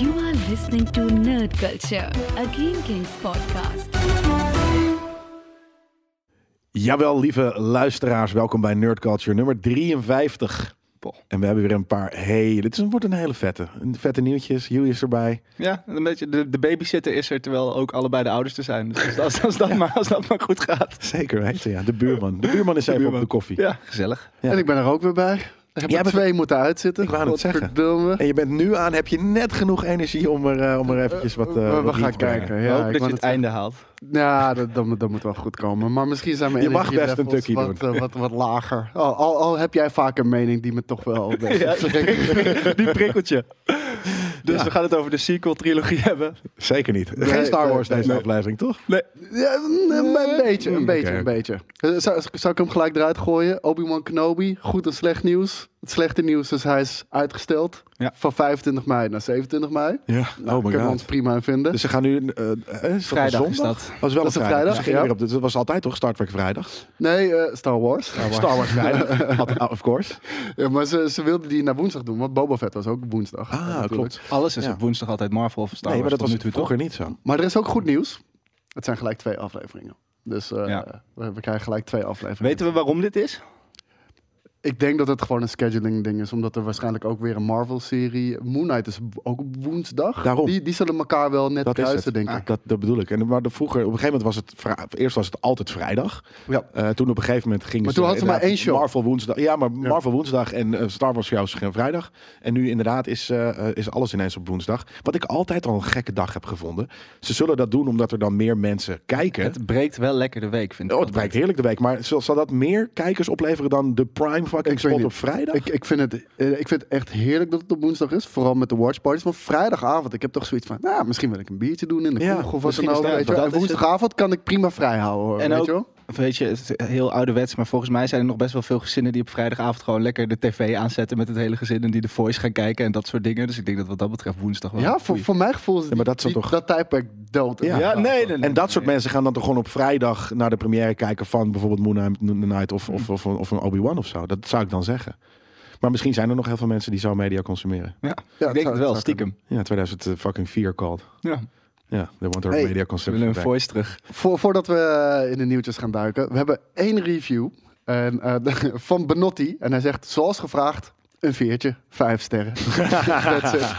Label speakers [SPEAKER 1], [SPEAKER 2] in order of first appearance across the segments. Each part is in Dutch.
[SPEAKER 1] You are listening to Nerd Culture, a Game Kings podcast.
[SPEAKER 2] Jawel, lieve luisteraars, welkom bij Nerd Culture nummer 53. En we hebben weer een paar hele... Dit is, wordt een hele vette. Een vette nieuwtjes, Hugh is erbij.
[SPEAKER 3] Ja, een beetje, de, de babysitter is er terwijl ook allebei de ouders er zijn. Dus als, dat- als dat, maar, als dat maar goed gaat.
[SPEAKER 2] Zeker weten, ja. De buurman. De buurman is even
[SPEAKER 3] buurman.
[SPEAKER 2] op de koffie.
[SPEAKER 3] Ja, gezellig.
[SPEAKER 2] Ja.
[SPEAKER 4] En ik ben er ook weer bij. Ik heb
[SPEAKER 2] Jij
[SPEAKER 4] er
[SPEAKER 2] bent-
[SPEAKER 4] twee moeten uitzitten.
[SPEAKER 2] Ik wou net zeggen.
[SPEAKER 4] Godverdomme.
[SPEAKER 2] En je bent nu aan, heb je net genoeg energie om er, eh, om er eventjes wat... eh,
[SPEAKER 4] We- we
[SPEAKER 2] wat in
[SPEAKER 4] gaan
[SPEAKER 2] te brengen.
[SPEAKER 4] kijken.
[SPEAKER 3] Ik
[SPEAKER 4] Ja,
[SPEAKER 3] hoop
[SPEAKER 4] ik
[SPEAKER 3] dat
[SPEAKER 4] wou
[SPEAKER 3] je het
[SPEAKER 4] net-
[SPEAKER 3] einde haalt.
[SPEAKER 4] ja dat, dat, moet- dat moet wel goed komen. Maar misschien zijn mijn
[SPEAKER 2] Je mag
[SPEAKER 4] energie
[SPEAKER 2] best een
[SPEAKER 4] levels
[SPEAKER 2] tukkie
[SPEAKER 4] wat, eh, wat, wat lager. Al, al, al heb jij vaak een mening die me toch wel... best
[SPEAKER 3] Ja,
[SPEAKER 4] trekt.
[SPEAKER 3] Die prikkeltje. Dus we gaan het over de sequel-trilogie hebben.
[SPEAKER 2] Zeker niet.
[SPEAKER 4] Nee,
[SPEAKER 2] Geen Star
[SPEAKER 4] nee,
[SPEAKER 2] Wars
[SPEAKER 4] nee,
[SPEAKER 2] deze
[SPEAKER 4] nee.
[SPEAKER 2] aflevering, toch?
[SPEAKER 4] Ja, een, een beetje, een
[SPEAKER 2] Oké,
[SPEAKER 4] beetje,
[SPEAKER 2] oké.
[SPEAKER 4] een beetje. Eh, Zou, zou ik hem gelijk eruit gooien? Obi-Wan Kenobi, goed en slecht nieuws. Het slechte nieuws is hij is uitgesteld.
[SPEAKER 3] Ja.
[SPEAKER 4] Van 25 mei naar 27 mei.
[SPEAKER 2] Ja.
[SPEAKER 4] Nou,
[SPEAKER 2] oh my
[SPEAKER 4] kunnen we
[SPEAKER 2] god.
[SPEAKER 4] ons prima in vinden.
[SPEAKER 2] Dus ze gaan nu... eh, eh, is dat een
[SPEAKER 3] Vrijdag is
[SPEAKER 2] zondag?
[SPEAKER 3] dat.
[SPEAKER 2] was wel
[SPEAKER 4] Dat is
[SPEAKER 2] een vrijdag.
[SPEAKER 4] een vrijdag,
[SPEAKER 2] Ze gingen
[SPEAKER 4] ja.
[SPEAKER 2] weer op, de- dat was altijd toch Star Trek vrijdag?
[SPEAKER 4] nee, eh, Star Wars.
[SPEAKER 2] Star Wars vrijdag. Had- of course.
[SPEAKER 4] Ja, maar ze, ze wilden die naar woensdag doen, want Boba Fett was ook woensdag. eh,
[SPEAKER 2] Ah,
[SPEAKER 4] natuurlijk.
[SPEAKER 2] klopt.
[SPEAKER 3] Alles is
[SPEAKER 2] Ja.
[SPEAKER 3] op woensdag altijd Marvel of
[SPEAKER 2] Nee,
[SPEAKER 3] Star
[SPEAKER 2] maar
[SPEAKER 3] Wars
[SPEAKER 2] dat was
[SPEAKER 3] tot nu toe, toch?
[SPEAKER 2] vroeger niet zo.
[SPEAKER 4] Maar er is ook goed nieuws. Het zijn gelijk twee afleveringen. Dus eh,
[SPEAKER 3] Ja.
[SPEAKER 4] we, we krijgen gelijk twee afleveringen.
[SPEAKER 3] Weten we waarom dit is?
[SPEAKER 4] Ik denk dat het gewoon een scheduling ding is, omdat er waarschijnlijk ook weer een Marvel-serie... Moon Knight is op- ook op woensdag.
[SPEAKER 2] Daarom.
[SPEAKER 4] Die, die zullen elkaar wel net
[SPEAKER 2] Dat is
[SPEAKER 4] kruisen,
[SPEAKER 2] het.
[SPEAKER 4] denk ik.
[SPEAKER 2] Ah, Dat, dat bedoel ik. En, maar de, vroeger, op een gegeven moment was het... vri- Eerst was het altijd vrijdag.
[SPEAKER 4] Ja.
[SPEAKER 2] Eh, toen op een gegeven moment gingen
[SPEAKER 4] Maar toen hadden ze maar
[SPEAKER 2] inderdaad
[SPEAKER 4] één show.
[SPEAKER 2] Marvel woensdag. Ja, maar Marvel woensdag en eh, Star Wars shows gaan vrijdag. En nu inderdaad is, eh, eh, is alles ineens op woensdag. Wat ik altijd al een gekke dag heb gevonden. Ze zullen dat doen omdat er dan meer mensen kijken.
[SPEAKER 3] Het breekt wel lekker de week, vind ik.
[SPEAKER 2] Oh, het bereikt heerlijk de week. Maar zal, zal dat meer kijkers opleveren dan de prime fucking
[SPEAKER 4] Ik weet
[SPEAKER 2] spot
[SPEAKER 4] niet.
[SPEAKER 2] op vrijdag?
[SPEAKER 4] Ik, ik, vind het, eh, ik vind het echt heerlijk dat het op woensdag is. Vooral met de watchparties. Want vrijdagavond, ik heb toch zoiets van... Nou, misschien wil ik een biertje doen in de
[SPEAKER 2] Ja,
[SPEAKER 4] kroeg of wat
[SPEAKER 2] misschien
[SPEAKER 4] dan
[SPEAKER 2] is
[SPEAKER 4] ook.
[SPEAKER 2] dat-
[SPEAKER 4] weet je wel.
[SPEAKER 3] dat
[SPEAKER 4] En
[SPEAKER 3] is het.
[SPEAKER 4] woensdagavond kan ik prima vrij houden, hoor,
[SPEAKER 3] En
[SPEAKER 4] weet
[SPEAKER 3] ook-
[SPEAKER 4] je wel.
[SPEAKER 3] Weet je, het is heel ouderwets, maar volgens mij zijn er nog best wel veel gezinnen die op vrijdagavond gewoon lekker de tv aanzetten met het hele gezin en die de voice gaan kijken en dat soort dingen. Dus ik denk dat wat dat betreft woensdag wel.
[SPEAKER 4] Ja,
[SPEAKER 3] een
[SPEAKER 4] voor,
[SPEAKER 3] goeie-
[SPEAKER 4] voor mijn gevoel is
[SPEAKER 2] maar
[SPEAKER 4] die-
[SPEAKER 2] dat zou
[SPEAKER 4] die-
[SPEAKER 2] toch-
[SPEAKER 4] dat tijdperk dood.
[SPEAKER 2] Ja.
[SPEAKER 3] Ja, nee, nee, nee,
[SPEAKER 2] En dat soort
[SPEAKER 3] nee.
[SPEAKER 2] mensen gaan dan toch gewoon op vrijdag naar de première kijken van bijvoorbeeld Moon Knight of,
[SPEAKER 4] Mm.
[SPEAKER 2] of, of, of een Obi-Wan of zo. Dat zou ik dan zeggen. Maar misschien zijn er nog heel veel mensen die zo media consumeren.
[SPEAKER 3] Ja,
[SPEAKER 4] dat
[SPEAKER 3] ik denk het
[SPEAKER 4] zou-
[SPEAKER 3] wel,
[SPEAKER 4] zou kunnen.
[SPEAKER 3] stiekem.
[SPEAKER 2] Ja, 2004 called.
[SPEAKER 3] Ja,
[SPEAKER 2] Ja, they want their
[SPEAKER 4] Hey,
[SPEAKER 2] media
[SPEAKER 3] ze willen
[SPEAKER 2] consumption
[SPEAKER 3] hun
[SPEAKER 2] back.
[SPEAKER 3] voice terug.
[SPEAKER 4] Voor, voordat we eh, in de nieuwtjes gaan duiken. We hebben één review en, eh, van Benotti. En hij zegt, zoals gevraagd, een veertje. Vijf sterren. That's it.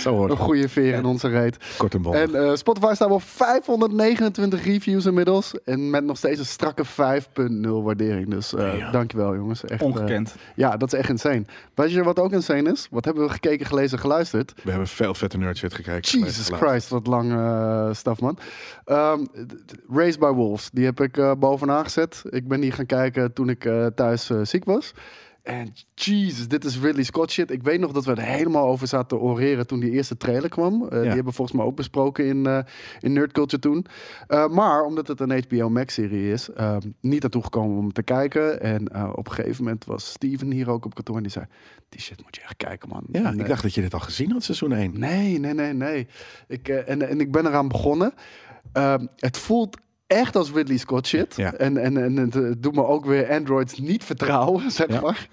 [SPEAKER 2] Zo hoor,
[SPEAKER 4] Een
[SPEAKER 2] ik.
[SPEAKER 4] goede veer in onze reet.
[SPEAKER 2] kort en bondig.
[SPEAKER 4] En eh, Spotify staan we op 529 reviews inmiddels. En met nog steeds een strakke 5.0 waardering. Dus eh,
[SPEAKER 2] Ja.
[SPEAKER 4] dankjewel jongens. Echt, eh,
[SPEAKER 3] Ongekend.
[SPEAKER 4] ja, dat is echt insane. Weet je wat ook insane is? Wat hebben we gekeken, gelezen, geluisterd?
[SPEAKER 2] We hebben veel vette nerd shit gekeken.
[SPEAKER 4] Jesus
[SPEAKER 2] Geluid.
[SPEAKER 4] Christ, wat lang eh staf, man. Ehm, d- d- Raised by Wolves, die heb ik eh, bovenaan gezet. Ik ben die gaan kijken toen ik eh, thuis eh, ziek was. En Jesus, dit is Ridley Scott shit. Ik weet nog dat we er helemaal over zaten te oreren toen die eerste trailer kwam. Eh,
[SPEAKER 2] Ja.
[SPEAKER 4] Die hebben we volgens mij ook besproken in, eh in Nerd Culture toen. Eh, maar omdat het een HBO Max serie is, eh, niet naartoe gekomen om te kijken. En eh, op een gegeven moment was Steven hier ook op kantoor en die zei... Die shit moet je echt kijken, man.
[SPEAKER 2] Ja,
[SPEAKER 4] En,
[SPEAKER 2] ik
[SPEAKER 4] eh,
[SPEAKER 2] dacht dat je dit al gezien had, seizoen 1.
[SPEAKER 4] Nee, nee, nee, nee. Ik, eh, en, en ik ben eraan begonnen. Ehm, het voelt echt als Ridley Scott shit.
[SPEAKER 2] Ja.
[SPEAKER 4] En, en, en het eh, doet me ook weer Androids niet vertrouwen, zeg
[SPEAKER 2] Ja.
[SPEAKER 4] maar.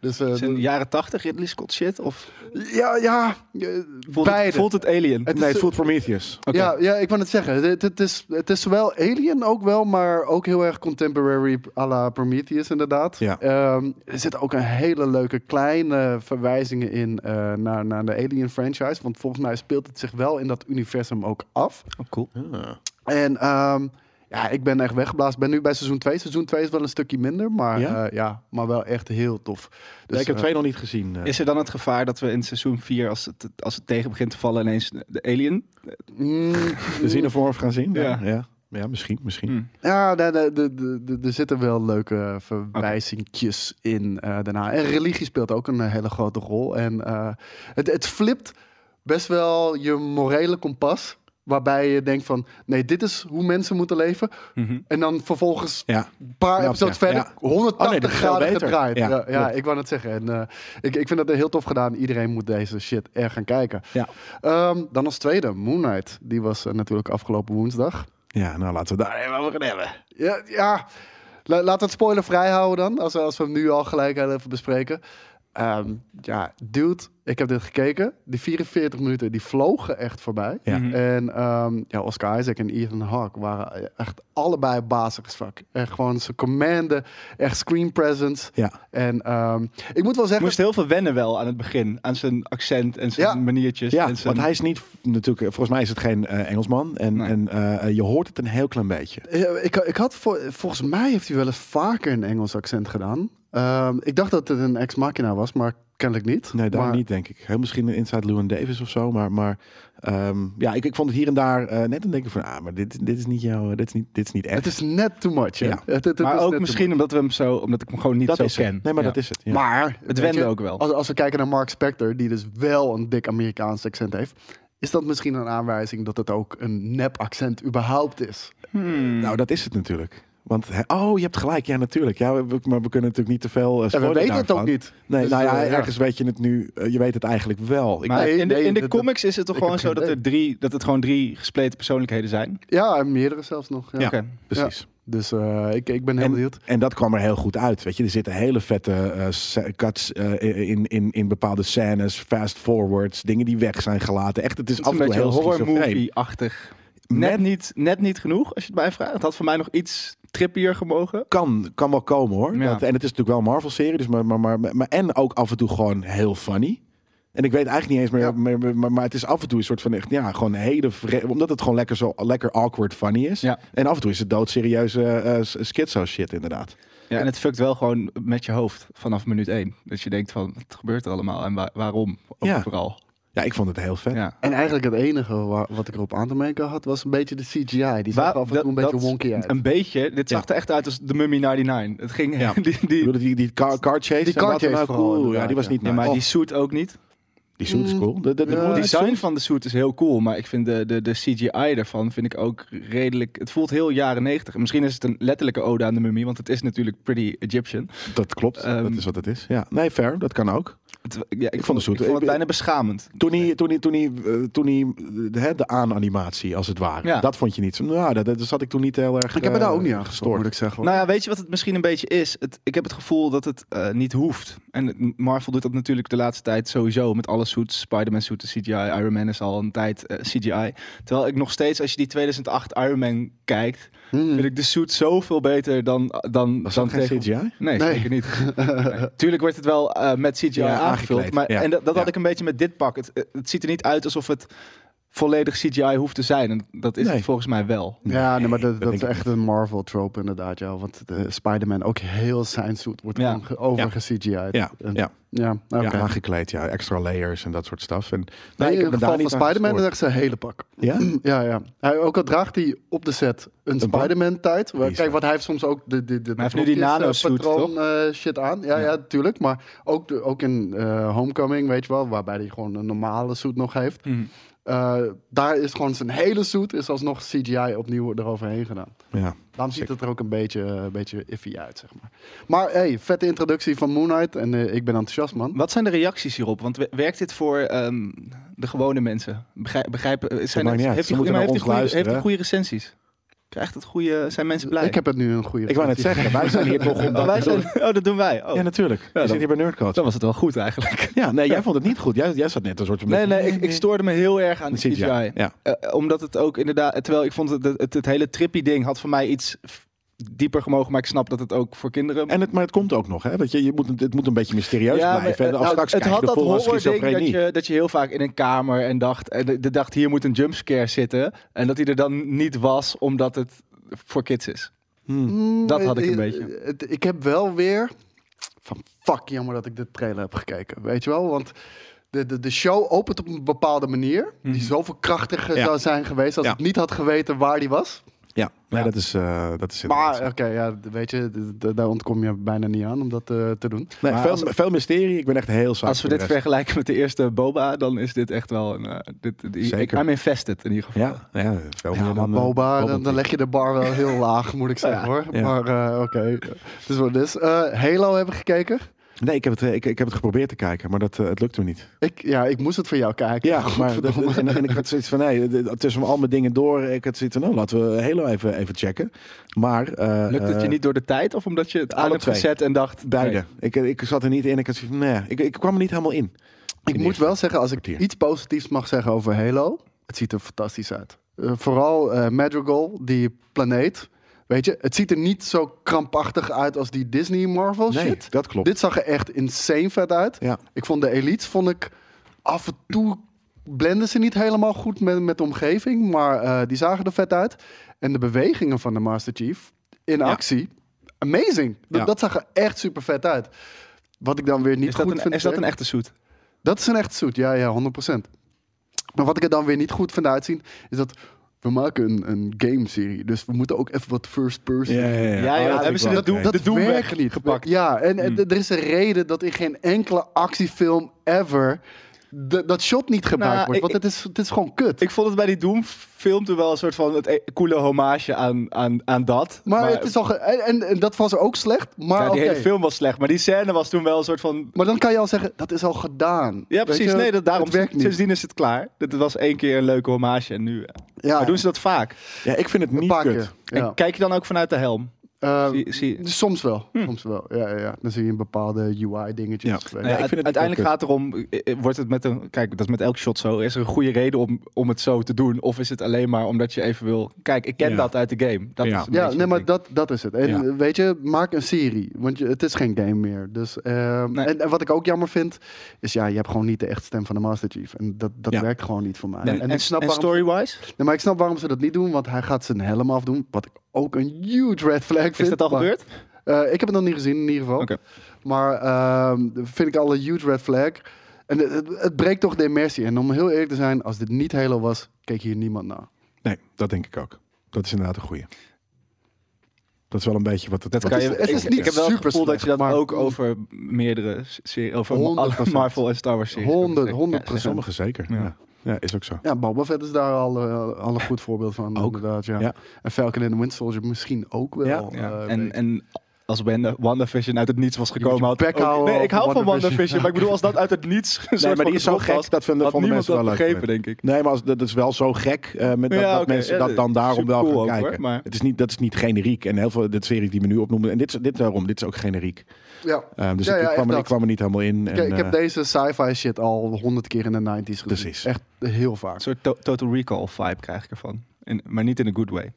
[SPEAKER 4] Dus, eh,
[SPEAKER 3] Is het in de jaren tachtig Ridley Scott shit? Of
[SPEAKER 4] ja, ja. eh,
[SPEAKER 3] voelt,
[SPEAKER 4] beide.
[SPEAKER 3] het, voelt het alien?
[SPEAKER 2] nee,
[SPEAKER 4] Het is- eh, Oh, dus,
[SPEAKER 2] het voelt Prometheus.
[SPEAKER 3] Oké.
[SPEAKER 4] Ja, ja, ik wou het zeggen. Het, het, is, het is zowel Alien ook wel, maar ook heel erg contemporary à la Prometheus inderdaad.
[SPEAKER 2] Ja.
[SPEAKER 4] Ehm, er zitten ook een hele leuke kleine verwijzingen in eh, naar, naar de Alien franchise. Want volgens mij speelt het zich wel in dat universum ook af.
[SPEAKER 3] Oh, cool.
[SPEAKER 2] Ah.
[SPEAKER 4] En ehm, ja, ik ben echt weggeblazen. Ik ben nu bij seizoen 2. Seizoen 2 is wel een stukje minder, maar,
[SPEAKER 2] Ja?
[SPEAKER 4] ja? ja, maar wel echt heel tof. Dus,
[SPEAKER 2] Nee, ik heb
[SPEAKER 4] eh,
[SPEAKER 2] twee nog niet gezien. eh.
[SPEAKER 3] Is er dan het gevaar dat we in seizoen 4, als het, als het tegen begint te vallen, ineens de alien?
[SPEAKER 4] mm,
[SPEAKER 2] We zien ervoor of gaan zien? Ja,
[SPEAKER 3] Ja.
[SPEAKER 2] ja. ja misschien, misschien.
[SPEAKER 3] Hm.
[SPEAKER 4] ja, nee, nee, de- de- de- er zitten wel leuke eh, verwijzingjes in eh, daarna. En religie speelt ook een eh, hele grote rol. En eh, het, het flipt best wel je morele kompas. Waarbij je denkt van, nee, dit is hoe mensen moeten leven.
[SPEAKER 3] Mhm.
[SPEAKER 4] En dan vervolgens
[SPEAKER 2] Ja.
[SPEAKER 4] een paar
[SPEAKER 2] Ja,
[SPEAKER 4] episodes
[SPEAKER 2] ja,
[SPEAKER 4] verder,
[SPEAKER 2] ja.
[SPEAKER 4] 180
[SPEAKER 2] Oh nee, dit is veel
[SPEAKER 4] graden
[SPEAKER 2] beter.
[SPEAKER 4] gedraaid.
[SPEAKER 2] Ja,
[SPEAKER 4] Ja, ja,
[SPEAKER 2] klopt.
[SPEAKER 4] ik wou net zeggen. En, eh, ik, ik vind dat heel tof gedaan. Iedereen moet deze shit erg gaan kijken.
[SPEAKER 2] Ja.
[SPEAKER 4] Ehm, dan als tweede, Moon Knight. Die was eh, natuurlijk afgelopen woensdag.
[SPEAKER 2] ja, nou laten we daar even over gaan hebben.
[SPEAKER 4] Ja, ja. La- laat het spoiler vrij houden dan, als, we- als we hem nu al gelijk heel even bespreken. Ehm, ja, dude, Ik heb dit gekeken. Die 44 minuten, die vlogen echt voorbij.
[SPEAKER 2] Ja.
[SPEAKER 3] Mhm.
[SPEAKER 4] En ehm, ja, Oscar Isaac en Ethan Hawke waren echt allebei basisvak. Echt gewoon, ze commanden, echt screen presence.
[SPEAKER 2] Ja.
[SPEAKER 4] En ehm, ik moet wel
[SPEAKER 3] Ik
[SPEAKER 4] zeggen...
[SPEAKER 3] moest heel veel wennen wel aan het begin. Aan zijn accent en zijn
[SPEAKER 4] Ja.
[SPEAKER 3] maniertjes.
[SPEAKER 2] Ja,
[SPEAKER 3] en zijn...
[SPEAKER 2] want hij is niet natuurlijk, eh, volgens mij is het geen eh, Engelsman. En,
[SPEAKER 3] Nee.
[SPEAKER 2] en eh, je hoort het een heel klein beetje.
[SPEAKER 4] Ja, Ik, ik had voor, volgens mij heeft hij wel eens vaker een Engels accent gedaan. Ehm, ik dacht dat het een ex machina was, maar kennelijk niet.
[SPEAKER 2] Nee, daar
[SPEAKER 4] Maar-
[SPEAKER 2] niet, denk ik. Heel misschien een Inside Llewyn Davis of zo. Maar, maar ehm, ja, ik, ik vond het hier en daar eh, net een denken van... Ah, maar dit, dit is niet jouw... eh, Dit is niet, dit is niet echt.
[SPEAKER 4] Het is net too much. hè?
[SPEAKER 2] Ja.
[SPEAKER 4] Het- het- het
[SPEAKER 3] maar
[SPEAKER 4] is net
[SPEAKER 3] ook
[SPEAKER 4] too
[SPEAKER 3] misschien omdat, we hem zo, omdat ik hem gewoon niet
[SPEAKER 2] dat
[SPEAKER 3] zo
[SPEAKER 2] is
[SPEAKER 3] ken.
[SPEAKER 2] het. Nee, maar
[SPEAKER 3] Ja.
[SPEAKER 2] dat is het. Ja.
[SPEAKER 4] Maar
[SPEAKER 3] Het
[SPEAKER 4] weet
[SPEAKER 3] wende
[SPEAKER 4] je,
[SPEAKER 3] ook wel.
[SPEAKER 4] Als, als we kijken naar Mark Spector, die dus wel een dik Amerikaans accent heeft, is dat misschien een aanwijzing dat het ook een nep accent überhaupt is.
[SPEAKER 3] Hmm.
[SPEAKER 2] Nou, dat is het natuurlijk. Want, hij- oh, je hebt gelijk. Ja, natuurlijk. Ja, we- we- maar we kunnen natuurlijk niet te veel eh,
[SPEAKER 4] En we
[SPEAKER 2] spoilen
[SPEAKER 4] weten het ook
[SPEAKER 2] daarvan.
[SPEAKER 4] niet.
[SPEAKER 2] Nee,
[SPEAKER 4] Dus,
[SPEAKER 2] nou ja,
[SPEAKER 4] eh, ja.
[SPEAKER 2] ergens weet je het nu. eh, je weet het eigenlijk wel. Ik,
[SPEAKER 3] Maar
[SPEAKER 4] Nee,
[SPEAKER 3] in de,
[SPEAKER 4] nee,
[SPEAKER 3] in de
[SPEAKER 4] dat-
[SPEAKER 3] comics is het toch
[SPEAKER 4] ik
[SPEAKER 3] gewoon
[SPEAKER 4] heb
[SPEAKER 3] zo
[SPEAKER 4] geen
[SPEAKER 3] dat, er drie, dat het gewoon drie gespleten persoonlijkheden zijn?
[SPEAKER 4] Ja, en meerdere zelfs nog. Ja.
[SPEAKER 2] Ja.
[SPEAKER 3] Oké.
[SPEAKER 2] precies.
[SPEAKER 4] Dus eh, ik, ik ben heel
[SPEAKER 2] En,
[SPEAKER 4] benieuwd.
[SPEAKER 2] en dat kwam er heel goed uit. Weet je, er zitten hele vette eh, se- cuts eh, in, in, in bepaalde scènes, fast forwards, dingen die weg zijn gelaten. Echt, het is,
[SPEAKER 3] Het is
[SPEAKER 2] af
[SPEAKER 3] een
[SPEAKER 2] en toe
[SPEAKER 3] beetje
[SPEAKER 2] heel
[SPEAKER 3] horror
[SPEAKER 2] schizofreen.
[SPEAKER 3] movie-achtig. Net niet, net niet genoeg, als je het mij vraagt. Het had voor mij nog iets trippier gemogen.
[SPEAKER 2] kan, kan wel komen hoor.
[SPEAKER 3] Ja.
[SPEAKER 2] Dat, en het is natuurlijk wel een Marvel-serie, dus maar, maar, maar, maar en ook af en toe gewoon heel funny. En ik weet eigenlijk niet eens meer,
[SPEAKER 4] Ja.
[SPEAKER 2] meer- meer- maar, maar het is af en toe een soort van echt, ja, gewoon hele, vre- omdat het gewoon lekker zo lekker awkward funny is.
[SPEAKER 3] Ja.
[SPEAKER 2] En af en toe is het doodserieuze eh, s- schizo shit inderdaad.
[SPEAKER 3] Ja, en het fuckt wel gewoon met je hoofd vanaf minuut één. Dat je denkt van, wat gebeurt er allemaal en wa- waarom? Ook
[SPEAKER 2] Ja.
[SPEAKER 3] Vooral.
[SPEAKER 2] Ja, ik vond het heel vet.
[SPEAKER 3] Ja.
[SPEAKER 4] En eigenlijk het enige wa- wat ik erop aan te merken had, was een beetje de CGI. Die zag
[SPEAKER 3] Waar-
[SPEAKER 4] er af en
[SPEAKER 3] dat-
[SPEAKER 4] toe een beetje
[SPEAKER 3] dat-
[SPEAKER 4] wonky uit.
[SPEAKER 3] Een beetje. Dit zag er echt uit als de Mummy 99. Het ging...
[SPEAKER 2] Ja.
[SPEAKER 3] die,
[SPEAKER 2] Ik
[SPEAKER 3] die,
[SPEAKER 2] bedoel, die, die car, car chase,
[SPEAKER 4] Die
[SPEAKER 2] en
[SPEAKER 4] car
[SPEAKER 2] wat dan
[SPEAKER 4] chase
[SPEAKER 2] ook.
[SPEAKER 4] vooral,
[SPEAKER 2] Oeh, ja,
[SPEAKER 4] inderdaad,
[SPEAKER 2] die was
[SPEAKER 4] ja.
[SPEAKER 2] niet
[SPEAKER 3] ja,
[SPEAKER 2] nice.
[SPEAKER 3] maar die
[SPEAKER 2] Oh,
[SPEAKER 3] suit ook niet.
[SPEAKER 2] die suit is cool. De, de, de-
[SPEAKER 4] Ja.
[SPEAKER 2] de-
[SPEAKER 3] Het
[SPEAKER 4] Het
[SPEAKER 3] design van de suit is heel cool, maar ik vind de, de, de CGI daarvan vind ik ook redelijk... Het voelt heel jaren 90. Misschien is het een letterlijke ode aan de mummie, want het is natuurlijk pretty Egyptian.
[SPEAKER 2] dat klopt,
[SPEAKER 3] Ehm.
[SPEAKER 2] dat is wat het is. Ja, nee, fair, dat kan ook.
[SPEAKER 3] Het- ja, ik,
[SPEAKER 2] vond
[SPEAKER 3] vond,
[SPEAKER 2] de suit-
[SPEAKER 3] ik vond
[SPEAKER 2] ik-
[SPEAKER 3] het bijna beschamend.
[SPEAKER 2] Toen hij, toen hij, toen hij, eh, toen hij eh, hè, de aananimatie als het ware.
[SPEAKER 3] Ja.
[SPEAKER 2] Dat vond je niet zo. Nou, dat, dat zat ik toen niet heel erg.
[SPEAKER 4] Ik heb me daar
[SPEAKER 2] eh,
[SPEAKER 4] ook niet aan gestoord, moet ik zeggen. hoor.
[SPEAKER 3] Nou ja, weet je wat het misschien een beetje is? Het, ik heb het gevoel dat het eh, niet hoeft. En het- Marvel doet dat natuurlijk de laatste tijd sowieso met alle suits. Spider-Man suit, de CGI, Iron Man is al een tijd eh, CGI. Terwijl ik nog steeds, als je die 2008 Iron Man kijkt,
[SPEAKER 4] Hmm.
[SPEAKER 3] vind ik de suit zoveel beter dan... eh, dan,
[SPEAKER 2] Mm. Was
[SPEAKER 3] dan
[SPEAKER 2] dat geen
[SPEAKER 3] tegen-
[SPEAKER 2] CGI?
[SPEAKER 3] Nee,
[SPEAKER 4] Nee.
[SPEAKER 3] zeker niet. Nee. Tuurlijk wordt het wel eh, met CGI
[SPEAKER 2] Ja,
[SPEAKER 3] aangevuld.
[SPEAKER 2] aangekleed,
[SPEAKER 3] Maar,
[SPEAKER 2] ja.
[SPEAKER 3] En dat, dat
[SPEAKER 2] Ja.
[SPEAKER 3] had ik een beetje met dit pak. Het, eh, het ziet er niet uit alsof het volledig CGI hoeft te zijn. En dat is
[SPEAKER 2] Nee.
[SPEAKER 3] het volgens mij wel.
[SPEAKER 4] Ja, nee, maar dat,
[SPEAKER 2] dat
[SPEAKER 4] dat
[SPEAKER 2] denk
[SPEAKER 4] is
[SPEAKER 2] ik
[SPEAKER 4] echt een Marvel-trope inderdaad, ja. Want de Spider-Man, ook heel zijn suit, wordt
[SPEAKER 3] Ja.
[SPEAKER 4] gewoon ge- overge-CGI'd.
[SPEAKER 2] Ja, ja.
[SPEAKER 4] Ja, oké.
[SPEAKER 2] ja, aangekleed, ja. Extra layers en dat soort stuff. En,
[SPEAKER 4] Nee,
[SPEAKER 2] ik
[SPEAKER 4] in
[SPEAKER 2] heb
[SPEAKER 4] het
[SPEAKER 2] me daar
[SPEAKER 4] geval van
[SPEAKER 2] niet aan
[SPEAKER 4] Spider-Man is
[SPEAKER 2] gestoord.
[SPEAKER 4] echt zijn hele pak.
[SPEAKER 2] Ja?
[SPEAKER 4] Ja, ja. Hij, ook al draagt hij op de set een,
[SPEAKER 2] band?
[SPEAKER 4] Spider-Man-tijd. Wel,
[SPEAKER 2] Bizar.
[SPEAKER 4] Kijk, want hij heeft soms ook de, de, de,
[SPEAKER 3] hij heeft nu die nano-suit, toch?
[SPEAKER 4] shit aan. Ja, ja. tuurlijk. Maar ook, de- ook in eh, Homecoming, weet je wel, waarbij hij gewoon een normale suit nog heeft.
[SPEAKER 2] Mm.
[SPEAKER 4] Eh, daar is gewoon zijn hele suit, is alsnog CGI opnieuw eroverheen gedaan.
[SPEAKER 2] Ja.
[SPEAKER 4] Daarom ziet het er ook een beetje, eh, een beetje iffy uit, zeg maar. Maar hey, vette introductie van Moon Knight. En eh, ik ben enthousiast, man.
[SPEAKER 3] Wat zijn de reacties hierop? Want we- werkt dit voor ehm, de gewone mensen? Begrijp, begrijpen, eh, zijn
[SPEAKER 2] maakt
[SPEAKER 3] er,
[SPEAKER 2] niet uit.
[SPEAKER 3] heeft
[SPEAKER 2] Ze
[SPEAKER 3] hij
[SPEAKER 2] moeten
[SPEAKER 3] goede- maar
[SPEAKER 2] naar
[SPEAKER 3] heeft
[SPEAKER 2] ons
[SPEAKER 3] hij goede- heeft
[SPEAKER 2] luisteren,
[SPEAKER 3] hij
[SPEAKER 2] hè?
[SPEAKER 3] goede recensies? Krijgt het goede, zijn mensen blij?
[SPEAKER 4] Ik heb het nu een goede
[SPEAKER 2] Ik wou net
[SPEAKER 4] recensie.
[SPEAKER 2] zeggen, wij zijn hier toch om
[SPEAKER 3] Oh,
[SPEAKER 2] dat
[SPEAKER 3] wij
[SPEAKER 2] te doen.
[SPEAKER 3] zijn, oh, dat doen wij. Oh.
[SPEAKER 2] Ja, natuurlijk.
[SPEAKER 3] dan-
[SPEAKER 2] Je zit hier bij Nerdcoach.
[SPEAKER 3] dan was het wel goed eigenlijk.
[SPEAKER 2] Ja, nee, jij vond het niet goed. Jij, jij zat net een soort van...
[SPEAKER 3] Nee, nee, ik, ik stoorde me heel erg aan de
[SPEAKER 2] Een
[SPEAKER 3] CGI.
[SPEAKER 2] CGI, ja.
[SPEAKER 3] Eh, omdat het ook inderdaad, terwijl ik vond het, het, het hele trippy ding had voor mij iets f- dieper gemogen, maar ik snap dat het ook voor kinderen.
[SPEAKER 2] En het, maar het komt ook nog, hè? Want je, je moet, het- het moet een beetje mysterieus
[SPEAKER 3] maar,
[SPEAKER 2] blijven.
[SPEAKER 3] eh,
[SPEAKER 2] En als
[SPEAKER 3] nou,
[SPEAKER 2] straks
[SPEAKER 3] het
[SPEAKER 2] krijg
[SPEAKER 3] had
[SPEAKER 2] je de
[SPEAKER 3] dat
[SPEAKER 2] volle
[SPEAKER 3] horror ding dat
[SPEAKER 2] schizofrenie.
[SPEAKER 3] je, dat je heel vaak in een kamer en dacht, en de, de dacht hier moet een jumpscare zitten. En dat die er dan niet was, omdat het voor kids is. Hm.
[SPEAKER 2] Hmm.
[SPEAKER 4] Mm,
[SPEAKER 3] Dat had ik een
[SPEAKER 4] eh,
[SPEAKER 3] beetje.
[SPEAKER 4] eh, het- Ik heb wel weer van fuck jammer dat ik de trailer heb gekeken. Weet je wel? Want de, de, de show opent op een bepaalde manier. Die zoveel krachtiger
[SPEAKER 2] Ja.
[SPEAKER 4] zou zijn geweest als
[SPEAKER 2] Ja.
[SPEAKER 4] ik niet had geweten waar die was.
[SPEAKER 2] Ja, nee,
[SPEAKER 3] Ja.
[SPEAKER 2] dat is, eh, dat is
[SPEAKER 4] Maar
[SPEAKER 2] inderdaad
[SPEAKER 4] oké, ja, d- weet je, d- d- daar ontkom je bijna niet aan om dat eh, te doen.
[SPEAKER 2] Nee,
[SPEAKER 3] Maar
[SPEAKER 2] veel,
[SPEAKER 3] als-
[SPEAKER 2] veel mysterie. Ik ben echt heel saai.
[SPEAKER 3] Als we
[SPEAKER 2] voor
[SPEAKER 3] dit
[SPEAKER 2] de rest.
[SPEAKER 3] vergelijken met de eerste Boba, dan is dit echt wel een... eh, dit, die- ik,
[SPEAKER 2] Zeker.
[SPEAKER 3] I'm invested in ieder geval.
[SPEAKER 2] Ja, ja, veel
[SPEAKER 4] Ja,
[SPEAKER 2] meer
[SPEAKER 4] maar
[SPEAKER 2] dan... eh,
[SPEAKER 4] Boba, dan,
[SPEAKER 2] Boba
[SPEAKER 4] dan leg je de bar wel heel laag, moet ik zeggen
[SPEAKER 3] Ja.
[SPEAKER 4] hoor.
[SPEAKER 2] Ja.
[SPEAKER 4] Maar eh, oké, het is wat het is. Eh, Halo hebben we gekeken.
[SPEAKER 2] Nee, ik heb, het, eh, ik, ik heb het geprobeerd te kijken, maar dat, eh, het lukte me niet.
[SPEAKER 4] Ik, ja, ik moest het voor jou kijken.
[SPEAKER 2] Ja, maar dat, en, en ik had zoiets van, nee, d- d- tussen al mijn dingen door, ik had zoiets van, nou, laten we heel even, even checken. Maar... eh,
[SPEAKER 3] Lukt het je
[SPEAKER 2] eh,
[SPEAKER 3] niet door de tijd of omdat je het aan
[SPEAKER 2] alle
[SPEAKER 3] hebt
[SPEAKER 2] twee.
[SPEAKER 3] gezet en dacht...
[SPEAKER 2] Beide.
[SPEAKER 3] nee.
[SPEAKER 2] Ik, ik zat er niet in. Ik, had zoiets van, nee, ik, ik kwam er niet helemaal in.
[SPEAKER 4] Ik
[SPEAKER 2] de
[SPEAKER 4] moet
[SPEAKER 2] eerste
[SPEAKER 4] wel zeggen, als ik
[SPEAKER 2] kwartier.
[SPEAKER 4] iets positiefs mag zeggen over Halo, het ziet er fantastisch uit. Eh, vooral eh, Madrigal, die planeet. Weet je, het ziet er niet zo krampachtig uit als die Disney
[SPEAKER 3] oh
[SPEAKER 4] Marvel
[SPEAKER 2] nee,
[SPEAKER 4] shit.
[SPEAKER 2] dat klopt.
[SPEAKER 4] Dit zag er echt insane vet uit.
[SPEAKER 2] Ja.
[SPEAKER 4] Ik vond de elites, vond ik af en toe blenden ze niet helemaal goed met, met de omgeving, maar eh, die zagen er vet uit. En de bewegingen van de Master Chief in
[SPEAKER 3] Ja.
[SPEAKER 4] actie, amazing. Dat,
[SPEAKER 2] Ja.
[SPEAKER 4] dat zag er echt super vet uit. Wat ik dan weer niet
[SPEAKER 3] Is
[SPEAKER 4] goed
[SPEAKER 3] dat, een,
[SPEAKER 4] vind.
[SPEAKER 3] is dat
[SPEAKER 4] eh,
[SPEAKER 3] een echte suit?
[SPEAKER 4] dat is een echt zoet, ja, ja, 100%. Maar wat ik er dan weer niet goed vind uitzien, is dat we maken een, een game-serie. Dus we moeten ook even wat first-person.
[SPEAKER 3] ja,
[SPEAKER 2] Oh,
[SPEAKER 3] hebben
[SPEAKER 2] vind ik
[SPEAKER 3] ze
[SPEAKER 2] wel.
[SPEAKER 3] dat doen-
[SPEAKER 2] Nee.
[SPEAKER 4] Dat
[SPEAKER 3] de Doemweg
[SPEAKER 4] werkt niet.
[SPEAKER 3] gepakt. Hmm.
[SPEAKER 4] Ja, en, en d- er is een reden dat in geen enkele actiefilm ever d- dat shot niet gebruikt
[SPEAKER 3] Nou,
[SPEAKER 4] wordt.
[SPEAKER 3] ik-
[SPEAKER 4] Want het is, het is gewoon kut.
[SPEAKER 3] Ik vond het bij die Doom film toen wel een soort van het e- coole hommage aan, aan, aan dat.
[SPEAKER 4] maar, het is al ge- en, en, en dat was ook slecht, maar
[SPEAKER 2] Ah,
[SPEAKER 3] ja, die
[SPEAKER 4] oké.
[SPEAKER 3] hele film was slecht, maar die scène was toen wel een soort van
[SPEAKER 4] Maar dan kan je al zeggen, dat is al gedaan.
[SPEAKER 3] Ja,
[SPEAKER 4] Weet
[SPEAKER 3] precies.
[SPEAKER 4] je,
[SPEAKER 3] nee, dat, daarom
[SPEAKER 4] het werkt niet.
[SPEAKER 3] Sindsdien is het klaar. Dit was één keer een leuke hommage en nu. eh.
[SPEAKER 4] Ja,
[SPEAKER 3] Maar doen ze dat vaak?
[SPEAKER 2] Ja, ik vind het
[SPEAKER 4] een
[SPEAKER 2] niet
[SPEAKER 4] paar
[SPEAKER 2] kut.
[SPEAKER 4] keer. Ja.
[SPEAKER 3] En kijk je dan ook vanuit de helm?
[SPEAKER 4] Eh,
[SPEAKER 3] Zie- zie-
[SPEAKER 4] Soms wel, soms wel. Ja, ja, ja. Dan zie je een bepaalde UI-dingetjes.
[SPEAKER 2] Ja.
[SPEAKER 3] Nou ja,
[SPEAKER 2] ik vind het
[SPEAKER 3] uite- uiteindelijk
[SPEAKER 2] ook
[SPEAKER 3] gaat het erom, eh, eh, wordt het met een, kijk, dat is met elk shot zo. Is er een goede reden om, om het zo te doen? Of is het alleen maar omdat je even wil, kijk, ik ken
[SPEAKER 2] Ja.
[SPEAKER 3] dat uit de game. Dat
[SPEAKER 2] Ja.
[SPEAKER 3] is een
[SPEAKER 4] Ja,
[SPEAKER 3] beetje
[SPEAKER 4] nee,
[SPEAKER 3] wat
[SPEAKER 4] maar
[SPEAKER 3] ik-
[SPEAKER 4] dat, dat is het. En
[SPEAKER 2] Ja.
[SPEAKER 4] eh, weet je, maak een serie. Want je, het is geen game meer. Dus, ehm,
[SPEAKER 3] Nee.
[SPEAKER 4] en, en wat ik ook jammer vind, is ja, je hebt gewoon niet de echte stem van de Master Chief. En dat, dat
[SPEAKER 2] Ja.
[SPEAKER 4] werkt gewoon niet voor mij.
[SPEAKER 3] En,
[SPEAKER 4] en,
[SPEAKER 3] en,
[SPEAKER 4] ik snap
[SPEAKER 3] en
[SPEAKER 4] waarom,
[SPEAKER 3] story-wise?
[SPEAKER 4] nee, maar ik snap waarom ze dat niet doen, want hij gaat zijn helm afdoen. Wat ik ook een huge red flag vind.
[SPEAKER 3] Is dat al
[SPEAKER 4] maar-
[SPEAKER 3] gebeurd?
[SPEAKER 4] eh, ik heb het nog niet gezien in ieder geval.
[SPEAKER 3] Oké.
[SPEAKER 4] Maar ehm, vind ik al een huge red flag. En het, het- het breekt toch de immersie. En om heel eerlijk te zijn, als dit niet Halo was, keek hier niemand naar.
[SPEAKER 2] Nee, dat denk ik ook. Dat is inderdaad een goeie. Dat is wel een beetje wat het...
[SPEAKER 3] Dat
[SPEAKER 2] wat
[SPEAKER 3] kan
[SPEAKER 4] is-
[SPEAKER 3] je,
[SPEAKER 4] het is
[SPEAKER 3] ik,
[SPEAKER 4] niet
[SPEAKER 3] ik heb wel het
[SPEAKER 4] super
[SPEAKER 3] gevoel dat je dat
[SPEAKER 4] slecht, maar-
[SPEAKER 3] ook over meerdere series, over
[SPEAKER 4] 100%.
[SPEAKER 3] alle Marvel en Star Wars series.
[SPEAKER 4] 100,
[SPEAKER 3] Ja,
[SPEAKER 4] 100
[SPEAKER 2] is Sommige zeker. Ja.
[SPEAKER 3] Ja.
[SPEAKER 2] Ja. is ook zo.
[SPEAKER 4] Ja, Boba Fett is daar al, eh, al een goed voorbeeld van.
[SPEAKER 2] Ook,
[SPEAKER 4] Inderdaad, ja.
[SPEAKER 2] ja.
[SPEAKER 4] En Falcon and the Winter Soldier misschien ook wel.
[SPEAKER 2] Ja,
[SPEAKER 3] Ja,
[SPEAKER 4] eh,
[SPEAKER 3] en,
[SPEAKER 4] weet-
[SPEAKER 3] en als Wanda- WandaVision uit het niets was
[SPEAKER 4] moet je
[SPEAKER 3] gekomen... Had
[SPEAKER 4] bek
[SPEAKER 3] ook-
[SPEAKER 4] houden
[SPEAKER 3] nee, ik
[SPEAKER 4] over
[SPEAKER 3] hou van
[SPEAKER 4] WandaVision.
[SPEAKER 3] WandaVision, maar ik bedoel als dat uit het niets een
[SPEAKER 2] Nee, maar
[SPEAKER 3] soort van
[SPEAKER 2] die is zo
[SPEAKER 3] gedropt
[SPEAKER 2] gek,
[SPEAKER 3] was,
[SPEAKER 2] dat vinden-
[SPEAKER 3] had
[SPEAKER 2] vonden
[SPEAKER 3] niemand
[SPEAKER 2] mensen wel
[SPEAKER 3] dat
[SPEAKER 2] leuk.
[SPEAKER 3] begrepen, denk ik. Nou
[SPEAKER 2] Nee, maar als, dat is wel zo gek eh, met, dat,
[SPEAKER 3] Ja,
[SPEAKER 2] dat
[SPEAKER 3] oké,
[SPEAKER 2] mensen
[SPEAKER 3] ja,
[SPEAKER 2] dat dan daarom wel
[SPEAKER 3] supercool
[SPEAKER 2] gaan
[SPEAKER 3] ook,
[SPEAKER 2] kijken.
[SPEAKER 3] hoor, maar-
[SPEAKER 2] Het is niet, dat is niet generiek. En heel veel de series die we nu opnoemen... En dit, is- dit daarom, dit is ook generiek.
[SPEAKER 4] ja.
[SPEAKER 2] Ehm, dus
[SPEAKER 4] Ja,
[SPEAKER 2] ik,
[SPEAKER 4] ja,
[SPEAKER 2] ik, kwam,
[SPEAKER 4] echt
[SPEAKER 2] er-
[SPEAKER 4] dat.
[SPEAKER 2] ik kwam er niet helemaal in. En,
[SPEAKER 4] Kijk, ik heb
[SPEAKER 2] eh,
[SPEAKER 4] deze sci-fi shit al honderd keer in de 90s gezien.
[SPEAKER 2] Precies.
[SPEAKER 4] Echt heel vaak.
[SPEAKER 3] Een soort to- Total Recall vibe krijg ik ervan. En, maar niet in a good way.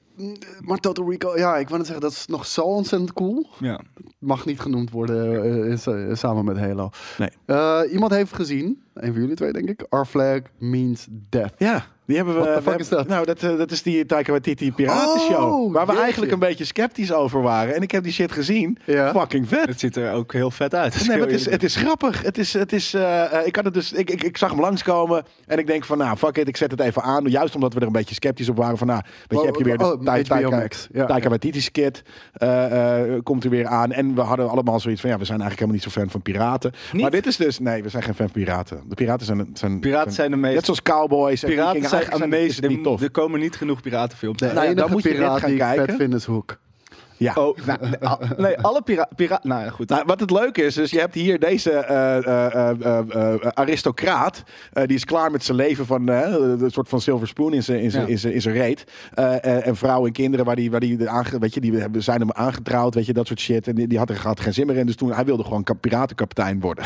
[SPEAKER 4] Maar Total Recall, ja, ik wou net zeggen, dat is nog zo ontzettend cool.
[SPEAKER 3] Ja.
[SPEAKER 4] Mag niet genoemd worden eh, in sa- samen met Halo.
[SPEAKER 2] Nee.
[SPEAKER 4] Eh, iemand heeft gezien, een van jullie twee denk ik, Our Flag Means Death.
[SPEAKER 2] Ja, die hebben we.
[SPEAKER 4] What the
[SPEAKER 2] we
[SPEAKER 4] fuck
[SPEAKER 2] hebben-
[SPEAKER 4] is dat?
[SPEAKER 2] Nou, dat, eh, dat is die Taika Waititi Piratenshow.
[SPEAKER 4] Oh,
[SPEAKER 2] waar we
[SPEAKER 4] jeetje.
[SPEAKER 2] eigenlijk een beetje sceptisch over waren. En ik heb die shit gezien.
[SPEAKER 4] Ja.
[SPEAKER 2] Fucking vet.
[SPEAKER 3] Het ziet er ook heel vet uit.
[SPEAKER 2] Nee, maar het is, het is grappig. Het is, het is, eh, eh, ik, had het dus, ik, ik, ik zag hem langskomen en ik denk van, nou, fuck it, ik zet het even aan. Juist omdat we er een beetje sceptisch op waren. Van, nou, weet je, heb je weer de
[SPEAKER 4] Oh,
[SPEAKER 2] Tai-
[SPEAKER 4] HBO
[SPEAKER 2] Taika-
[SPEAKER 4] Max. Ja,
[SPEAKER 2] Taika
[SPEAKER 4] ja.
[SPEAKER 2] Waititi's kit eh, eh, komt er weer aan. En we hadden allemaal zoiets van, ja, we zijn eigenlijk helemaal niet zo fan van piraten.
[SPEAKER 3] Niet?
[SPEAKER 2] Maar dit is dus, nee, we zijn geen fan van piraten. De piraten zijn... zijn
[SPEAKER 3] Piraten zijn de meest-
[SPEAKER 2] Net zoals cowboys en
[SPEAKER 3] piraten
[SPEAKER 2] vikingen.
[SPEAKER 3] zijn
[SPEAKER 2] Eigenlijk is
[SPEAKER 3] amazing.
[SPEAKER 2] het niet tof.
[SPEAKER 3] Er, er komen niet genoeg piratenfilms.
[SPEAKER 4] De
[SPEAKER 2] nou ja, dan
[SPEAKER 4] enige
[SPEAKER 2] moet je dit
[SPEAKER 4] piraat
[SPEAKER 2] gaan
[SPEAKER 4] die ik vet
[SPEAKER 2] kijken.
[SPEAKER 4] vind is Hook.
[SPEAKER 2] Ja.
[SPEAKER 3] Oh, nou, nee, al- nee, alle piraten... Pira nou ja, goed.
[SPEAKER 2] Nou, wat het leuke is, dus je hebt hier deze eh, eh, eh, eh, eh, aristocraat. eh, die is klaar met zijn leven van eh, een soort van silver spoon in zijn, in zijn,
[SPEAKER 3] Ja.
[SPEAKER 2] in zijn, in zijn reet. Eh, en- en vrouw en kinderen, waar die, waar die, de aange, weet je, die hebben- zijn hem aangetrouwd, weet je, dat soort shit. En die, die had er gehad geen zin meer in. Dus toen, hij wilde gewoon ka- piratenkapitein worden.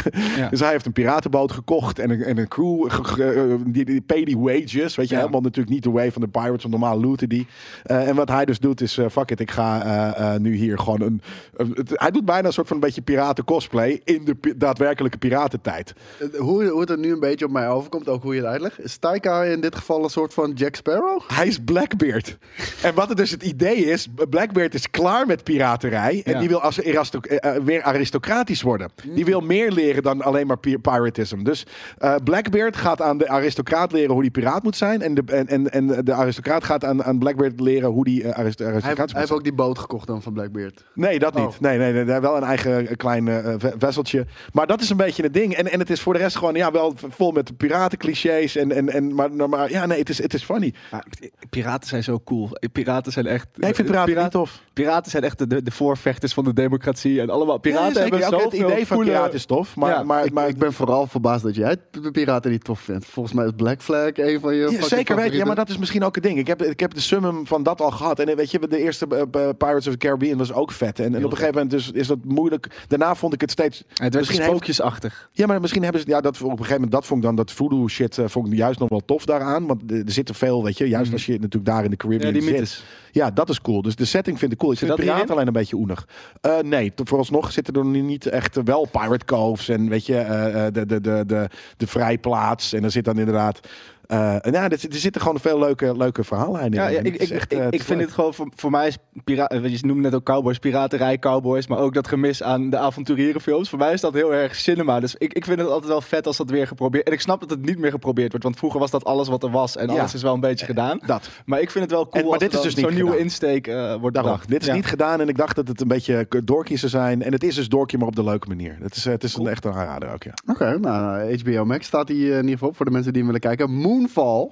[SPEAKER 3] Ja.
[SPEAKER 2] Dus hij heeft een piratenboot gekocht en een, en een crew. ge- ge- eh, die, die pay die wages, weet je,
[SPEAKER 3] Ja.
[SPEAKER 2] helemaal natuurlijk niet de way van de pirates, want normaal looten die. Eh, en wat hij dus doet is, eh, fuck it, ik ga eh, eh, nu hier gewoon een... een- het- hij doet bijna een soort van een beetje piraten cosplay in de pi- daadwerkelijke piratentijd.
[SPEAKER 4] Eh, Hoe, hoe het er nu een beetje op mij overkomt, ook hoe je het uitlegt. Is Taika in dit geval een soort van Jack Sparrow?
[SPEAKER 2] Hij is Blackbeard. en wat het dus het idee is, Blackbeard is klaar met piraterij. En
[SPEAKER 3] Ja.
[SPEAKER 2] die wil als erasto- eh, eh, weer aristocratisch worden. Die wil meer leren dan alleen maar pi- piratism. Dus eh, Blackbeard gaat aan de aristocraat leren hoe die piraat moet zijn. En de, en, en, en de aristocraat gaat aan, aan Blackbeard leren hoe die eh, arist- aristocraat
[SPEAKER 4] Hij,
[SPEAKER 2] moet
[SPEAKER 4] heeft- hij
[SPEAKER 2] zijn.
[SPEAKER 4] heeft ook die boot gekocht dan van Blackbeard.
[SPEAKER 2] Nee, dat
[SPEAKER 4] Oh.
[SPEAKER 2] niet. Nee, nee, nee, wel een eigen eh, klein eh, ve- vesseltje. Maar dat is een beetje het ding. En, en het is voor de rest gewoon ja, wel vol met piratenclichés. En, en, en, maar, maar ja, nee, het is, het is funny.
[SPEAKER 3] Maar piraten zijn zo cool. Piraten zijn echt...
[SPEAKER 2] Ja, ik vind piraten
[SPEAKER 3] Pira-
[SPEAKER 2] niet tof.
[SPEAKER 3] Piraten zijn echt de, de, de voorvechters van de democratie. En allemaal piraten
[SPEAKER 2] zeker.
[SPEAKER 3] hebben
[SPEAKER 2] Ja, oké,
[SPEAKER 3] zoveel
[SPEAKER 2] het idee van
[SPEAKER 3] coole-
[SPEAKER 2] piraten is tof, maar,
[SPEAKER 3] Ja,
[SPEAKER 2] maar,
[SPEAKER 4] ik,
[SPEAKER 2] maar
[SPEAKER 4] ik ben vooral verbaasd dat jij de piraten niet tof vindt. Volgens mij is Black Flag een van je.
[SPEAKER 2] Ja,
[SPEAKER 4] fucking
[SPEAKER 2] zeker weten. Ja,
[SPEAKER 4] favorieten.
[SPEAKER 2] maar dat is misschien ook het ding. Ik heb, ik heb de summum van dat al gehad. En eh, weet je, de eerste eh, eh, Pirates of the Caribbean was ook vet. En, en op een gegeven moment dus is dat moeilijk. Daarna vond ik het steeds...
[SPEAKER 3] Het werd dus
[SPEAKER 2] Misschien heeft-
[SPEAKER 3] spookjesachtig.
[SPEAKER 2] Ja, maar misschien hebben ze... Ja, dat, op een gegeven moment, dat vond ik dan, dat voodoo shit, eh, vond ik juist nog wel tof daaraan. Want eh, er zitten veel, weet je, juist
[SPEAKER 3] Mhm.
[SPEAKER 2] als je natuurlijk daar in de Caribbean zit. Ja, dat is cool. Dus de setting vind ik cool. Ik
[SPEAKER 3] Zit
[SPEAKER 2] vind
[SPEAKER 3] dat
[SPEAKER 2] piraten
[SPEAKER 3] hierin?
[SPEAKER 2] alleen een beetje oenig. Eh, nee, tot vooralsnog zitten er nu niet echt eh, wel pirate coves en weet je, eh, eh, de, de, de, de, de vrijplaats. En er zit dan inderdaad... eh, nou, er, zit- er zitten gewoon veel leuke, leuke verhaallijnen
[SPEAKER 3] Ja,
[SPEAKER 2] in.
[SPEAKER 3] ja,
[SPEAKER 2] En
[SPEAKER 3] ik,
[SPEAKER 2] het is
[SPEAKER 3] ik,
[SPEAKER 2] echt,
[SPEAKER 3] ik,
[SPEAKER 2] eh,
[SPEAKER 3] ik
[SPEAKER 2] het is
[SPEAKER 3] vind
[SPEAKER 2] leuk.
[SPEAKER 3] het gewoon, voor, voor mij is pira- eh, je noemde net ook cowboys, piraterij, cowboys, maar ook dat gemis aan de avonturierenfilms. Voor mij is dat heel erg cinema, dus ik, ik vind het altijd wel vet als dat weer geprobeerd En ik snap dat het niet meer geprobeerd wordt, want vroeger was dat alles wat er was en
[SPEAKER 2] Ja. Eh,
[SPEAKER 3] alles is wel een beetje gedaan.
[SPEAKER 2] Dat.
[SPEAKER 3] Maar ik vind het wel
[SPEAKER 2] En-
[SPEAKER 3] cool
[SPEAKER 2] maar
[SPEAKER 3] als
[SPEAKER 2] dit
[SPEAKER 3] er
[SPEAKER 2] is
[SPEAKER 3] dan
[SPEAKER 2] dus niet
[SPEAKER 3] zo'n nieuwe
[SPEAKER 2] gedaan.
[SPEAKER 3] insteek eh, wordt
[SPEAKER 2] Daarom.
[SPEAKER 3] bedacht.
[SPEAKER 2] Dit is
[SPEAKER 3] Ja.
[SPEAKER 2] niet gedaan en ik dacht dat het een beetje k- dorkjes zou zijn. En het is dus dorkje, maar op de leuke manier. Het is, eh, het is een echt een aanrader ook, ja.
[SPEAKER 4] Oké, nou, HBO Max staat hier eh, in ieder geval op voor de mensen die hem willen kijken. Moonfall.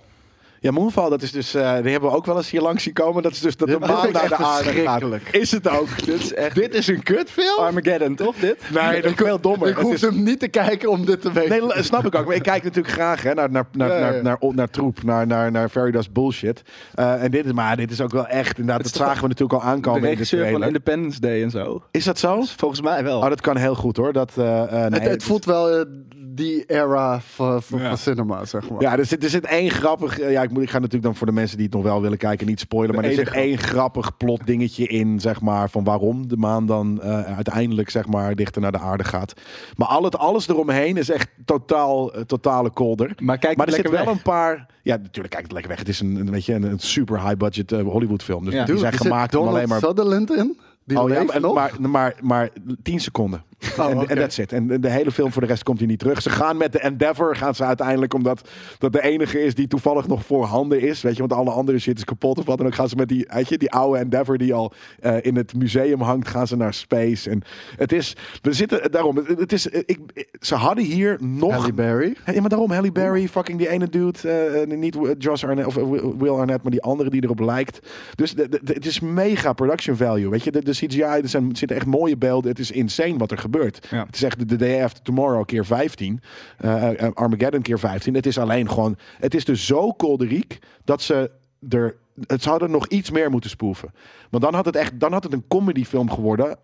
[SPEAKER 2] Ja, Moonfall, dat is dus... eh, die hebben we ook wel eens hier langs zien komen. Dat is dus dat de
[SPEAKER 4] Dit vind
[SPEAKER 2] maan
[SPEAKER 4] ik
[SPEAKER 2] naar de aarde
[SPEAKER 4] echt
[SPEAKER 2] gaat.
[SPEAKER 4] verschrikkelijk.
[SPEAKER 2] Is het ook.
[SPEAKER 3] Dit is echt
[SPEAKER 2] Dit is een kutfilm?
[SPEAKER 3] Armageddon, toch dit?
[SPEAKER 2] Nee, dat is veel dommer.
[SPEAKER 4] Ik
[SPEAKER 2] Ah, Het
[SPEAKER 4] hoef
[SPEAKER 2] is-
[SPEAKER 4] hem niet te kijken om dit te weten.
[SPEAKER 2] Nee, l- snap ik ook. Maar ik kijk natuurlijk graag hè, naar, naar, naar,
[SPEAKER 4] Ja, ja, ja.
[SPEAKER 2] Naar, naar, naar, troep, naar, naar, naar Veritas bullshit. Eh, en dit is, maar dit is ook wel echt. Inderdaad, dat
[SPEAKER 3] toch
[SPEAKER 2] zagen we natuurlijk al aankomen
[SPEAKER 3] de
[SPEAKER 2] in de
[SPEAKER 3] regisseur van
[SPEAKER 2] trailer.
[SPEAKER 3] Independence Day en zo.
[SPEAKER 2] Is dat zo?
[SPEAKER 3] Volgens mij wel.
[SPEAKER 2] Oh, dat kan heel goed hoor. Dat, eh, eh, nee,
[SPEAKER 4] het, het voelt wel eh, die era van, van,
[SPEAKER 3] Ja.
[SPEAKER 4] van cinema, zeg maar.
[SPEAKER 2] Ja, er zit, er zit één grappig... eh, ja, ik, moet, ik ga natuurlijk dan voor de mensen die het nog wel willen kijken niet spoilen. Maar er
[SPEAKER 3] ene
[SPEAKER 2] zit één grappig plot dingetje in, zeg maar. Van waarom de maan dan eh, uiteindelijk, zeg maar, dichter naar de aarde gaat. Maar al het, alles eromheen is echt totaal, eh, totale kolder.
[SPEAKER 3] Maar kijk
[SPEAKER 2] maar er
[SPEAKER 3] lekker
[SPEAKER 2] zitten wel
[SPEAKER 3] weg.
[SPEAKER 2] een paar. Ja, natuurlijk kijkt het lekker weg. Het is een, een, weet je, een, een super high-budget Hollywood-film. Dus
[SPEAKER 3] Ja.
[SPEAKER 2] die
[SPEAKER 4] Dude,
[SPEAKER 2] zijn
[SPEAKER 4] er zit
[SPEAKER 2] gemaakt om
[SPEAKER 4] Donald
[SPEAKER 2] alleen maar.
[SPEAKER 4] Sutherland in? Die
[SPEAKER 2] Oh ja, Oh,
[SPEAKER 4] leeft
[SPEAKER 2] maar,
[SPEAKER 4] nog?
[SPEAKER 2] maar, maar, maar 10 seconden. en,
[SPEAKER 4] oké.
[SPEAKER 2] en that's it. En de hele film voor de rest komt hij niet terug. Ze gaan met de Endeavor, gaan ze uiteindelijk, omdat dat de enige is die toevallig nog voorhanden is. Weet je, want alle andere shit is kapot of wat. En dan gaan ze met die, weet je, die oude Endeavor die al eh, in het museum hangt, gaan ze naar space. En het is, we zitten daarom, het, het is, ik, ze hadden hier nog
[SPEAKER 4] Halle Berry.
[SPEAKER 2] ja, maar daarom, Halle Berry, fucking die ene dude. eh, eh, niet Wi- Josh Arnett of eh, Wi- Will Arnett, maar die andere die erop lijkt. Dus de- de- de- het is mega production value. Weet je, de, de CGI, er zijn, zitten echt mooie beelden. Het is insane wat er gebeurt.
[SPEAKER 3] Ja.
[SPEAKER 2] Het is echt de- de Day After Tomorrow keer 15. eh, eh, Armageddon keer 15. Het is alleen gewoon, het is dus zo kolderiek dat ze er, het zouden nog iets meer moeten spoeven. Want dan had het echt, dan had het een comedyfilm geworden.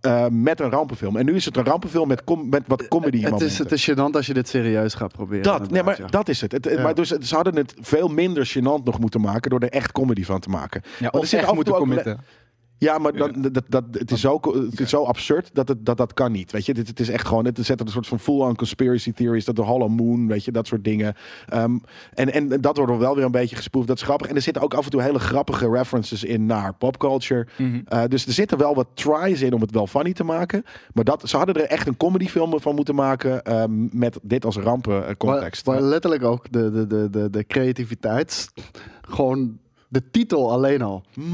[SPEAKER 2] eh, met een rampenfilm. En nu is het een rampenfilm met, com- met wat comedy
[SPEAKER 4] Eh, Het is,
[SPEAKER 2] momenten.
[SPEAKER 4] het is gênant als je dit serieus gaat proberen.
[SPEAKER 2] Dat, nee, maar
[SPEAKER 4] inderdaad, ja.
[SPEAKER 2] dat is het. het het-
[SPEAKER 4] Ja.
[SPEAKER 2] Maar dus, het- ze hadden het veel minder gênant nog moeten maken door er echt comedy van te maken.
[SPEAKER 3] ja,
[SPEAKER 2] er
[SPEAKER 3] of
[SPEAKER 2] zit af
[SPEAKER 3] echt
[SPEAKER 2] en
[SPEAKER 3] moeten
[SPEAKER 2] toe ook le-
[SPEAKER 3] committen.
[SPEAKER 2] Ja, maar dan, dat, dat, het, is zo, co- het is zo absurd dat, het, dat dat kan niet. Weet je, dit, het is echt gewoon, het zet een soort van full-on conspiracy theories, dat de Hollow Moon, weet je, dat soort dingen. Ehm, en, en dat wordt wel weer een beetje gespoefd, dat is grappig. En er zitten ook af en toe hele grappige references in naar popculture.
[SPEAKER 3] Mhm.
[SPEAKER 2] Eh, dus er zitten wel wat tries in om het wel funny te maken. Maar dat, ze hadden er echt een comedyfilm van moeten maken ehm, met dit als
[SPEAKER 4] Waar-
[SPEAKER 2] rampencontext.
[SPEAKER 4] Waar, letterlijk ook de, de, de, de, de creativiteit. Gewoon de titel alleen al. De,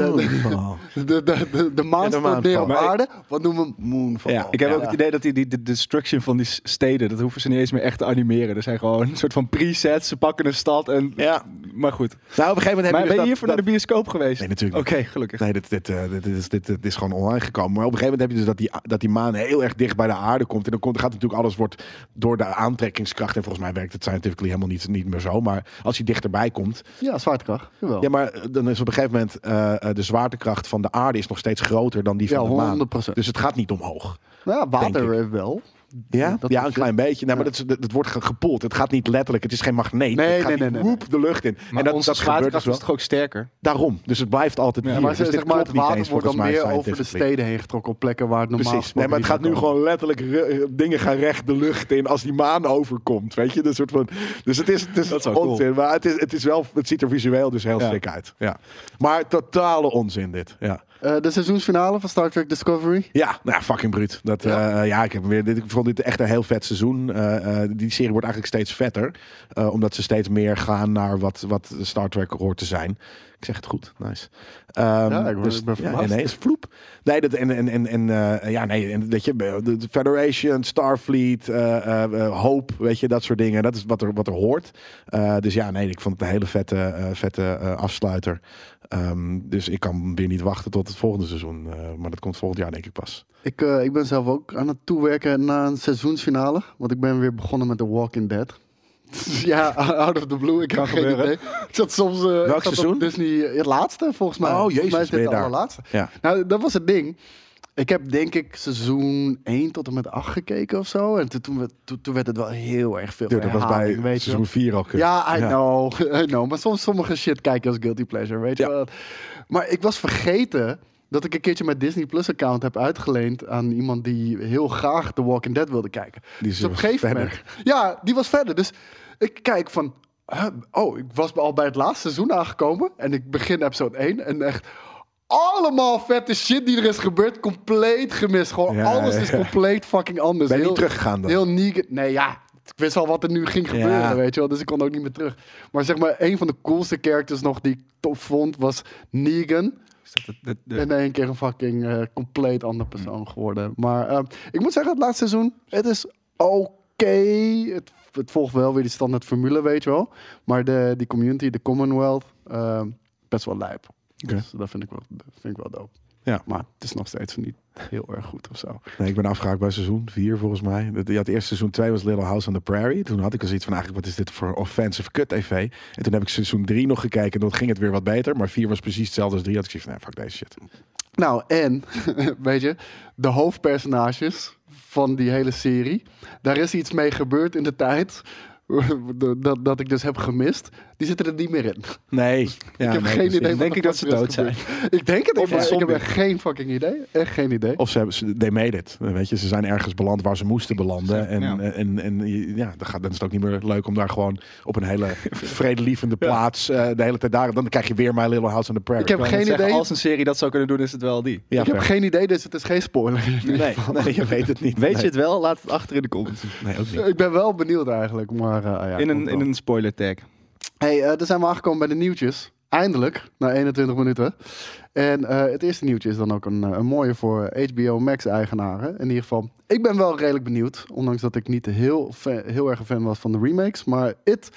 [SPEAKER 4] de, de, de, de, de maan
[SPEAKER 2] Ja, de
[SPEAKER 4] staat neer op
[SPEAKER 2] maanval.
[SPEAKER 4] aarde. Wat noemen we hem? Moonfall.
[SPEAKER 2] Ja,
[SPEAKER 3] Ik heb ook het idee dat die, die de destruction van die s- steden, dat hoeven ze niet eens meer echt te animeren. Er zijn gewoon een soort van presets, ze pakken een stad en...
[SPEAKER 2] Ja.
[SPEAKER 3] Maar goed.
[SPEAKER 2] Nou, op een gegeven moment hebben
[SPEAKER 3] Maar ben je dus
[SPEAKER 2] we
[SPEAKER 3] hiervoor naar de bioscoop geweest?
[SPEAKER 2] Nee, natuurlijk niet.
[SPEAKER 3] Oké, gelukkig.
[SPEAKER 2] Nee, dit, dit, eh, dit, dit is, dit, dit is gewoon online gekomen. Maar op een gegeven moment heb je dus dat die, dat die maan heel erg dicht bij de aarde komt. En dan komt, gaat natuurlijk alles wordt door de aantrekkingskracht. En volgens mij werkt het scientifically helemaal niet, niet meer zo. Maar als hij dichterbij komt.
[SPEAKER 4] Ja, zwaartekracht. Jawel.
[SPEAKER 2] Ja, maar eh, dan is op een gegeven moment eh, eh, de zwaartekracht van de aarde is nog steeds groter dan die van
[SPEAKER 4] Ja,
[SPEAKER 2] de maan.
[SPEAKER 4] 100%.
[SPEAKER 2] Dus het gaat niet omhoog.
[SPEAKER 4] Nou ja, water
[SPEAKER 2] denk
[SPEAKER 4] eh, wel.
[SPEAKER 2] Ja,
[SPEAKER 4] dat
[SPEAKER 2] ja
[SPEAKER 4] is-
[SPEAKER 2] een klein beetje. Nee, maar dat, is- dat, dat wordt ge- gepoeld. Het gaat niet letterlijk. Het is geen magneet.
[SPEAKER 4] Nee,
[SPEAKER 2] het gaat
[SPEAKER 4] nee,
[SPEAKER 2] niet
[SPEAKER 4] nee, nee,
[SPEAKER 2] woep de lucht in.
[SPEAKER 3] Maar
[SPEAKER 2] en dat,
[SPEAKER 3] onze
[SPEAKER 2] dat gebeurt dus
[SPEAKER 3] zwaartekracht
[SPEAKER 2] wel.
[SPEAKER 3] is toch ook sterker?
[SPEAKER 2] Daarom. Dus het blijft altijd
[SPEAKER 3] Ja,
[SPEAKER 2] hier.
[SPEAKER 4] maar,
[SPEAKER 2] Dus
[SPEAKER 4] ze-
[SPEAKER 2] dit
[SPEAKER 4] zeg maar het
[SPEAKER 2] klopt niet
[SPEAKER 4] water
[SPEAKER 2] eens,
[SPEAKER 4] wordt dan
[SPEAKER 2] volgens mij,
[SPEAKER 4] meer over de
[SPEAKER 2] scientifically.
[SPEAKER 4] steden heen getrokken. Op plekken waar het normaal
[SPEAKER 2] Precies. Nee,
[SPEAKER 4] gesproken
[SPEAKER 2] maar het gaat
[SPEAKER 4] niet
[SPEAKER 2] nu
[SPEAKER 4] kan.
[SPEAKER 2] gewoon letterlijk ru- dingen gaan recht de lucht in als die maan overkomt. Weet je, dat soort van. Dus het is, het is
[SPEAKER 3] Dat is wel cool.
[SPEAKER 2] onzin. Maar het, is, het, is wel, het ziet er visueel dus heel
[SPEAKER 3] Ja.
[SPEAKER 2] sick uit. Ja. Maar totale onzin dit. Ja,
[SPEAKER 4] Eh, de seizoensfinale van Star Trek Discovery.
[SPEAKER 2] ja nou ja, fucking bruut. Dat, ja. ja, ik, heb hem weer, dit, ik vond dit echt een heel vet seizoen. Eh, eh, die serie wordt eigenlijk steeds vetter. eh, omdat ze steeds meer gaan naar wat, wat Star Trek hoort te zijn. Ik zeg het goed, nice. Ehm,
[SPEAKER 4] Ja, ik word- ik ben
[SPEAKER 2] ja,
[SPEAKER 4] verbaasd.
[SPEAKER 2] nee, is vloep. Nee, dat, en, en, en, en eh, ja, nee, en, weet je, de de Federation, Starfleet, eh, eh, eh, Hope, weet je, dat soort dingen. Dat is wat er, wat er hoort. Eh, dus ja, nee, ik vond het een hele vette, eh, vette eh, afsluiter. Ehm, dus ik kan weer niet wachten tot het volgende seizoen. eh, maar dat komt volgend jaar denk ik pas.
[SPEAKER 4] Ik, eh, ik ben zelf ook aan het toewerken naar een seizoensfinale. Want ik ben weer begonnen met The Walking Dead. ja, out of the blue. Ik kan geen
[SPEAKER 2] gebeuren.
[SPEAKER 4] idee. Ik zat soms... eh, ik zat op
[SPEAKER 2] seizoen?
[SPEAKER 4] Disney, eh, het laatste volgens mij.
[SPEAKER 2] Oh,
[SPEAKER 4] Volgens mij
[SPEAKER 2] jezus,
[SPEAKER 4] is
[SPEAKER 2] ben je
[SPEAKER 4] dit de
[SPEAKER 2] daar.
[SPEAKER 4] allerlaatste.
[SPEAKER 2] Ja.
[SPEAKER 4] Nou, dat was het ding. Ik heb denk ik seizoen 1 tot en met 8 gekeken of zo. En toen, toen, werd- toen- toen werd het wel heel erg veel
[SPEAKER 2] Dude, dat was bij
[SPEAKER 4] herhaling, weet je wel.
[SPEAKER 2] seizoen 4 al kut.
[SPEAKER 4] Ja, I know. I know. Maar soms sommige shit kijk je als guilty pleasure, weet
[SPEAKER 2] Ja.
[SPEAKER 4] je wel. Maar ik was vergeten dat ik een keertje mijn Disney Plus account heb uitgeleend aan iemand die heel graag The Walking Dead wilde kijken.
[SPEAKER 2] Die
[SPEAKER 4] dus op een
[SPEAKER 2] was
[SPEAKER 4] gegeven
[SPEAKER 2] verder.
[SPEAKER 4] moment... Ja, die was verder. Dus ik kijk van... huh, oh, ik was al bij het laatste seizoen aangekomen. En ik begin episode 1 en echt... Allemaal vette shit die er is gebeurd, compleet gemist. Gewoon
[SPEAKER 2] Ja,
[SPEAKER 4] alles is
[SPEAKER 2] ja.
[SPEAKER 4] compleet fucking anders.
[SPEAKER 2] Ben je
[SPEAKER 4] Heel-
[SPEAKER 2] niet teruggegaan dan?
[SPEAKER 4] Heel Negan. Nee, ja. Ik wist al wat er nu ging gebeuren,
[SPEAKER 2] Ja.
[SPEAKER 4] weet je wel. Dus ik kon ook niet meer terug. Maar zeg maar, een van de coolste characters nog die ik tof vond was Negan.
[SPEAKER 3] Is dat de- de- de-
[SPEAKER 4] In één keer een fucking eh, compleet ander persoon
[SPEAKER 2] Hm.
[SPEAKER 4] geworden. Maar ehm, ik moet zeggen, het laatste seizoen, het is oké. Het, het volgt wel weer die standaard formule, weet je wel. Maar de, die community, de Commonwealth, ehm, best wel lijp.
[SPEAKER 2] Oké.
[SPEAKER 4] Dus dat vind ik wel, dat vind ik wel dope.
[SPEAKER 2] Ja.
[SPEAKER 4] Maar het is nog steeds niet heel erg goed of zo.
[SPEAKER 2] Nee, ik ben afgehaakt bij seizoen 4 volgens mij. Dat- Ja, het eerste seizoen 2 was Little House on the Prairie. Toen had ik al zoiets van eigenlijk, wat is dit voor offensive kut tv? En toen heb ik seizoen 3 nog gekeken en toen ging het weer wat beter. Maar 4 was precies hetzelfde als 3. Had ik zoiets van, nee, fuck deze shit.
[SPEAKER 4] Nou, en, weet je, de hoofdpersonages van die hele serie. Daar is iets mee gebeurd in de tijd. Dat, dat ik dus heb gemist. Die zitten er niet meer in.
[SPEAKER 2] Nee.
[SPEAKER 4] ik heb geen idee. wat
[SPEAKER 3] dus- Denk
[SPEAKER 4] er
[SPEAKER 3] ik dat ze
[SPEAKER 4] precies
[SPEAKER 3] dood zijn.
[SPEAKER 4] gebeurd is. Ik denk het
[SPEAKER 2] Of
[SPEAKER 4] even.
[SPEAKER 2] een
[SPEAKER 4] Ik heb
[SPEAKER 2] zombie.
[SPEAKER 4] echt geen fucking idee. Echt geen idee.
[SPEAKER 2] Of ze hebben, ze- they made it. Eh, Weet je, ze zijn ergens beland waar ze moesten belanden. En,
[SPEAKER 3] Ja.
[SPEAKER 2] en, en, ja, dan, gaat, dan is het ook niet meer leuk om daar gewoon op een hele vredelievende plaats eh, de hele tijd daar. Dan krijg je weer My Little House on the Prairie.
[SPEAKER 4] Ik heb
[SPEAKER 3] Ik wou net
[SPEAKER 4] geen
[SPEAKER 3] zeggen,
[SPEAKER 4] idee.
[SPEAKER 3] Als een serie dat zou kunnen doen, is het wel die.
[SPEAKER 2] ja,
[SPEAKER 4] ik heb
[SPEAKER 2] ver.
[SPEAKER 4] geen idee, dus het is geen spoiler.
[SPEAKER 2] nee, nee, je weet het niet.
[SPEAKER 3] Weet
[SPEAKER 2] Nee.
[SPEAKER 3] je het wel? Laat het achter in de comments.
[SPEAKER 2] Nee, ook niet.
[SPEAKER 4] Ik ben wel benieuwd eigenlijk. Maar, eh,
[SPEAKER 3] In
[SPEAKER 4] ja, komt
[SPEAKER 3] een,
[SPEAKER 4] wel.
[SPEAKER 3] in een spoiler tag.
[SPEAKER 4] Hey, eh, daar zijn we aangekomen bij de nieuwtjes. Eindelijk, na 21 minuten. En eh, het eerste nieuwtje is dan ook een, eh, een mooie voor HBO Max-eigenaren. In ieder geval, ik ben wel redelijk benieuwd. Ondanks dat ik niet heel, fa- heel erg een fan was van de remakes. Maar It,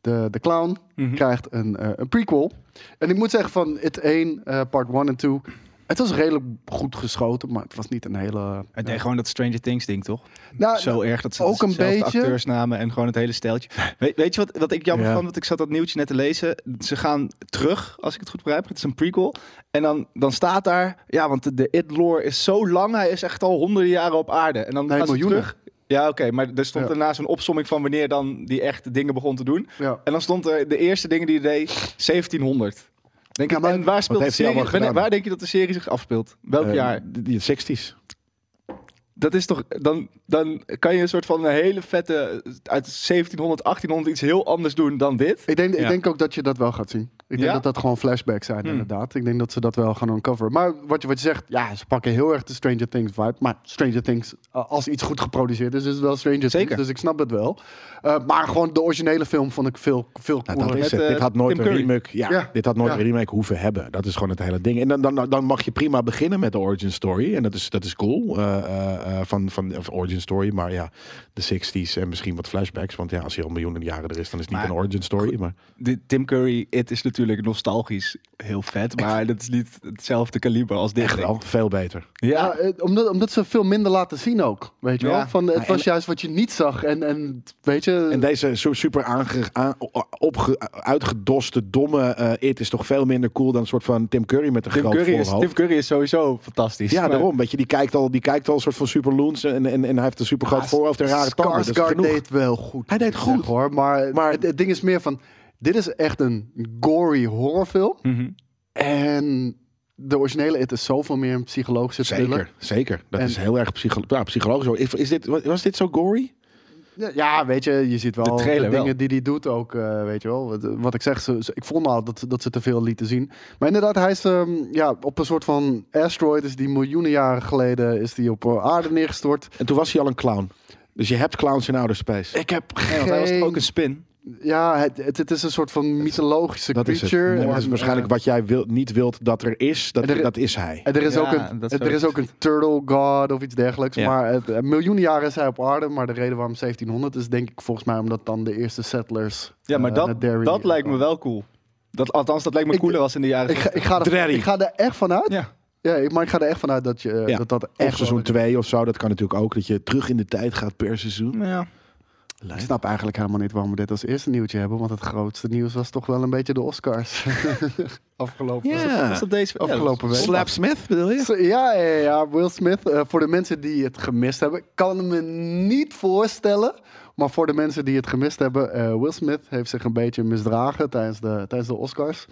[SPEAKER 4] de, de clown,
[SPEAKER 3] Mhm.
[SPEAKER 4] krijgt een, eh, een prequel. En ik moet zeggen van It 1, eh, part 1 en 2... Het was redelijk goed geschoten, maar het was niet een hele... eh,
[SPEAKER 3] Het deed gewoon dat Stranger Things ding, toch?
[SPEAKER 4] Nou,
[SPEAKER 3] Zo erg dat ze
[SPEAKER 4] ook een
[SPEAKER 3] dezelfde
[SPEAKER 4] beetje.
[SPEAKER 3] acteursnamen en gewoon het hele steltje. Weet, weet je wat, wat ik jammer
[SPEAKER 2] Ja.
[SPEAKER 3] vond? Want ik zat dat nieuwtje net te lezen. Ze gaan terug, als ik het goed begrijp. Het is een prequel. En dan, dan staat daar... Ja, want de, de It-lore is zo lang. Hij is echt al honderden jaren op aarde. En dan
[SPEAKER 4] Nee,
[SPEAKER 3] gaan ze
[SPEAKER 4] miljoenen.
[SPEAKER 3] terug. Ja, oké. maar er stond
[SPEAKER 4] Ja.
[SPEAKER 3] daarna zo'n opsomming van wanneer dan die echt dingen begon te doen.
[SPEAKER 4] Ja.
[SPEAKER 3] En dan stond er de eerste dingen die hij deed, 1700. Denk
[SPEAKER 4] Ja,
[SPEAKER 3] ik,
[SPEAKER 4] maar-
[SPEAKER 3] en waar, speelt de
[SPEAKER 2] heeft hij
[SPEAKER 3] serie,
[SPEAKER 2] allemaal
[SPEAKER 3] wanneer-
[SPEAKER 2] gedaan?
[SPEAKER 3] waar denk je dat de serie zich afspeelt? Welk
[SPEAKER 2] Eh,
[SPEAKER 3] jaar?
[SPEAKER 2] die- Die 60s.
[SPEAKER 3] Dat is toch, dan, dan kan je een soort van een hele vette, uit 1700, 1800 iets heel anders doen dan dit.
[SPEAKER 4] Ik denk, ik
[SPEAKER 2] Ja.
[SPEAKER 4] denk ook dat je dat wel gaat zien. Ik denk
[SPEAKER 3] Ja?
[SPEAKER 4] dat dat gewoon flashbacks zijn, inderdaad. Ik denk dat ze dat wel gaan uncoveren. Maar wat je, wat je zegt, ja, ze pakken heel erg de Stranger Things vibe. Maar Stranger Things, eh, als iets goed geproduceerd is, is het wel Stranger
[SPEAKER 3] Zeker.
[SPEAKER 4] Things. Dus ik snap het wel. Eh, maar gewoon de originele film vond ik veel, veel
[SPEAKER 2] Ja,
[SPEAKER 4] cooler.
[SPEAKER 2] Nou, dat is
[SPEAKER 3] Met,
[SPEAKER 2] het.
[SPEAKER 3] eh,
[SPEAKER 2] dit had nooit
[SPEAKER 3] Tim
[SPEAKER 2] een
[SPEAKER 3] Curry.
[SPEAKER 2] remake. Ja,
[SPEAKER 4] Ja.
[SPEAKER 2] Dit had nooit
[SPEAKER 4] Ja.
[SPEAKER 2] een remake hoeven hebben. Dat is gewoon het hele ding. En dan, dan, dan mag je prima beginnen met de origin story. En dat is, dat is cool. eh, eh, eh, van, van of origin story, maar ja, de 60s en misschien wat flashbacks. Want ja, als je al miljoenen jaren er is, dan is het niet
[SPEAKER 3] Maar-
[SPEAKER 2] een origin story. Maar
[SPEAKER 3] De Tim Curry, het is natuurlijk nostalgisch heel vet, maar dat is niet hetzelfde kaliber als dit.
[SPEAKER 2] echt
[SPEAKER 3] denk ik.
[SPEAKER 2] wel, veel beter.
[SPEAKER 4] Ja,
[SPEAKER 3] Ja,
[SPEAKER 4] eh, omdat, omdat ze veel minder laten zien ook. Weet je
[SPEAKER 3] Ja.
[SPEAKER 4] wel? Van, het
[SPEAKER 2] Nou, en-
[SPEAKER 4] was juist wat je niet zag. En, en weet je...
[SPEAKER 2] En deze zo super aange, aan- opge, uitgedoste, domme eh It is toch veel minder cool dan een soort van Tim Curry met een
[SPEAKER 3] Tim
[SPEAKER 2] groot
[SPEAKER 3] Curry, is,
[SPEAKER 2] voorhoofd.
[SPEAKER 3] Tim Curry is sowieso fantastisch.
[SPEAKER 2] Ja,
[SPEAKER 3] maar-
[SPEAKER 2] daarom. Weet je, die kijkt al, die kijkt al een soort van super loons en, en, en hij heeft een super groot
[SPEAKER 4] Ja,
[SPEAKER 2] voorhoofd en rare tanden. Dat is
[SPEAKER 4] Ah, Skarsgård
[SPEAKER 2] genoeg.
[SPEAKER 4] deed wel goed.
[SPEAKER 2] Hij deed
[SPEAKER 4] moet ik zeggen,
[SPEAKER 2] goed.
[SPEAKER 4] hoor. Maar,
[SPEAKER 2] Maar-
[SPEAKER 4] het, het ding is meer van... Dit is echt een gory horrorfilm.
[SPEAKER 3] Mhm.
[SPEAKER 4] En de originele It is zoveel meer een psychologische thriller.
[SPEAKER 2] Zeker, zeker. Dat
[SPEAKER 4] En-
[SPEAKER 2] is heel erg psycho ja, psychologisch. Is, is dit, was dit zo gory?
[SPEAKER 4] Ja, weet je, je ziet wel
[SPEAKER 3] De
[SPEAKER 4] de,
[SPEAKER 3] trailer
[SPEAKER 4] dingen
[SPEAKER 3] wel.
[SPEAKER 4] die hij doet ook, eh, weet je wel. Wat, wat ik zeg, ze, ze- ik vond al dat, dat ze te veel lieten zien. Maar inderdaad, hij is ehm, ja, op een soort van asteroid, is die miljoenen jaren geleden is die op eh, aarde neergestort.
[SPEAKER 2] En toen was hij al een clown. Dus je hebt clowns in outer space.
[SPEAKER 4] Ik heb
[SPEAKER 3] Nee,
[SPEAKER 4] geen...
[SPEAKER 3] want hij was toch ook een spin.
[SPEAKER 4] Ja, het, het, het is een soort van mythologische
[SPEAKER 2] Dat is het.
[SPEAKER 4] creature.
[SPEAKER 2] En
[SPEAKER 4] En- eh,
[SPEAKER 2] dat is waarschijnlijk wat jij wil, niet wilt dat er is. Dat,
[SPEAKER 4] En er-
[SPEAKER 2] dat is hij.
[SPEAKER 4] En er is,
[SPEAKER 3] Ja,
[SPEAKER 4] ook, een,
[SPEAKER 3] dat
[SPEAKER 4] er
[SPEAKER 3] zou-
[SPEAKER 4] is ook een turtle god of iets dergelijks.
[SPEAKER 2] Ja.
[SPEAKER 4] Maar het, eh, miljoenen jaren is hij op aarde. Maar de reden waarom 1700 is denk ik volgens mij omdat dan de eerste settlers...
[SPEAKER 3] Ja, maar
[SPEAKER 4] eh,
[SPEAKER 3] dat,
[SPEAKER 4] naar Derry-
[SPEAKER 3] dat lijkt me wel cool. Dat, althans, dat lijkt me
[SPEAKER 4] Ik-
[SPEAKER 3] cooler als in de jaren
[SPEAKER 4] Ik ga, ik, ga er,
[SPEAKER 2] Dreddy.
[SPEAKER 4] ik ga er echt vanuit.
[SPEAKER 3] Ja.
[SPEAKER 4] Ja, ik- maar ik ga er echt vanuit dat je, eh,
[SPEAKER 2] Ja.
[SPEAKER 4] dat, dat echt
[SPEAKER 2] Echt seizoen
[SPEAKER 4] wel-
[SPEAKER 2] 2 of zo, dat kan natuurlijk ook. Dat je terug in de tijd gaat per seizoen.
[SPEAKER 3] ja.
[SPEAKER 4] Ik snap eigenlijk helemaal niet waarom we dit als eerste nieuwtje hebben. Want het grootste nieuws was toch wel een beetje de Oscars. Afgelopen
[SPEAKER 3] Is
[SPEAKER 2] Ja.
[SPEAKER 3] dat deze
[SPEAKER 4] Afgelopen week.
[SPEAKER 2] Slap Smith bedoel je?
[SPEAKER 4] Zo, Ja, ja, ja, Will Smith. eh, voor de mensen die het gemist hebben, kan me niet voorstellen. Maar voor de mensen die het gemist hebben, eh, Will Smith heeft zich een beetje misdragen tijdens de, tijdens de Oscars.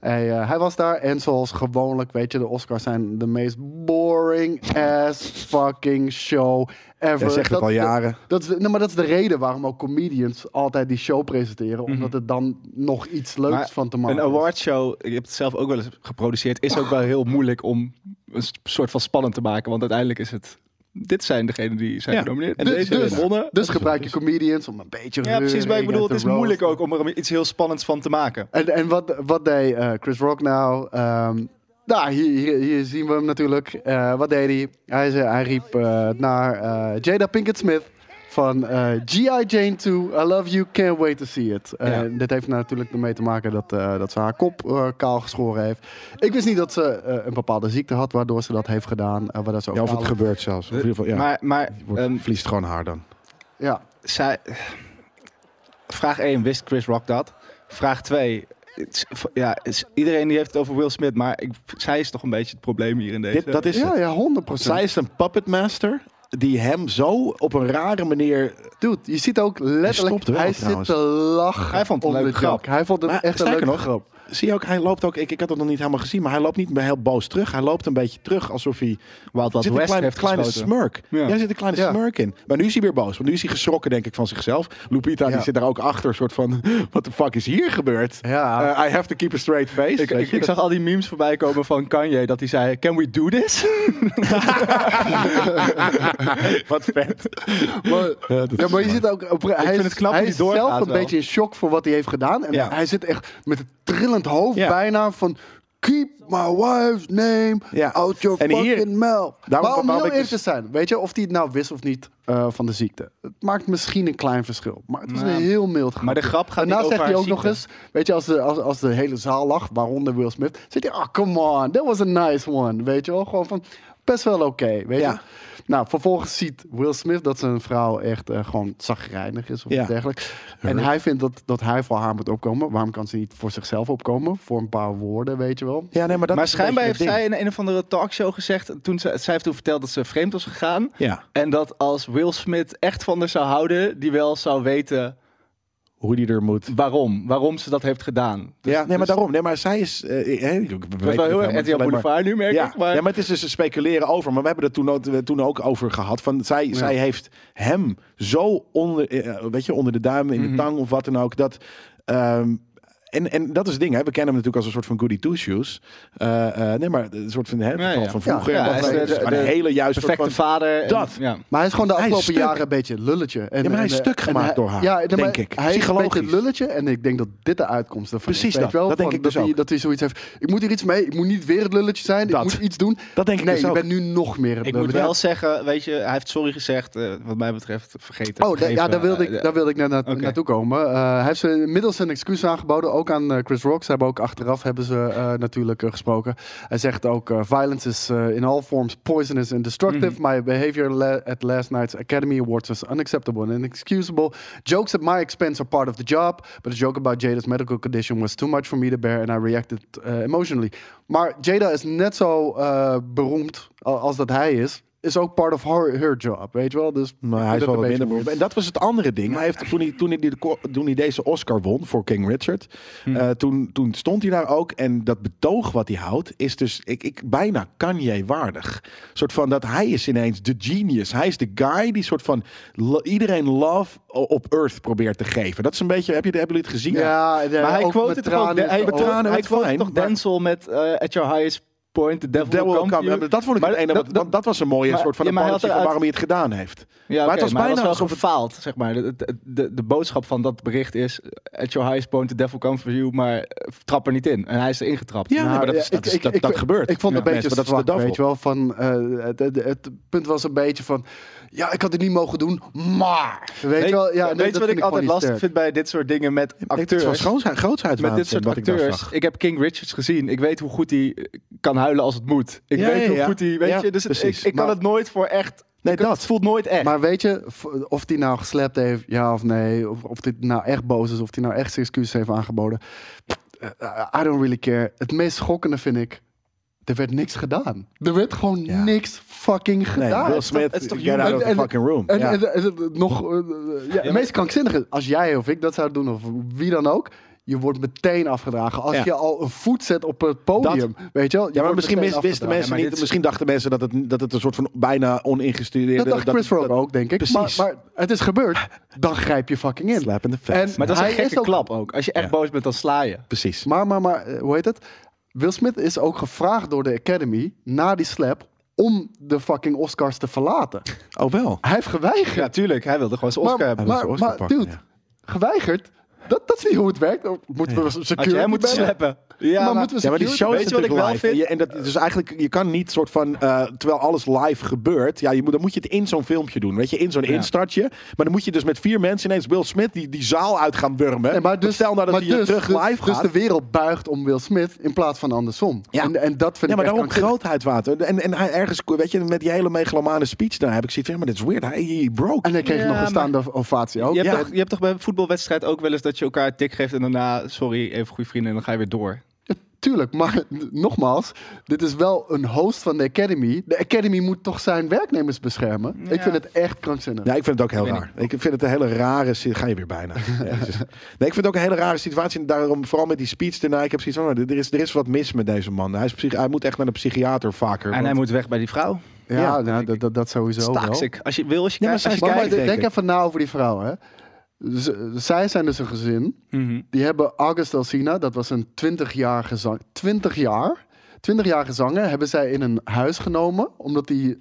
[SPEAKER 4] Hij, eh, hij was daar en zoals gewoonlijk, weet je, de Oscars zijn de meest boring ass fucking show ever.
[SPEAKER 2] Jij zegt het
[SPEAKER 4] Dat-
[SPEAKER 2] al jaren.
[SPEAKER 4] Dat is, de- nee, maar dat is de reden waarom ook comedians altijd die show presenteren.
[SPEAKER 2] Mhm.
[SPEAKER 4] Omdat er dan nog iets leuks
[SPEAKER 3] Maar
[SPEAKER 4] van te maken
[SPEAKER 3] Een
[SPEAKER 4] is.
[SPEAKER 3] awardshow, ik heb het zelf ook wel eens geproduceerd, is ook wel heel moeilijk om een s- soort van spannend te maken. Want uiteindelijk is het, dit zijn degenen die zijn
[SPEAKER 2] Ja.
[SPEAKER 3] genomineerd. En
[SPEAKER 4] Dus-
[SPEAKER 3] deze
[SPEAKER 4] dus-
[SPEAKER 3] gewonnen.
[SPEAKER 4] Dus gebruik je comedians om een beetje
[SPEAKER 3] ja, precies. Maar ik
[SPEAKER 4] reuring
[SPEAKER 3] bedoel,
[SPEAKER 4] en
[SPEAKER 3] het
[SPEAKER 4] te
[SPEAKER 3] is moeilijk
[SPEAKER 4] roasten.
[SPEAKER 3] ook om er iets heel spannends van te maken.
[SPEAKER 4] En, en wat, wat deed eh, Chris Rock nou? Ehm, nou, hier, hier, hier zien we hem natuurlijk. Eh, wat deed hij? Hij, zei, hij riep eh, naar eh, Jada Pinkett Smith van eh, G.I. Jane 2, I love you, can't wait to see it. Eh,
[SPEAKER 3] Ja.
[SPEAKER 4] Dit heeft natuurlijk ermee te maken dat, eh, dat ze haar kop eh, kaal geschoren heeft. Ik wist niet dat ze eh, een bepaalde ziekte had, waardoor ze dat heeft gedaan. eh, waardoor ze ook
[SPEAKER 2] Ja, of het
[SPEAKER 4] kaal-
[SPEAKER 2] gebeurt zelfs. Of in ieder geval, ja.
[SPEAKER 3] Maar, maar
[SPEAKER 2] Wordt,
[SPEAKER 3] ehm,
[SPEAKER 2] verliest gewoon haar dan.
[SPEAKER 4] ja.
[SPEAKER 3] zij, vraag 1, wist Chris Rock dat? Vraag 2, ja, is- iedereen die heeft het over Will Smith, maar ik, zij is toch een beetje het probleem hier in deze.
[SPEAKER 2] Dit, dat is
[SPEAKER 4] ja,
[SPEAKER 2] het.
[SPEAKER 4] ja, 100
[SPEAKER 2] Zij is een puppetmaster die hem zo op een rare manier...
[SPEAKER 4] Dude, je ziet ook letterlijk,
[SPEAKER 2] stopt wel
[SPEAKER 4] hij, zit
[SPEAKER 2] trouwens.
[SPEAKER 4] te lachen
[SPEAKER 3] Hij vond het
[SPEAKER 4] om
[SPEAKER 3] een
[SPEAKER 4] de
[SPEAKER 3] leuke grap.
[SPEAKER 4] joke. Hij vond het
[SPEAKER 2] Maar
[SPEAKER 4] echt een
[SPEAKER 2] sterker
[SPEAKER 4] leuke
[SPEAKER 2] nog,
[SPEAKER 4] grap.
[SPEAKER 2] Zie je ook, hij loopt ook... Ik, ik had het nog niet helemaal gezien, maar hij loopt niet meer heel boos terug. Hij loopt een beetje terug alsof hij...
[SPEAKER 3] Wild Wild
[SPEAKER 2] zit een
[SPEAKER 3] West
[SPEAKER 2] kleine,
[SPEAKER 3] heeft
[SPEAKER 2] kleine
[SPEAKER 3] geschoten.
[SPEAKER 2] smurk.
[SPEAKER 3] Ja.
[SPEAKER 2] Ja. zit een kleine
[SPEAKER 4] Ja.
[SPEAKER 2] smurk in. Maar nu is hij weer boos. Want nu is hij geschrokken, denk ik, van zichzelf. Lupita
[SPEAKER 4] Ja.
[SPEAKER 2] die zit daar ook achter. soort van, what the fuck is hier gebeurd?
[SPEAKER 4] Ja.
[SPEAKER 2] Eh, I have to keep a straight face.
[SPEAKER 3] Ik,
[SPEAKER 2] weet
[SPEAKER 3] ik,
[SPEAKER 2] je.
[SPEAKER 3] ik zag al die memes voorbij komen van Kanye dat hij zei: Can we do this?
[SPEAKER 2] Wat vet.
[SPEAKER 4] Maar,
[SPEAKER 2] Ja, dat
[SPEAKER 4] ja,
[SPEAKER 2] is
[SPEAKER 4] maar je
[SPEAKER 2] mooi.
[SPEAKER 4] ziet ook. op- Hij,
[SPEAKER 3] vind
[SPEAKER 4] is-
[SPEAKER 3] het knap
[SPEAKER 4] hij
[SPEAKER 3] hoe
[SPEAKER 4] is
[SPEAKER 3] die doorgaat
[SPEAKER 4] zelf een
[SPEAKER 3] wel.
[SPEAKER 4] beetje in shock voor wat hij heeft gedaan. En
[SPEAKER 2] Ja.
[SPEAKER 4] hij zit echt met een trillend hoofd
[SPEAKER 2] Ja.
[SPEAKER 4] bijna van. Keep my wife's name
[SPEAKER 2] Ja.
[SPEAKER 4] out your
[SPEAKER 2] En hier-
[SPEAKER 4] fucking mouth.
[SPEAKER 2] daarom-
[SPEAKER 4] maar om
[SPEAKER 2] waarom
[SPEAKER 4] heel
[SPEAKER 2] ik
[SPEAKER 4] eerlijk te
[SPEAKER 2] dus-
[SPEAKER 4] zijn, weet je, of hij het nou wist of niet eh, van de ziekte. Het maakt misschien een klein verschil, maar het was
[SPEAKER 3] Nou,
[SPEAKER 4] een heel mild grap.
[SPEAKER 3] maar de grap gaat niet
[SPEAKER 4] Daarna
[SPEAKER 3] over
[SPEAKER 4] zegt hij ook
[SPEAKER 3] haar
[SPEAKER 4] nog eens,
[SPEAKER 3] ziekte.
[SPEAKER 4] weet je, als de, als, als de hele zaal lag, waaronder Will Smith, zit hij, ah, come on, that was a nice one, weet je wel. Gewoon van, best wel oké, weet je.
[SPEAKER 2] Ja.
[SPEAKER 4] Nou, vervolgens ziet Will Smith dat zijn vrouw echt eh, gewoon zagrijnig is of
[SPEAKER 2] Ja.
[SPEAKER 4] iets dergelijks. En hij vindt dat, dat hij voor haar moet opkomen. Waarom kan ze niet voor zichzelf opkomen? Voor een paar woorden, weet je wel.
[SPEAKER 2] Ja, nee, maar dat
[SPEAKER 3] maar
[SPEAKER 2] is een
[SPEAKER 3] schijnbaar heeft
[SPEAKER 2] beetje
[SPEAKER 3] zij
[SPEAKER 2] het
[SPEAKER 3] in een of andere talkshow gezegd. Toen ze, zij heeft toen verteld dat ze vreemd was gegaan.
[SPEAKER 2] ding. Ja,
[SPEAKER 3] En dat als Will Smith echt van haar zou houden, die wel zou weten
[SPEAKER 2] hoe die er moet...
[SPEAKER 3] waarom. Waarom ze dat heeft gedaan. Dus-
[SPEAKER 2] ja, nee, maar
[SPEAKER 3] dus-
[SPEAKER 2] daarom. Nee, maar zij is... eh, eh, ik- ik weet
[SPEAKER 3] Het was wel heel
[SPEAKER 2] het
[SPEAKER 3] erg RTL
[SPEAKER 2] helemaal niet, alleen maar-
[SPEAKER 3] Boulevard nu, merk
[SPEAKER 2] ja.
[SPEAKER 3] ik. Maar,
[SPEAKER 2] ja, maar het is dus een speculeren over. Maar we hebben het toen ook, we toen ook over gehad. Van, zij, zij heeft hem zo onder, eh, weet je, onder de duim, in
[SPEAKER 3] Mhm.
[SPEAKER 2] de tang of wat dan ook. Dat, ehm, en, en dat is het ding. Hè. We kennen hem natuurlijk als een soort van goody two-shoes. Eh, eh, nee, maar een soort van, hè,
[SPEAKER 3] Ja,
[SPEAKER 2] van,
[SPEAKER 3] ja.
[SPEAKER 2] van vroeger.
[SPEAKER 4] Ja,
[SPEAKER 2] en
[SPEAKER 4] ja,
[SPEAKER 2] wat
[SPEAKER 4] hij
[SPEAKER 2] dan
[SPEAKER 4] is
[SPEAKER 2] ook.
[SPEAKER 3] de-
[SPEAKER 2] Het is gewoon een
[SPEAKER 3] de-
[SPEAKER 2] hele juiste soort
[SPEAKER 3] perfecte
[SPEAKER 2] van...
[SPEAKER 3] vader. en-
[SPEAKER 2] dat.
[SPEAKER 3] ja.
[SPEAKER 4] Maar hij is gewoon de
[SPEAKER 2] Hij is
[SPEAKER 4] afgelopen
[SPEAKER 2] stuk.
[SPEAKER 4] jaren een beetje een lulletje. En,
[SPEAKER 2] Ja, maar hij is
[SPEAKER 4] en, eh,
[SPEAKER 2] stuk
[SPEAKER 4] en
[SPEAKER 2] gemaakt
[SPEAKER 4] hij-
[SPEAKER 2] door haar,
[SPEAKER 4] ja, nee, maar
[SPEAKER 2] denk ik.
[SPEAKER 4] Hij is een beetje
[SPEAKER 2] Psychologisch.
[SPEAKER 4] een lulletje en ik denk dat dit de uitkomst ervan
[SPEAKER 2] Precies
[SPEAKER 4] is. weet
[SPEAKER 2] dat.
[SPEAKER 4] je wel?
[SPEAKER 2] Dat denk
[SPEAKER 4] Van
[SPEAKER 2] ik dus
[SPEAKER 4] dat hij,
[SPEAKER 2] ook.
[SPEAKER 4] dat hij zoiets heeft, ik moet hier iets mee, ik moet niet weer het lulletje zijn,
[SPEAKER 2] Dat.
[SPEAKER 4] ik moet iets doen.
[SPEAKER 2] Dat denk ik
[SPEAKER 4] nee,
[SPEAKER 2] dus
[SPEAKER 4] je
[SPEAKER 2] ook.
[SPEAKER 4] bent nu nog meer het
[SPEAKER 3] Ik moet
[SPEAKER 4] lulletje.
[SPEAKER 3] wel zeggen, weet je, hij heeft sorry gezegd. eh, wat mij betreft, vergeten.
[SPEAKER 4] Oh, da- ja,
[SPEAKER 3] vergeven,
[SPEAKER 4] daar wilde
[SPEAKER 3] eh,
[SPEAKER 4] ik, daar wilde ik net na-
[SPEAKER 3] Oké.
[SPEAKER 4] naartoe komen. Eh, hij heeft ze inmiddels een excuus aangeboden, ook aan eh, Chris Rock. Ze hebben ook achteraf hebben ze eh, natuurlijk eh, gesproken. Hij zegt ook, eh, violence is eh, in all forms poisonous and destructive.
[SPEAKER 2] Mhm.
[SPEAKER 4] My behavior la- at last night's Academy Awards was unacceptable and inexcusable. Jokes at my expense are part of the job. But a joke about Jada's medical condition was too much for me to bear and I reacted eh, emotionally. Maar Jada is net zo eh, beroemd al- als dat hij is. Is ook part of her, her job, weet je wel? Dus
[SPEAKER 2] Maar hij is
[SPEAKER 4] dat
[SPEAKER 2] wel
[SPEAKER 4] een
[SPEAKER 2] wat
[SPEAKER 4] beetje
[SPEAKER 2] minder beroemd. En dat was het andere ding. Hij heeft, toen, hij, toen, hij, die- toen hij deze Oscar won voor King Richard,
[SPEAKER 4] Hmm.
[SPEAKER 2] eh, toen, toen stond hij daar ook. En dat betoog wat hij houdt, is dus ik, ik, bijna Kanye waardig. soort van dat hij is ineens de genius. Hij is de guy die soort van lo- iedereen love o- op earth probeert te geven. Dat is een beetje, heb je, hebben jullie het gezien?
[SPEAKER 4] Ja,
[SPEAKER 3] Maar hij quote
[SPEAKER 4] quote
[SPEAKER 3] het toch ook.
[SPEAKER 2] tranen
[SPEAKER 3] Hij quote-
[SPEAKER 2] in de
[SPEAKER 3] hij
[SPEAKER 2] ogen.
[SPEAKER 3] quote
[SPEAKER 2] Met
[SPEAKER 3] toch
[SPEAKER 2] wijn, maar-
[SPEAKER 3] Denzel met eh, at your highest point, the devil,
[SPEAKER 2] Devil
[SPEAKER 3] will
[SPEAKER 2] Will
[SPEAKER 3] come.
[SPEAKER 2] Come. Ja,
[SPEAKER 3] you.
[SPEAKER 2] maar dat vond ik
[SPEAKER 3] Maar
[SPEAKER 2] het ene,
[SPEAKER 3] dat-
[SPEAKER 2] want,
[SPEAKER 3] dat-
[SPEAKER 2] want dat was een mooie
[SPEAKER 3] maar-
[SPEAKER 2] soort van
[SPEAKER 3] ja, maar hij
[SPEAKER 2] apology
[SPEAKER 3] had
[SPEAKER 2] van
[SPEAKER 3] eruit-
[SPEAKER 2] waarom hij het gedaan heeft.
[SPEAKER 3] Ja,
[SPEAKER 2] Maar het
[SPEAKER 3] maar
[SPEAKER 2] was
[SPEAKER 3] was bijna
[SPEAKER 2] bijna
[SPEAKER 3] wel
[SPEAKER 2] alsof het-
[SPEAKER 3] gefaald, zeg maar. De, de, de, de boodschap van dat bericht is... At your highest point, the devil comes for you, maar eh, trap er niet in. En hij is erin getrapt.
[SPEAKER 2] Ja, nee, maar Nou, dat, is,
[SPEAKER 4] ja,
[SPEAKER 2] dat,
[SPEAKER 4] ik-
[SPEAKER 2] is-
[SPEAKER 4] ik-
[SPEAKER 2] dat,
[SPEAKER 4] ik-
[SPEAKER 2] dat gebeurt.
[SPEAKER 4] Ik vond het
[SPEAKER 2] Ja,
[SPEAKER 4] een beetje
[SPEAKER 2] mensen, maar
[SPEAKER 4] zwak,
[SPEAKER 2] dat is de
[SPEAKER 4] weet je
[SPEAKER 2] devil.
[SPEAKER 4] wel. Van, eh, het, het, het punt was een beetje van... Ja, ik had het niet mogen doen, maar... Weet,
[SPEAKER 3] Weet
[SPEAKER 4] je wel? Ja, nee,
[SPEAKER 3] weet
[SPEAKER 4] dat
[SPEAKER 3] je wat
[SPEAKER 4] vind
[SPEAKER 3] ik altijd
[SPEAKER 4] gewoon
[SPEAKER 3] lastig
[SPEAKER 4] niet sterk.
[SPEAKER 3] vind bij dit soort dingen met
[SPEAKER 2] Het is
[SPEAKER 3] acteurs?
[SPEAKER 2] van grootsheid-
[SPEAKER 3] met
[SPEAKER 2] grootsheidswaanzin
[SPEAKER 3] dit soort
[SPEAKER 2] wat ik daar
[SPEAKER 3] acteurs.
[SPEAKER 2] zag.
[SPEAKER 3] Ik, heb King Richards gezien. Ik weet hoe goed hij eh, kan huilen als het moet. Ik
[SPEAKER 2] Ja,
[SPEAKER 3] weet
[SPEAKER 2] ja,
[SPEAKER 3] hoe
[SPEAKER 2] ja.
[SPEAKER 3] goed hij... Weet
[SPEAKER 2] Ja,
[SPEAKER 3] je, dus het- ik,
[SPEAKER 2] precies.
[SPEAKER 3] ik kan
[SPEAKER 2] Maar-
[SPEAKER 3] het nooit voor echt...
[SPEAKER 2] Nee,
[SPEAKER 3] ik kan-
[SPEAKER 2] dat.
[SPEAKER 3] Het voelt nooit echt.
[SPEAKER 4] Maar weet je v- of die nou geslept heeft, ja of nee? Of, of dit nou echt boos is, of die nou echt zijn excuses heeft aangeboden? Eh, I don't really care. Het meest schokkende vind ik... Er werd niks gedaan. Er werd gewoon
[SPEAKER 2] Ja.
[SPEAKER 4] niks fucking
[SPEAKER 2] Nee,
[SPEAKER 4] gedaan.
[SPEAKER 2] Will
[SPEAKER 3] het
[SPEAKER 2] Smith,
[SPEAKER 3] is toch
[SPEAKER 2] get out of the
[SPEAKER 4] en-
[SPEAKER 2] fucking room.
[SPEAKER 4] En,
[SPEAKER 2] Ja.
[SPEAKER 4] en- en het- nog, eh, eh, ja, het meest krankzinnige, als jij of ik dat zou doen, of wie dan ook, je wordt meteen afgedragen. Als
[SPEAKER 2] Ja.
[SPEAKER 4] je al een voet zet op het podium, weet je wel.
[SPEAKER 2] Ja,
[SPEAKER 4] je
[SPEAKER 2] maar
[SPEAKER 4] wordt
[SPEAKER 2] misschien
[SPEAKER 4] meteen
[SPEAKER 2] mis- wisten
[SPEAKER 4] afgedragen.
[SPEAKER 2] mensen
[SPEAKER 3] Ja, maar
[SPEAKER 2] niet,
[SPEAKER 3] dit-
[SPEAKER 2] misschien dachten mensen dat het, dat het een soort van bijna oningestudeerde...
[SPEAKER 4] Dat dacht Chris Rock ook, denk ik.
[SPEAKER 2] Precies.
[SPEAKER 4] Maar, maar het is gebeurd, dan grijp je fucking in.
[SPEAKER 2] Slap in the face.
[SPEAKER 4] En-
[SPEAKER 2] Maar
[SPEAKER 3] Maar
[SPEAKER 2] dat,
[SPEAKER 3] dat is een
[SPEAKER 4] Hij is
[SPEAKER 3] gekke
[SPEAKER 4] ook-
[SPEAKER 3] klap ook. Als je echt
[SPEAKER 2] Ja.
[SPEAKER 3] boos bent, dan sla je.
[SPEAKER 2] precies.
[SPEAKER 4] Maar, maar, maar, eh, hoe heet het? Will Smith is ook gevraagd door de Academy, na die slap, om de fucking Oscars te verlaten.
[SPEAKER 2] Oh wel.
[SPEAKER 4] Hij heeft geweigerd.
[SPEAKER 3] Ja, tuurlijk. Hij wilde gewoon zijn
[SPEAKER 4] Maar-
[SPEAKER 3] Oscar hebben.
[SPEAKER 2] wil
[SPEAKER 4] Maar,
[SPEAKER 2] zijn
[SPEAKER 4] maar,
[SPEAKER 2] Oscar pakken,
[SPEAKER 4] dude,
[SPEAKER 2] ja.
[SPEAKER 4] geweigerd? Dat, dat is niet hoe het werkt. Dan Moeten we security
[SPEAKER 3] Had jij moeten
[SPEAKER 4] bellen?
[SPEAKER 3] sleppen. Ja,
[SPEAKER 4] maar moeten we
[SPEAKER 2] Ja, maar die show
[SPEAKER 3] Weet
[SPEAKER 2] is
[SPEAKER 3] je wat ik
[SPEAKER 2] natuurlijk
[SPEAKER 3] wel
[SPEAKER 2] live. En,
[SPEAKER 3] vind?
[SPEAKER 2] je- en dat, dus eigenlijk, je kan niet soort van, eh, terwijl alles live gebeurt, ja, je moet, dan moet je het in zo'n filmpje doen, weet je, in zo'n instartje. Maar dan moet je dus met vier mensen ineens Will Smith die, die zaal uit gaan wurmen.
[SPEAKER 4] Nee, maar dus,
[SPEAKER 2] stel nou dat
[SPEAKER 4] maar
[SPEAKER 2] hij
[SPEAKER 4] dus,
[SPEAKER 2] terug
[SPEAKER 4] dus-
[SPEAKER 2] live
[SPEAKER 4] dus
[SPEAKER 2] gaat.
[SPEAKER 4] de wereld buigt om Will Smith in plaats van andersom.
[SPEAKER 2] Ja.
[SPEAKER 4] En, en dat vind
[SPEAKER 2] ja, maar
[SPEAKER 4] ik
[SPEAKER 2] daarom
[SPEAKER 4] echt krankzinnig.
[SPEAKER 2] grootheidswater. En, en hij ergens, weet je, met die hele megalomane speech daar heb ik zoiets van, ja, maar dit is weird. Hij he broke.
[SPEAKER 4] En hij kreeg
[SPEAKER 3] Ja,
[SPEAKER 4] nog een
[SPEAKER 3] maar-
[SPEAKER 4] staande ovatie ook.
[SPEAKER 3] Je hebt,
[SPEAKER 2] Ja.
[SPEAKER 3] toch, je hebt toch bij een voetbalwedstrijd ook wel eens dat je elkaar een tik geeft en daarna, sorry, even goede vrienden en dan ga je weer door.
[SPEAKER 4] Tuurlijk, maar nogmaals, dit is wel een host van de Academy. De Academy moet toch zijn werknemers beschermen? Ik
[SPEAKER 3] Ja.
[SPEAKER 4] vind het echt krankzinnig.
[SPEAKER 2] Ja, ik vind het ook heel
[SPEAKER 3] Ik weet
[SPEAKER 2] raar. Ik vind het een hele rare situatie. Ga je weer bijna. Jezus. Nee, ik vind het ook een hele rare situatie. En daarom, vooral met die speech daarna. Ik heb zoiets van, oh, er is, er is wat mis met deze man. Hij, is psych- hij moet echt naar de psychiater vaker.
[SPEAKER 3] en hij
[SPEAKER 2] want-
[SPEAKER 3] moet weg bij die vrouw.
[SPEAKER 4] Ja,
[SPEAKER 2] Ja,
[SPEAKER 4] nou, dat, dat, dat sowieso wel.
[SPEAKER 3] Staaksik. Als je wil, als je
[SPEAKER 2] Ja, maar
[SPEAKER 3] kijkt. Als je
[SPEAKER 2] zij-
[SPEAKER 4] Maar, maar
[SPEAKER 3] kijkt.
[SPEAKER 2] denk
[SPEAKER 4] denk
[SPEAKER 2] ik.
[SPEAKER 4] even na over die vrouw, hè. Z- zij zijn dus een gezin.
[SPEAKER 3] Mhm.
[SPEAKER 4] Die hebben August Alsina, dat was een 20-jarige zanger. 20 jaar? 20-jarige zanger hebben zij in een huis genomen. Omdat hij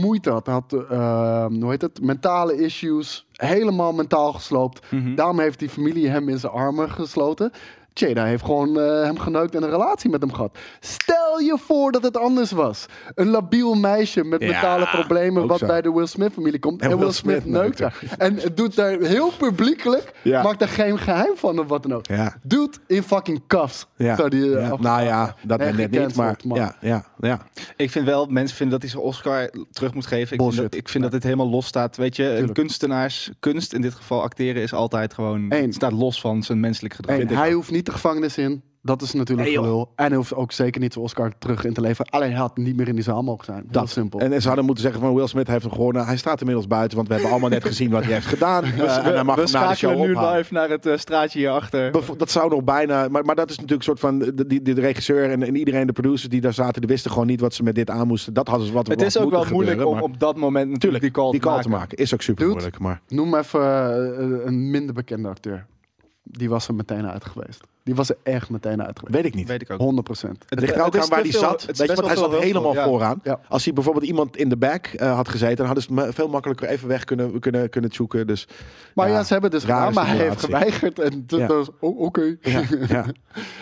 [SPEAKER 4] moeite had. had eh, hoe heet het? Mentale issues. Helemaal mentaal gesloopt. Daarom heeft die familie hem in zijn armen gesloten. Cheda heeft gewoon eh, hem geneukt en een relatie met hem gehad. Stel je voor dat het anders was. Een labiel meisje met
[SPEAKER 2] Ja,
[SPEAKER 4] mentale problemen.
[SPEAKER 2] ook
[SPEAKER 4] wat
[SPEAKER 2] zo.
[SPEAKER 4] bij de Will Smith-familie komt. En, Will Smith, neukt haar. En het doet daar heel publiekelijk.
[SPEAKER 2] Ja.
[SPEAKER 4] Maakt daar geen geheim van of wat dan ook.
[SPEAKER 2] Ja.
[SPEAKER 4] Dude in fucking cuffs.
[SPEAKER 2] Ja.
[SPEAKER 4] Zou die, eh,
[SPEAKER 2] Ja.
[SPEAKER 4] af-
[SPEAKER 2] Nou ja, dat
[SPEAKER 4] Nee,
[SPEAKER 2] ben net niet. Maar
[SPEAKER 4] gecanceld, man.
[SPEAKER 2] ja, ja, ja.
[SPEAKER 3] Ik vind wel, mensen vinden dat hij zijn Oscar terug moet geven. Ik
[SPEAKER 4] Bullshit.
[SPEAKER 3] vind, dat, ik vind dat dit helemaal los staat. Weet je, een kunstenaars, kunst in dit geval acteren is altijd gewoon,
[SPEAKER 4] Eén.
[SPEAKER 3] staat los van zijn menselijk gedrag.
[SPEAKER 4] En hij hoeft niet de gevangenis in. Dat is natuurlijk
[SPEAKER 2] Nee, joh.
[SPEAKER 4] gelul. En hij hoeft ook zeker niet zijn Oscar terug in te leveren. Alleen hij had niet meer in die zaal mogen zijn. Dat simpel.
[SPEAKER 2] En, en ze hadden moeten zeggen van Will Smith heeft hem gewonnen. Hij staat inmiddels buiten, want we hebben allemaal net gezien wat hij heeft gedaan. Eh, en hij mag
[SPEAKER 3] we
[SPEAKER 2] hem na de show
[SPEAKER 3] schakelen nu
[SPEAKER 2] ophalen.
[SPEAKER 3] live naar het eh, straatje hierachter.
[SPEAKER 2] Bevo- Dat zou nog bijna. Maar, maar dat is natuurlijk een soort van. De, die- de regisseur en, en iedereen, de producers die daar zaten, die wisten gewoon niet wat ze met dit aan moesten. Dat hadden ze wat
[SPEAKER 3] Het is
[SPEAKER 2] wat
[SPEAKER 3] ook wel
[SPEAKER 2] moeten
[SPEAKER 3] moeilijk
[SPEAKER 2] gebeuren,
[SPEAKER 3] om
[SPEAKER 2] maar-
[SPEAKER 3] op dat moment natuurlijk
[SPEAKER 2] Tuurlijk,
[SPEAKER 3] die call,
[SPEAKER 2] die call
[SPEAKER 3] te
[SPEAKER 2] te
[SPEAKER 3] maken.
[SPEAKER 2] maken. Is ook super moeilijk, maar...
[SPEAKER 4] Noem even eh, een minder bekende acteur. Die was er meteen uit geweest. Die was er echt meteen uit geweest.
[SPEAKER 2] Weet ik niet.
[SPEAKER 3] Weet ik ook.
[SPEAKER 4] 100 procent.
[SPEAKER 2] Het ligt er
[SPEAKER 3] het
[SPEAKER 2] ook
[SPEAKER 3] is
[SPEAKER 2] aan waar
[SPEAKER 3] te
[SPEAKER 2] hij
[SPEAKER 3] veel-
[SPEAKER 2] zat.
[SPEAKER 3] het
[SPEAKER 2] Weet
[SPEAKER 3] is
[SPEAKER 2] je,
[SPEAKER 3] best
[SPEAKER 2] want hij
[SPEAKER 3] wel
[SPEAKER 2] zat
[SPEAKER 3] veel
[SPEAKER 2] helemaal
[SPEAKER 3] hulpstof, ja.
[SPEAKER 2] vooraan.
[SPEAKER 4] Ja.
[SPEAKER 2] Als hij bijvoorbeeld iemand in de back eh, had gezeten... dan hadden ze het me- veel makkelijker even weg kunnen, kunnen, kunnen zoeken. Dus,
[SPEAKER 4] Maar ja, ze hebben dus
[SPEAKER 2] rare
[SPEAKER 4] gedaan, maar hij heeft
[SPEAKER 2] situatie.
[SPEAKER 4] geweigerd. En toen
[SPEAKER 2] Ja.
[SPEAKER 4] was oh, oké.
[SPEAKER 2] Ja, ja.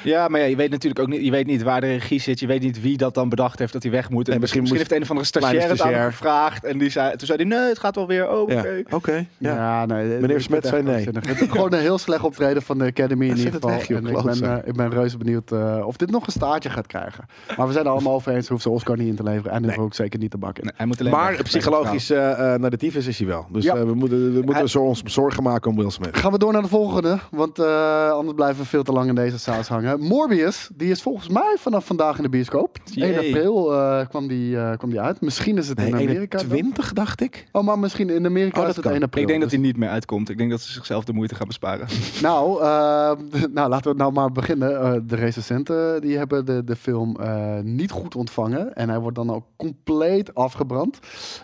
[SPEAKER 3] Ja, maar ja, je weet natuurlijk ook niet, je weet niet waar de regie zit. Je weet niet wie dat dan bedacht heeft dat hij weg moet. En
[SPEAKER 2] Nee, misschien
[SPEAKER 3] misschien misschien
[SPEAKER 2] moest-
[SPEAKER 3] heeft een of
[SPEAKER 2] kleine
[SPEAKER 3] andere stagiair het aan hem
[SPEAKER 2] stagiair.
[SPEAKER 3] gevraagd. En die zei, toen zei hij, nee, het gaat wel weer. Oh, oké.
[SPEAKER 2] Ja. Oké,
[SPEAKER 4] Ja.
[SPEAKER 2] ja.
[SPEAKER 4] nee, dit-
[SPEAKER 2] Meneer
[SPEAKER 4] dit
[SPEAKER 2] Smet
[SPEAKER 4] is
[SPEAKER 2] zei
[SPEAKER 4] echt
[SPEAKER 2] nee.
[SPEAKER 4] krankzinnig. Het is gewoon een heel slecht optreden van de Academy in
[SPEAKER 2] Hij
[SPEAKER 4] ieder
[SPEAKER 2] zet
[SPEAKER 4] geval.
[SPEAKER 2] het weg, joh,
[SPEAKER 4] En ik, ben,
[SPEAKER 2] klootzak.
[SPEAKER 4] eh, ik ben reuze benieuwd eh, of dit nog een staartje gaat krijgen. Maar we zijn er allemaal over eens. Ze hoeft zijn Oscar niet in te leveren. En
[SPEAKER 2] Nee.
[SPEAKER 4] er ook zeker niet te bakken.
[SPEAKER 3] hij moet alleen weg
[SPEAKER 2] Maar
[SPEAKER 3] bij de
[SPEAKER 2] psychologisch eh eh, naar de tyfus is hij wel. Dus
[SPEAKER 4] Ja.
[SPEAKER 2] eh, we moeten, we moeten
[SPEAKER 3] Hij-
[SPEAKER 2] zo ons zorgen maken om Will Smith.
[SPEAKER 4] Gaan we door naar de volgende, want eh, anders blijven we veel te lang in deze saus hangen. Morbius, die is volgens mij vanaf vandaag in de bioscoop. 1
[SPEAKER 3] Jee.
[SPEAKER 4] april eh, kwam, die, eh, kwam die uit. Misschien is het in Amerika. dan.
[SPEAKER 2] 20, dacht ik.
[SPEAKER 4] Oh, maar misschien in Amerika
[SPEAKER 2] Oh, dat
[SPEAKER 4] is het
[SPEAKER 2] kan.
[SPEAKER 4] 1
[SPEAKER 3] vrouw.
[SPEAKER 4] april. dus
[SPEAKER 3] Ik denk dat hij niet meer uitkomt. Ik denk dat ze zichzelf de moeite gaan besparen.
[SPEAKER 4] Nou, eh, nou, laten we nou maar beginnen. Eh, de recensenten eh, die hebben de, de film eh, niet goed ontvangen. En hij wordt dan ook compleet afgebrand.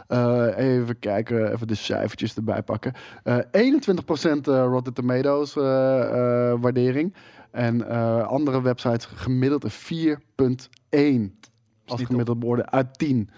[SPEAKER 4] Eh, even kijken, even de cijfertjes erbij pakken. Eh 21% eh, Rotten Tomatoes eh, eh, waardering. En eh, andere websites gemiddeld een 4,1. als
[SPEAKER 3] niet
[SPEAKER 4] gemiddelde woorden uit 10.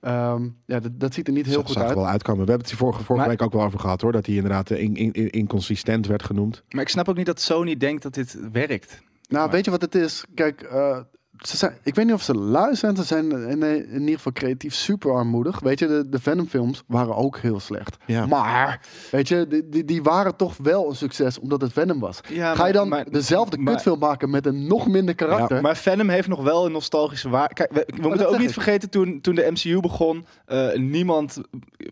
[SPEAKER 4] Ehm, ja, dat, dat ziet er niet heel
[SPEAKER 2] Dat
[SPEAKER 4] goed
[SPEAKER 2] zag er
[SPEAKER 4] uit.
[SPEAKER 2] wel uitkomen. We hebben het hier vorige, vorige
[SPEAKER 3] Maar-
[SPEAKER 2] week ook wel over gehad hoor. Dat hij inderdaad eh, in- in- in- inconsistent werd genoemd.
[SPEAKER 3] Maar ik snap ook niet dat Sony denkt dat dit werkt.
[SPEAKER 4] Nou, weet je wat het is? Kijk, eh, ze zijn, ik weet niet of ze lui zijn. Ze zijn in, in ieder geval creatief super armoedig. Weet je, de, de Venom-films waren ook heel slecht.
[SPEAKER 2] Ja.
[SPEAKER 4] Maar, weet je, die, die, die waren toch wel een succes omdat het Venom was.
[SPEAKER 3] Ja,
[SPEAKER 4] Ga je
[SPEAKER 3] maar-
[SPEAKER 4] dan
[SPEAKER 3] maar-
[SPEAKER 4] dezelfde
[SPEAKER 3] maar-
[SPEAKER 4] kutfilm maken met een nog minder karakter? Oh,
[SPEAKER 3] Maar Venom heeft nog wel een nostalgische waarde. Kijk, we, we moeten
[SPEAKER 4] dat
[SPEAKER 3] ook
[SPEAKER 4] zeg
[SPEAKER 3] niet
[SPEAKER 4] ik.
[SPEAKER 3] vergeten toen, toen de MCU begon. eh, niemand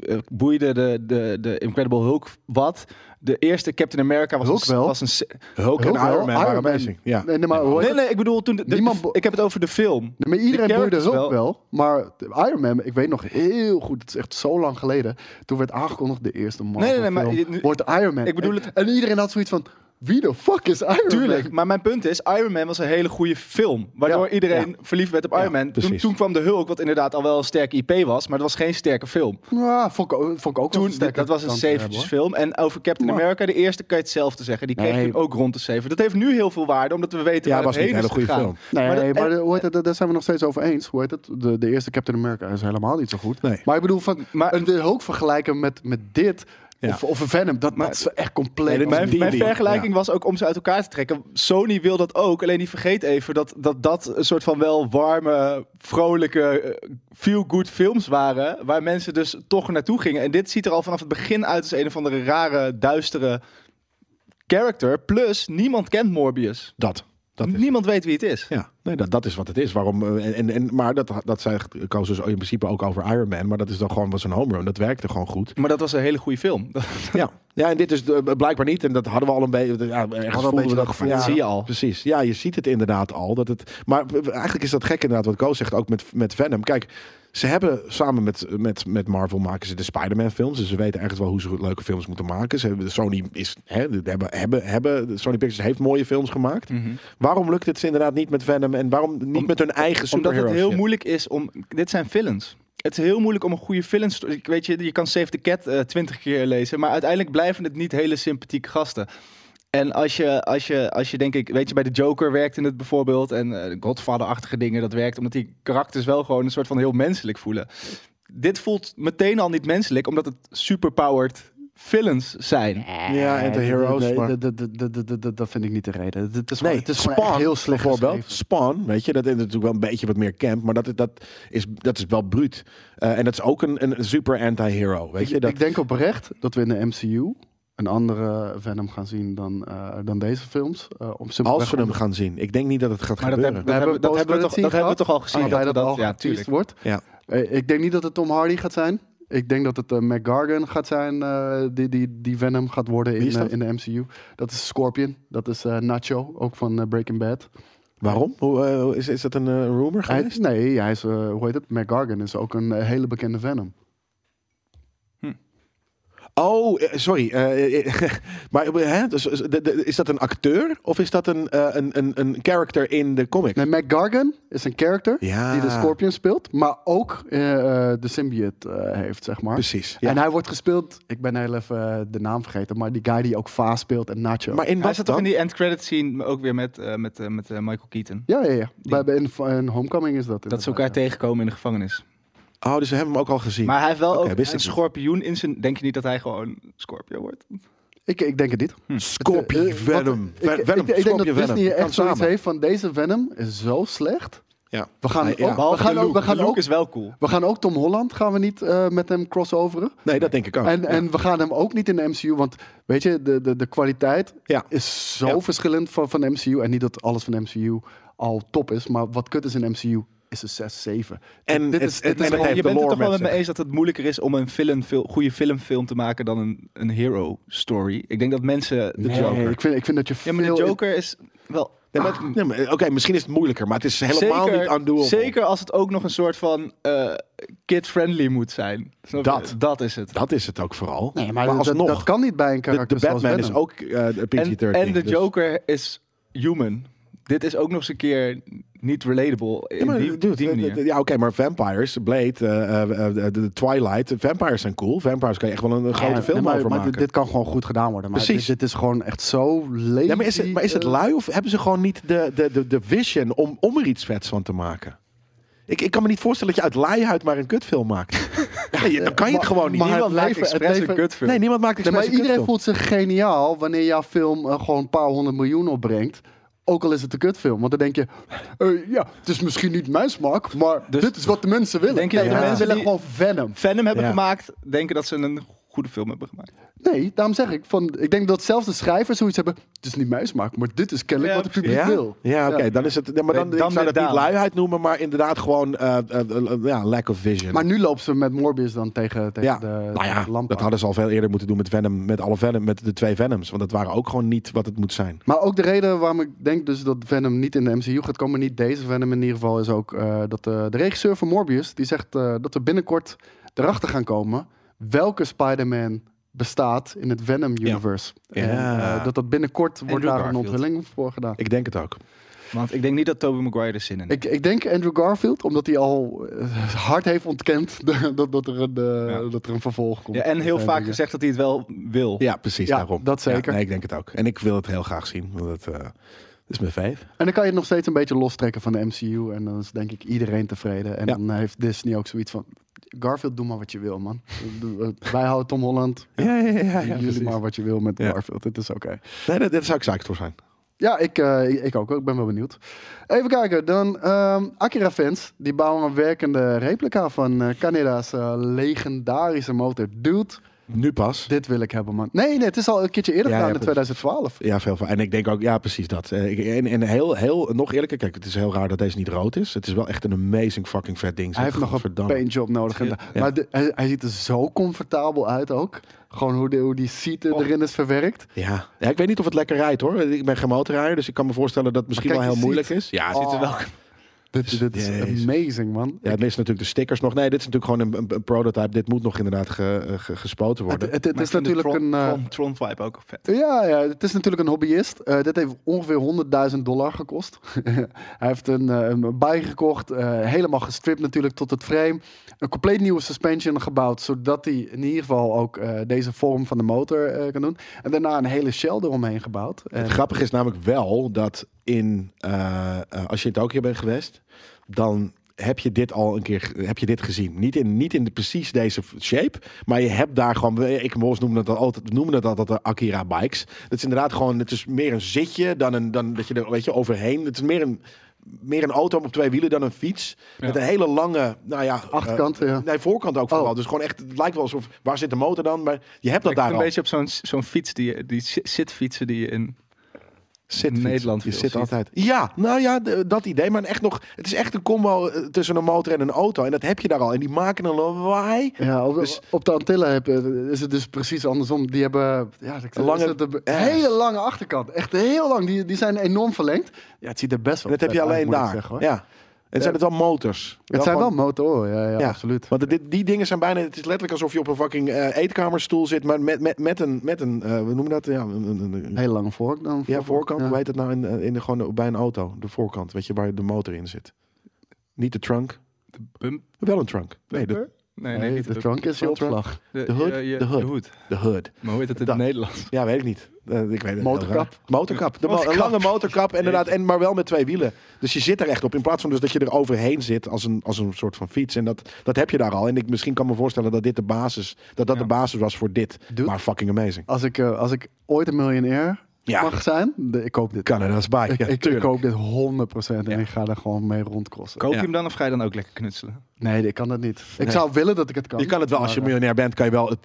[SPEAKER 3] eh, boeide de, de, de Incredible Hulk wat. De eerste Captain America was
[SPEAKER 4] Hulk
[SPEAKER 3] een,
[SPEAKER 4] wel.
[SPEAKER 3] was een se-
[SPEAKER 2] Hulk en
[SPEAKER 4] Heel
[SPEAKER 2] Iron
[SPEAKER 4] wel.
[SPEAKER 2] Man waren
[SPEAKER 4] Iron Man.
[SPEAKER 2] amazing. Ja.
[SPEAKER 4] Nee, nee, maar, hoe heet
[SPEAKER 3] Nee, nee, ik bedoel toen. de- de-
[SPEAKER 4] Niemand bo-
[SPEAKER 3] ik heb het over de film.
[SPEAKER 4] Nee, maar iedereen boeide
[SPEAKER 3] characters
[SPEAKER 4] Hulk wel.
[SPEAKER 3] wel.
[SPEAKER 4] Maar de Iron Man, ik weet nog heel goed, het is echt zo lang geleden. Toen werd aangekondigd de eerste Marvel
[SPEAKER 3] Nee, nee, nee, maar
[SPEAKER 4] film
[SPEAKER 3] dit nu-
[SPEAKER 4] wordt Iron Man.
[SPEAKER 3] Ik bedoel
[SPEAKER 4] en,
[SPEAKER 3] het-
[SPEAKER 4] en iedereen had zoiets van, wie de fuck is Iron
[SPEAKER 3] Tuurlijk,
[SPEAKER 4] Man?
[SPEAKER 3] maar mijn punt is, Iron Man was een hele goede film. Waardoor
[SPEAKER 4] Ja,
[SPEAKER 3] iedereen verliefd werd op Iron Man. Toen,
[SPEAKER 2] precies.
[SPEAKER 3] toen kwam de Hulk, wat inderdaad al wel een sterke IP was. Maar het was geen sterke film.
[SPEAKER 4] Ja, Nou, vond ik, ook- vond ik ook wel
[SPEAKER 3] Toen,
[SPEAKER 4] sterker
[SPEAKER 3] dat was een
[SPEAKER 4] kant te hebben,
[SPEAKER 3] zeventjes
[SPEAKER 4] hoor.
[SPEAKER 3] film. En over Captain
[SPEAKER 4] Maar-
[SPEAKER 3] America, de eerste kan je hetzelfde zeggen. Die kreeg
[SPEAKER 4] Nee.
[SPEAKER 3] toen ook rond de zeven. Dat heeft nu heel veel waarde, omdat we weten
[SPEAKER 2] Ja,
[SPEAKER 3] waar
[SPEAKER 2] was
[SPEAKER 3] het
[SPEAKER 2] niet
[SPEAKER 3] heen
[SPEAKER 2] een
[SPEAKER 3] is
[SPEAKER 2] hele goede
[SPEAKER 3] gegaan.
[SPEAKER 4] Nee,
[SPEAKER 3] Maar
[SPEAKER 4] maar,
[SPEAKER 3] dat-
[SPEAKER 4] de- hoe heet het, daar zijn we nog steeds over eens. Hoe heet het? De, de eerste Captain America is helemaal niet zo goed.
[SPEAKER 2] Nee.
[SPEAKER 4] Maar ik bedoel, van,
[SPEAKER 3] Maar-
[SPEAKER 4] maar, de Hulk vergelijken met, met dit
[SPEAKER 2] Ja.
[SPEAKER 4] of, of een Venom, dat,
[SPEAKER 3] Maar-
[SPEAKER 4] dat is echt compleet.
[SPEAKER 2] Nee, dit is
[SPEAKER 4] anders.
[SPEAKER 3] Mijn, mijn
[SPEAKER 2] die-
[SPEAKER 3] vergelijking
[SPEAKER 2] ja.
[SPEAKER 3] was ook om ze uit elkaar te trekken. Sony wil dat ook, alleen die vergeet even dat dat, dat een soort van wel warme, vrolijke, eh, feel-good films waren. Waar mensen dus toch naartoe gingen. En dit ziet er al vanaf het begin uit als een of andere rare, duistere character. Plus, niemand kent Morbius.
[SPEAKER 2] Dat. dat is.
[SPEAKER 3] niemand weet wie het is.
[SPEAKER 2] Ja, nee, dat, dat is wat het is. Waarom, eh, en, en, en, maar dat, dat zei Koos dus in principe ook over Iron Man. Maar dat is dan gewoon was een home run. Dat werkte gewoon goed.
[SPEAKER 3] Maar dat was een hele goede film. Dat,
[SPEAKER 2] Ja. ja, en dit is eh, blijkbaar niet. En dat hadden we al een beetje. Ja, ergens
[SPEAKER 4] een
[SPEAKER 2] voelden
[SPEAKER 4] beetje
[SPEAKER 2] we dat
[SPEAKER 4] dat
[SPEAKER 2] gevoel.
[SPEAKER 4] gevoel.
[SPEAKER 2] Ja.
[SPEAKER 3] zie je al.
[SPEAKER 2] Precies. Ja, je ziet het inderdaad al. Dat het, maar eigenlijk is dat gek inderdaad wat Koos zegt, ook met, met Venom. Kijk, ze hebben samen met, met, met Marvel maken ze de Spider-Man films. Dus ze weten ergens wel hoe ze goed leuke films moeten maken. Ze hebben, Sony is, hè, de- hebben, hebben, hebben, Sony Pictures heeft mooie films gemaakt. Waarom lukt het ze inderdaad niet met Venom? En waarom niet
[SPEAKER 3] Mhm. Om-
[SPEAKER 2] met hun eigen
[SPEAKER 3] Omdat
[SPEAKER 2] superhero
[SPEAKER 3] het heel
[SPEAKER 2] shit?
[SPEAKER 3] moeilijk is om. Dit zijn villains. Het is heel moeilijk om een goede villain story. Ik weet je, je kan Save the Cat eh, twintig keer lezen, maar uiteindelijk blijven het niet hele sympathieke gasten. En als je, als je, als je denk ik, weet je, bij de Joker werkt in het bijvoorbeeld en eh, Godfather-achtige dingen, dat werkt omdat die karakters wel gewoon een soort van heel menselijk voelen. Dit voelt meteen al niet menselijk, omdat het superpowered villains zijn.
[SPEAKER 2] Ja, en de
[SPEAKER 4] Nee,
[SPEAKER 2] heroes,
[SPEAKER 4] nee,
[SPEAKER 2] maar-
[SPEAKER 4] dat- dat- dat- dat- dat- Dat vind ik niet de reden. Het- Het is gewoon-
[SPEAKER 2] Nee,
[SPEAKER 4] het is gewoon
[SPEAKER 2] Spawn
[SPEAKER 4] echt heel slecht
[SPEAKER 2] bijvoorbeeld.
[SPEAKER 4] geschreven.
[SPEAKER 2] Spawn, weet je, dat is natuurlijk wel een beetje wat meer camp, maar dat, is- dat, is, dat is wel bruut. Eh, en dat is ook een, een super anti-hero, weet je.
[SPEAKER 4] Ik,
[SPEAKER 2] Dat,
[SPEAKER 4] ik denk oprecht dat we in de MCU een andere Venom gaan zien dan, eh, dan deze films. Eh, om simpelweg
[SPEAKER 2] als we hem
[SPEAKER 4] om-
[SPEAKER 2] gaan zien. Ik denk niet dat het gaat
[SPEAKER 3] Maar dat,
[SPEAKER 2] gebeuren.
[SPEAKER 3] hebben- dat hebben, dat, hebben we toch, dat hebben we toch al gezien?
[SPEAKER 4] Allebei
[SPEAKER 3] we
[SPEAKER 4] dat, al
[SPEAKER 3] ja,
[SPEAKER 4] geteased
[SPEAKER 3] tuurlijk.
[SPEAKER 4] wordt.
[SPEAKER 2] Ja.
[SPEAKER 4] Eh, ik denk niet dat het Tom Hardy gaat zijn. Ik denk dat het eh, Mac Gargan gaat zijn eh, die, die, die Venom gaat worden
[SPEAKER 2] Wie
[SPEAKER 4] in,
[SPEAKER 2] is
[SPEAKER 4] eh,
[SPEAKER 2] dat?
[SPEAKER 4] in de MCU. Dat is Scorpion. Dat is eh, Nacho, ook van eh, Breaking Bad.
[SPEAKER 2] Waarom? Hoe, eh, is, is dat een eh, rumor
[SPEAKER 4] Hij,
[SPEAKER 2] geweest?
[SPEAKER 4] nee, hij is, eh, hoe heet het? Mac Gargan is ook een eh, hele bekende Venom.
[SPEAKER 2] Oh, eh, sorry. eh, eh, maar eh, hè, dus, is- de- de- is dat een acteur of is dat een, eh, een, een, een character in de comic?
[SPEAKER 4] Nee, Mac Gargan is een character
[SPEAKER 2] Ja.
[SPEAKER 4] die de Scorpion speelt, maar ook eh, eh, de symbiote eh, heeft, zeg maar.
[SPEAKER 2] Precies. Ja.
[SPEAKER 4] En hij wordt gespeeld, ik ben heel even eh, de naam vergeten, maar die guy die ook Vaas speelt en Nacho.
[SPEAKER 2] maar in
[SPEAKER 3] Hij
[SPEAKER 2] wat
[SPEAKER 3] zat
[SPEAKER 2] dan?
[SPEAKER 3] toch in die end credit scene ook weer met, eh, met, eh, met eh, Michael Keaton.
[SPEAKER 4] ja, ja, ja. Bij, bij- in, in Homecoming is
[SPEAKER 3] Dat
[SPEAKER 4] dat.
[SPEAKER 3] ze
[SPEAKER 4] inderdaad,
[SPEAKER 3] elkaar
[SPEAKER 4] ja.
[SPEAKER 3] tegenkomen in de gevangenis.
[SPEAKER 2] Oh, dus we hebben hem ook al gezien.
[SPEAKER 3] Maar hij heeft wel
[SPEAKER 2] Oké,
[SPEAKER 3] ook
[SPEAKER 2] wist
[SPEAKER 3] een
[SPEAKER 2] ik niet.
[SPEAKER 3] schorpioen in zijn... Denk je niet dat hij gewoon Scorpio wordt?
[SPEAKER 4] Ik, ik denk het niet.
[SPEAKER 2] Scorpion
[SPEAKER 4] Eh, eh,
[SPEAKER 2] Venom.
[SPEAKER 4] want
[SPEAKER 2] Ver-
[SPEAKER 4] ik-
[SPEAKER 2] Venom.
[SPEAKER 4] Ik, ik denk dat
[SPEAKER 2] Scorpion Venom.
[SPEAKER 4] Disney
[SPEAKER 2] Kan
[SPEAKER 4] echt zoiets
[SPEAKER 2] samen.
[SPEAKER 4] heeft van deze Venom is zo slecht.
[SPEAKER 2] Ja.
[SPEAKER 4] We gaan,
[SPEAKER 2] Hij-
[SPEAKER 4] ook,
[SPEAKER 2] ja.
[SPEAKER 4] we gaan, ook, we gaan, ook,
[SPEAKER 3] is wel cool.
[SPEAKER 4] we gaan ook Tom Holland gaan we niet eh, met hem crossoveren.
[SPEAKER 2] Nee, dat denk ik ook.
[SPEAKER 4] en, en we gaan hem ook niet in de MCU, want weet je, de, de, de kwaliteit
[SPEAKER 2] Ja.
[SPEAKER 4] is zo
[SPEAKER 2] Ja.
[SPEAKER 4] verschillend van, van de MCU. En niet dat alles van de MCU al top is, maar wat kut is in de MCU is een 6, 7.
[SPEAKER 2] En
[SPEAKER 4] dit
[SPEAKER 2] het-
[SPEAKER 4] is,
[SPEAKER 2] het-
[SPEAKER 4] dit is
[SPEAKER 2] en het
[SPEAKER 4] gewoon-
[SPEAKER 2] heeft
[SPEAKER 3] je
[SPEAKER 2] de
[SPEAKER 3] bent het
[SPEAKER 2] lore
[SPEAKER 3] toch wel
[SPEAKER 2] met
[SPEAKER 3] met me
[SPEAKER 2] zich.
[SPEAKER 3] eens dat het moeilijker is om een film, fil- goede filmfilm te maken dan een, een hero story. Ik denk dat mensen... De
[SPEAKER 4] Nee,
[SPEAKER 3] Joker...
[SPEAKER 4] Ik vind, ik vind dat je
[SPEAKER 3] Ja, maar de
[SPEAKER 4] veel-
[SPEAKER 3] Joker is wel... Ah.
[SPEAKER 2] Nee, maar- nee, maar- Oké, misschien is het moeilijker, maar het is helemaal
[SPEAKER 3] zeker,
[SPEAKER 2] niet undoable.
[SPEAKER 3] Zeker als het ook nog een soort van eh, kid-friendly moet zijn. Snap je?
[SPEAKER 2] Dat.
[SPEAKER 3] Dat is het.
[SPEAKER 2] Dat is het ook vooral.
[SPEAKER 4] Nee, maar,
[SPEAKER 2] maar,
[SPEAKER 4] dat-
[SPEAKER 2] alsnog,
[SPEAKER 4] Dat, dat kan niet bij een
[SPEAKER 2] de,
[SPEAKER 4] karakter
[SPEAKER 2] de Batman
[SPEAKER 4] zoals
[SPEAKER 2] is
[SPEAKER 4] Venom.
[SPEAKER 2] ook eh
[SPEAKER 3] En,
[SPEAKER 2] PG-13.
[SPEAKER 3] en de
[SPEAKER 2] dus-
[SPEAKER 3] Joker is human. Dit is ook nog eens een keer niet relatable in
[SPEAKER 2] Ja, maar,
[SPEAKER 3] die,
[SPEAKER 2] dude,
[SPEAKER 3] die
[SPEAKER 2] eh,
[SPEAKER 3] manier.
[SPEAKER 2] eh, ja oké, maar vampires, Blade, eh, eh, eh, de de Twilight, eh, vampires zijn cool. Vampires kan je echt wel een, een grote
[SPEAKER 4] Ja,
[SPEAKER 2] film
[SPEAKER 4] nee, maar,
[SPEAKER 2] over
[SPEAKER 4] maar
[SPEAKER 2] maken.
[SPEAKER 4] dit- dit kan gewoon goed gedaan worden. Maar
[SPEAKER 2] Precies.
[SPEAKER 4] Dit, dit is gewoon echt zo lazy.
[SPEAKER 2] ja, maar, is het, maar is het
[SPEAKER 4] eh,
[SPEAKER 2] lui of hebben ze gewoon niet de, de, de, de vision om, om er iets vets van te maken? Ik, ik kan me niet voorstellen dat je uit laaihuid maar een kutfilm maakt. nee, je- dan kan je het gewoon niet.
[SPEAKER 4] maar
[SPEAKER 2] Niemand-
[SPEAKER 3] Niemand
[SPEAKER 4] het
[SPEAKER 3] maakt
[SPEAKER 4] leven- het
[SPEAKER 3] expres een
[SPEAKER 4] leven-
[SPEAKER 3] kutfilm.
[SPEAKER 2] nee, niemand maakt
[SPEAKER 4] Nee, maar
[SPEAKER 2] expres een
[SPEAKER 4] iedereen
[SPEAKER 2] kutfilm.
[SPEAKER 4] voelt zich geniaal wanneer jouw film eh, gewoon een paar honderd miljoen opbrengt. Ook al is het een kutfilm. Want dan denk je, eh, ja, het is misschien niet mijn smaak, maar
[SPEAKER 3] Dus-
[SPEAKER 4] dit is wat de mensen willen.
[SPEAKER 3] Denk je
[SPEAKER 4] nee,
[SPEAKER 3] dat
[SPEAKER 4] de
[SPEAKER 3] de
[SPEAKER 4] mensen
[SPEAKER 3] mensen
[SPEAKER 4] willen
[SPEAKER 3] die-
[SPEAKER 4] gewoon Venom.
[SPEAKER 3] Venom hebben
[SPEAKER 2] Ja.
[SPEAKER 3] gemaakt, denken dat ze een goede film hebben gemaakt.
[SPEAKER 4] Nee, daarom zeg ik, van, ik denk dat zelfs de schrijvers zoiets hebben, het is niet mijn smaak, maar dit is kennelijk
[SPEAKER 3] Ja,
[SPEAKER 4] wat het publiek
[SPEAKER 2] ja?
[SPEAKER 4] wil.
[SPEAKER 2] Ja, oké.
[SPEAKER 4] Ja.
[SPEAKER 2] Dan is het. nee, maar dan,
[SPEAKER 3] Dan
[SPEAKER 2] ik zou dat
[SPEAKER 3] weer
[SPEAKER 2] niet
[SPEAKER 3] down.
[SPEAKER 2] luiheid noemen, maar inderdaad gewoon eh, eh, eh, ja, lack of vision.
[SPEAKER 4] Maar nu loopt ze met Morbius dan tegen, tegen
[SPEAKER 2] ja,
[SPEAKER 4] de,
[SPEAKER 2] nou ja,
[SPEAKER 4] de lamp
[SPEAKER 2] dat
[SPEAKER 4] aan.
[SPEAKER 2] hadden ze al veel eerder moeten doen met Venom, met alle Venom, met de twee Venoms, want dat waren ook gewoon niet wat het moet zijn.
[SPEAKER 4] Maar ook de reden waarom ik denk dus dat Venom niet in de MCU gaat komen, niet deze Venom in ieder geval, is ook eh, dat de, de regisseur van Morbius, die zegt eh, dat we binnenkort erachter gaan komen welke Spider-Man bestaat in het Venom-universe.
[SPEAKER 2] Ja.
[SPEAKER 4] En
[SPEAKER 2] Ja.
[SPEAKER 4] eh, dat dat binnenkort wordt daar een
[SPEAKER 3] Garfield.
[SPEAKER 4] onthulling voor gedaan.
[SPEAKER 2] Ik denk het ook.
[SPEAKER 3] Want ik denk niet dat Tobey Maguire er zin in heeft.
[SPEAKER 4] Ik, ik denk Andrew Garfield, omdat hij al eh, hard heeft ontkend dat, dat, er een, eh,
[SPEAKER 3] Ja.
[SPEAKER 4] dat er een vervolg komt.
[SPEAKER 3] Ja, en heel
[SPEAKER 4] Eh,
[SPEAKER 3] vaak
[SPEAKER 4] dingen.
[SPEAKER 3] gezegd dat hij het wel wil.
[SPEAKER 2] Ja, precies
[SPEAKER 4] Ja,
[SPEAKER 2] daarom.
[SPEAKER 4] dat zeker.
[SPEAKER 2] Ja, nee, ik denk het ook. En ik wil het heel graag zien, want het eh, is mijn vijf.
[SPEAKER 4] En dan kan je het nog steeds een beetje lostrekken van de MCU. En dan is denk ik iedereen tevreden. En
[SPEAKER 2] Ja.
[SPEAKER 4] dan heeft Disney ook zoiets van... Garfield, doe maar wat je wil, man. Wij houden Tom Holland.
[SPEAKER 2] Ja, ja, ja.
[SPEAKER 4] Jullie maar wat je wil met
[SPEAKER 2] Ja.
[SPEAKER 4] Garfield. Het is oké.
[SPEAKER 2] Nee, daar, daar zou ik psyched voor zijn.
[SPEAKER 4] Ja, ik, eh, ik- ik ook. Ik ben wel benieuwd. Even kijken. Dan ehm, Akira-fans. Die bouwen een werkende replica van eh, Kaneda's eh, legendarische motor. Dude,
[SPEAKER 2] Nu pas.
[SPEAKER 4] dit wil ik hebben, man. Nee, nee. Het is al een keertje eerder
[SPEAKER 2] Ja,
[SPEAKER 4] gedaan
[SPEAKER 2] ja,
[SPEAKER 4] in 2012.
[SPEAKER 2] Ja, veel van. En ik denk ook, ja, precies dat. Eh, ik- En, en heel, heel, nog eerlijker, kijk, het is heel raar dat deze niet rood is. Het is wel echt een amazing fucking vet ding.
[SPEAKER 4] Hij heeft nog een
[SPEAKER 2] Godverdamme.
[SPEAKER 4] paintjob nodig. En da-
[SPEAKER 2] Ja.
[SPEAKER 4] Maar de- hij, hij ziet er zo comfortabel uit ook. Gewoon hoe, de, hoe die seat er-
[SPEAKER 3] Och.
[SPEAKER 4] erin is verwerkt.
[SPEAKER 2] Ja. ja, ik weet niet of het lekker rijdt hoor. Ik ben geen motorrijder, dus ik kan me voorstellen dat het misschien
[SPEAKER 4] Maar
[SPEAKER 2] wel
[SPEAKER 4] kijk,
[SPEAKER 2] heel
[SPEAKER 4] je
[SPEAKER 2] moeilijk
[SPEAKER 4] ziet-
[SPEAKER 2] is. Ja, het
[SPEAKER 4] Oh.
[SPEAKER 2] ziet er wel.
[SPEAKER 4] Dit, dit is
[SPEAKER 2] Jezus.
[SPEAKER 4] amazing, man.
[SPEAKER 2] Ja, het is natuurlijk de stickers nog. Nee, dit is natuurlijk gewoon een, een- een prototype. Dit moet nog inderdaad ge- eh, ge- gespoten
[SPEAKER 4] Het,
[SPEAKER 2] worden.
[SPEAKER 4] het, het
[SPEAKER 3] Maar
[SPEAKER 4] is
[SPEAKER 3] ik vind de
[SPEAKER 4] natuurlijk een...
[SPEAKER 3] Tron,
[SPEAKER 4] eh,
[SPEAKER 3] Tron, Tron vibe ook vet.
[SPEAKER 4] ja, ja, het is natuurlijk een hobbyist. Eh, dit heeft ongeveer 100.000 dollar gekost. hij heeft een, eh, een bij gekocht, eh, helemaal gestript natuurlijk tot het frame. Een compleet nieuwe suspension gebouwd, zodat hij in ieder geval ook eh, deze vorm van de motor eh, kan doen. En daarna een hele shell eromheen gebouwd. En-
[SPEAKER 2] Het grappige is namelijk wel dat in, eh, eh, als je in Tokio bent geweest, dan heb je dit al een keer ge- heb je dit gezien. Niet in, niet in de, precies deze f- shape, maar je hebt daar gewoon, ik Mos noemde dat altijd, noemde dat altijd de Akira bikes. Dat is inderdaad gewoon, het is meer een zitje dan een, dan dat je er, weet je, overheen. Het is meer een, meer een auto op twee wielen dan een fiets. Met een hele lange, nou ja.
[SPEAKER 4] Achterkant,
[SPEAKER 2] eh,
[SPEAKER 4] ja.
[SPEAKER 2] Nee, voorkant ook vooral.
[SPEAKER 4] Oh.
[SPEAKER 2] Dus gewoon echt, het lijkt wel alsof, waar zit de motor dan? Maar je hebt dat
[SPEAKER 3] Ik
[SPEAKER 2] daar
[SPEAKER 3] vind een
[SPEAKER 2] al.
[SPEAKER 3] beetje op zo'n zo'n fiets, die, die zi- zitfietsen die je in...
[SPEAKER 2] Zit
[SPEAKER 3] Nederland
[SPEAKER 2] Je
[SPEAKER 3] veel
[SPEAKER 2] zit
[SPEAKER 3] ziet.
[SPEAKER 2] altijd. Ja, nou ja, d- dat idee. Maar echt nog, het is echt een combo eh, tussen een motor en een auto. En dat heb je daar al. En die maken een lawaai.
[SPEAKER 4] Ja, op,
[SPEAKER 2] Dus-
[SPEAKER 4] op de Antillen heb, eh, is het dus precies andersom. Die hebben ja, ik-
[SPEAKER 2] Lange
[SPEAKER 4] is het een
[SPEAKER 2] ass.
[SPEAKER 4] hele lange achterkant. Echt heel lang. Die, die zijn enorm verlengd. Ja, het ziet er best
[SPEAKER 2] En
[SPEAKER 4] wel
[SPEAKER 2] dat heb je
[SPEAKER 4] vet uit,
[SPEAKER 2] alleen
[SPEAKER 4] moet ik
[SPEAKER 2] daar.
[SPEAKER 4] zeggen, hoor.
[SPEAKER 2] ja. En zijn het wel motors?
[SPEAKER 4] Het zijn
[SPEAKER 2] gewoon-
[SPEAKER 4] wel motoren, ja, ja,
[SPEAKER 2] Ja.
[SPEAKER 4] absoluut.
[SPEAKER 2] Want dit, die dingen zijn bijna. Het is letterlijk alsof je op een fucking eh, eetkamerstoel zit. Maar met, met, met een. Met een eh, we noemen dat. Ja, een, een- een- een-
[SPEAKER 4] Heel lange vork dan.
[SPEAKER 2] ja voorkant.
[SPEAKER 4] Ja.
[SPEAKER 2] Hoe heet dat nou? In, in de, gewoon bij een auto. De voorkant. Weet je waar de motor in zit? Niet de trunk.
[SPEAKER 3] De bump?
[SPEAKER 2] Wel een trunk. Nee, de,
[SPEAKER 3] Nee,
[SPEAKER 4] Nee,
[SPEAKER 3] nee, niet
[SPEAKER 4] de
[SPEAKER 3] de
[SPEAKER 4] trunk is je
[SPEAKER 2] Wat trunk?
[SPEAKER 4] opslag.
[SPEAKER 3] De,
[SPEAKER 2] de hood?
[SPEAKER 3] je- je-
[SPEAKER 2] De hood.
[SPEAKER 3] de hood.
[SPEAKER 2] de hood.
[SPEAKER 3] Maar hoe heet dat in
[SPEAKER 2] Dat-
[SPEAKER 3] het Nederlands?
[SPEAKER 2] Ja, weet ik niet. Eh, ik weet het heel
[SPEAKER 4] Motorkap.
[SPEAKER 2] raar. Motorkap. De mo-
[SPEAKER 3] Motorkap.
[SPEAKER 2] Een lange motorkap, inderdaad. En, maar wel met twee wielen. Dus je zit er echt op. In plaats van dus dat je er overheen zit als een, als een soort van fiets. En dat, dat heb je daar al. En ik misschien kan me voorstellen dat dit de basis, dat dat
[SPEAKER 3] Ja.
[SPEAKER 2] de basis was voor dit.
[SPEAKER 4] Dude.
[SPEAKER 2] Maar fucking amazing.
[SPEAKER 4] Als ik, eh, als ik ooit een miljonair
[SPEAKER 2] Ja.
[SPEAKER 4] mag zijn, de- ik koop dit.
[SPEAKER 2] Canada's bike.
[SPEAKER 4] ik,
[SPEAKER 2] ja,
[SPEAKER 4] ik, ik
[SPEAKER 2] tuurlijk.
[SPEAKER 4] koop dit 100% en
[SPEAKER 3] Ja.
[SPEAKER 4] ik ga er gewoon mee rondcrossen.
[SPEAKER 3] Koop je
[SPEAKER 2] Ja.
[SPEAKER 3] hem dan of ga je dan ook lekker knutselen?
[SPEAKER 4] Nee, ik kan dat niet. Ik
[SPEAKER 2] Nee.
[SPEAKER 4] zou willen dat ik het kan.
[SPEAKER 2] je kan het wel, als je
[SPEAKER 4] maar, eh,
[SPEAKER 2] miljonair bent, kan je wel het,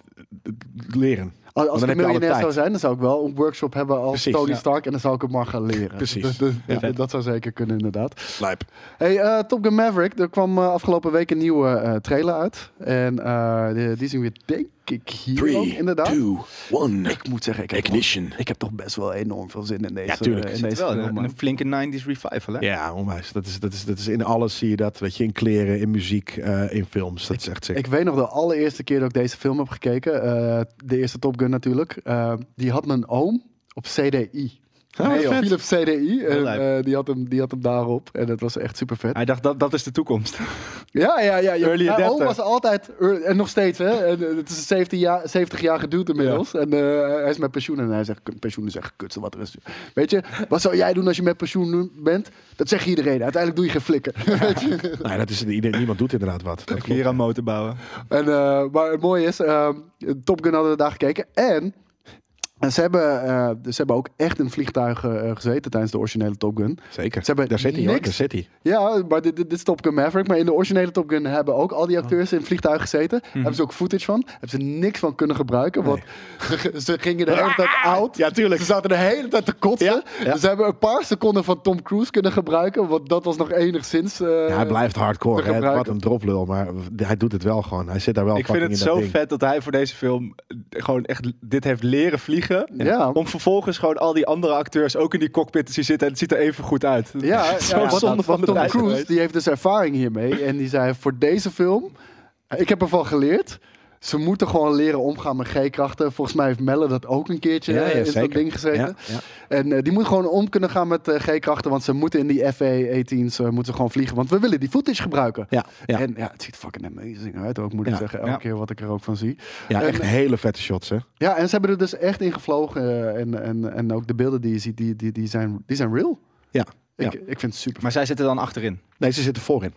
[SPEAKER 2] het leren.
[SPEAKER 4] Als,
[SPEAKER 2] Want
[SPEAKER 4] als
[SPEAKER 2] dan
[SPEAKER 4] ik
[SPEAKER 2] heb je alle tijd.
[SPEAKER 4] miljonair zou zijn, dan zou ik wel een workshop hebben als
[SPEAKER 2] Precies,
[SPEAKER 4] Tony
[SPEAKER 2] ja.
[SPEAKER 4] Stark. En dan zou ik het maar gaan leren.
[SPEAKER 2] Precies.
[SPEAKER 4] Dus- dus-
[SPEAKER 2] Ja.
[SPEAKER 4] dat- Dat zou zeker kunnen, inderdaad.
[SPEAKER 2] Slijp.
[SPEAKER 4] Hey, eh, Top Gun Maverick. Er kwam eh, afgelopen week een nieuwe eh, trailer uit. En eh, die, die zien we denk ik hier ook, inderdaad.
[SPEAKER 2] 1.
[SPEAKER 4] Ik moet zeggen, ik heb,
[SPEAKER 2] Ignition.
[SPEAKER 4] Toch, ik heb toch best wel enorm veel zin in deze,
[SPEAKER 2] Ja, tuurlijk.
[SPEAKER 4] eh,
[SPEAKER 2] Ik
[SPEAKER 4] in
[SPEAKER 2] zit
[SPEAKER 4] deze
[SPEAKER 3] Wel,
[SPEAKER 4] film.
[SPEAKER 3] een,
[SPEAKER 4] man.
[SPEAKER 3] een flinke 90s revival, hè?
[SPEAKER 2] Ja, onwijs. Dat is, dat, is, dat is in alles zie je dat. Weet je, in kleren, in muziek, eh, in films. Dat is echt sick.
[SPEAKER 4] Ik weet nog de allereerste keer dat ik deze film heb gekeken. eh, de eerste Top Gun natuurlijk. eh, die had mijn oom op CDI.
[SPEAKER 3] Oh,
[SPEAKER 2] Ja,
[SPEAKER 4] Nee,
[SPEAKER 2] wat
[SPEAKER 4] joh,
[SPEAKER 2] vet.
[SPEAKER 4] Philips CDI. En,
[SPEAKER 3] lijp.
[SPEAKER 4] eh, die, had hem, die had hem daarop. En dat was echt super vet.
[SPEAKER 3] Hij dacht, dat, dat is de toekomst.
[SPEAKER 4] Ja, ja, ja. ja.
[SPEAKER 3] Early
[SPEAKER 4] Mijn
[SPEAKER 3] adapter.
[SPEAKER 4] oom was altijd... ear- En nog steeds, hè. En, eh, het is een 70 jaar, 70 jaar geduwd inmiddels. En eh, hij is met pensioen. En hij zegt, pensioen is echt kutste wat er is. Weet je, wat zou jij doen als je met pensioen nu bent? Dat zegt iedereen. Uiteindelijk doe je geen flikken. Weet je?
[SPEAKER 2] Nou, dat is, ieder- niemand doet inderdaad wat. Dat klopt.
[SPEAKER 3] Hier aan motor bouwen.
[SPEAKER 4] En, eh, maar het mooie is, ehm, Top Gun hadden we daar gekeken. En ze hebben, eh, ze hebben ook echt in vliegtuigen eh, gezeten tijdens de originele Top Gun.
[SPEAKER 2] Zeker.
[SPEAKER 4] Ze hebben
[SPEAKER 2] daar zit hij, hoor.
[SPEAKER 4] niks-
[SPEAKER 2] Daar zit hij.
[SPEAKER 4] Ja, maar dit, dit dit is Top Gun Maverick. Maar in de originele Top Gun hebben ook al die
[SPEAKER 2] Oh.
[SPEAKER 4] acteurs in vliegtuigen gezeten.
[SPEAKER 2] Mhm.
[SPEAKER 4] Hebben ze ook footage van. Hebben ze niks van kunnen gebruiken. Want ze gingen de hele tijd oud.
[SPEAKER 2] Ja, tuurlijk.
[SPEAKER 4] Ze zaten de hele tijd te kotsen.
[SPEAKER 2] Ah! Ja, ja.
[SPEAKER 4] Ze hebben een paar seconden van Tom Cruise kunnen gebruiken. Want dat was nog enigszins... eh,
[SPEAKER 2] Ja, hij blijft hardcore.
[SPEAKER 4] te
[SPEAKER 2] hè.
[SPEAKER 4] gebruiken.
[SPEAKER 2] Wat een droplul, maar hij doet het wel gewoon. Hij zit daar wel
[SPEAKER 3] Ik vind
[SPEAKER 2] fucking
[SPEAKER 3] het
[SPEAKER 2] in dat
[SPEAKER 3] zo
[SPEAKER 2] ding.
[SPEAKER 3] vet dat hij voor deze film gewoon echt dit heeft leren vliegen.
[SPEAKER 4] Ja.
[SPEAKER 3] Om vervolgens gewoon al die andere acteurs ook in die cockpit te zien zitten. En het ziet er even goed uit. Zo
[SPEAKER 4] Ja, ja want,
[SPEAKER 3] zonde
[SPEAKER 4] want
[SPEAKER 3] van de
[SPEAKER 4] Tom
[SPEAKER 3] tijd
[SPEAKER 4] Cruise
[SPEAKER 3] geweest.
[SPEAKER 4] die heeft dus ervaring hiermee. En die zei, voor deze film, ik heb ervan geleerd... Ze moeten gewoon leren omgaan met G-krachten. Volgens mij heeft Melle dat ook een keertje
[SPEAKER 2] Ja, ja,
[SPEAKER 4] eh, in dat
[SPEAKER 2] zeker.
[SPEAKER 4] ding gezeten.
[SPEAKER 2] Ja, ja.
[SPEAKER 4] En eh, die moet gewoon om kunnen gaan met eh, G-krachten. Want ze moeten in die FA-18's eh, moeten ze gewoon vliegen. Want we willen die footage gebruiken.
[SPEAKER 2] Ja, ja.
[SPEAKER 4] En ja, het ziet fucking amazing uit ook, moet ik
[SPEAKER 2] Ja,
[SPEAKER 4] zeggen. Elke
[SPEAKER 3] ja.
[SPEAKER 4] keer wat ik er ook van zie.
[SPEAKER 2] Ja,
[SPEAKER 4] En-
[SPEAKER 2] echt hele vette shots, hè.
[SPEAKER 4] Ja, en ze hebben er dus echt in gevlogen. eh, en, en, en ook de beelden die je ziet, die, die, die, zijn, die zijn real.
[SPEAKER 2] Ja.
[SPEAKER 4] Ik,
[SPEAKER 2] Ja.
[SPEAKER 4] ik vind het super.
[SPEAKER 3] Maar zij zitten dan achterin.
[SPEAKER 2] Nee, ze zitten voorin.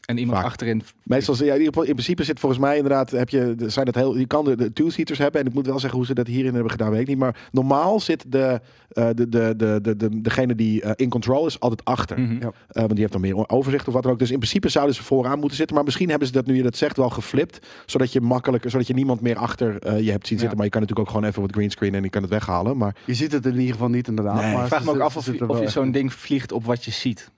[SPEAKER 3] En iemand
[SPEAKER 2] Vaak.
[SPEAKER 3] achterin.
[SPEAKER 2] Meestal, ja, in ieder geval- in principe zit volgens mij inderdaad, heb je, zijn dat heel, je kan de, de two-seaters hebben. En ik moet wel zeggen hoe ze dat hierin hebben gedaan, weet ik niet. Maar normaal zit de, eh, de, de, de, de, de- degene die eh, in control is altijd achter.
[SPEAKER 3] Mhm.
[SPEAKER 4] Ja.
[SPEAKER 2] Eh, want die heeft dan meer overzicht of wat dan ook. Dus in principe zouden ze vooraan moeten zitten. Maar misschien hebben ze dat nu je dat zegt wel geflipt. Zodat je makkelijker, zodat je niemand meer achter eh, je hebt zien zitten.
[SPEAKER 3] Ja.
[SPEAKER 2] Maar je kan natuurlijk ook gewoon even wat greenscreen en je kan het weghalen. Maar
[SPEAKER 4] Je ziet het in ieder geval niet inderdaad.
[SPEAKER 2] Nee,
[SPEAKER 4] maar
[SPEAKER 3] Ik vraag
[SPEAKER 4] ze
[SPEAKER 3] me ook
[SPEAKER 4] zit-
[SPEAKER 3] af
[SPEAKER 4] ze
[SPEAKER 3] of,
[SPEAKER 4] zit
[SPEAKER 3] je-
[SPEAKER 4] er
[SPEAKER 3] of
[SPEAKER 4] wel
[SPEAKER 3] je
[SPEAKER 4] echt
[SPEAKER 3] zo'n
[SPEAKER 4] in.
[SPEAKER 3] ding vliegt op wat je ziet.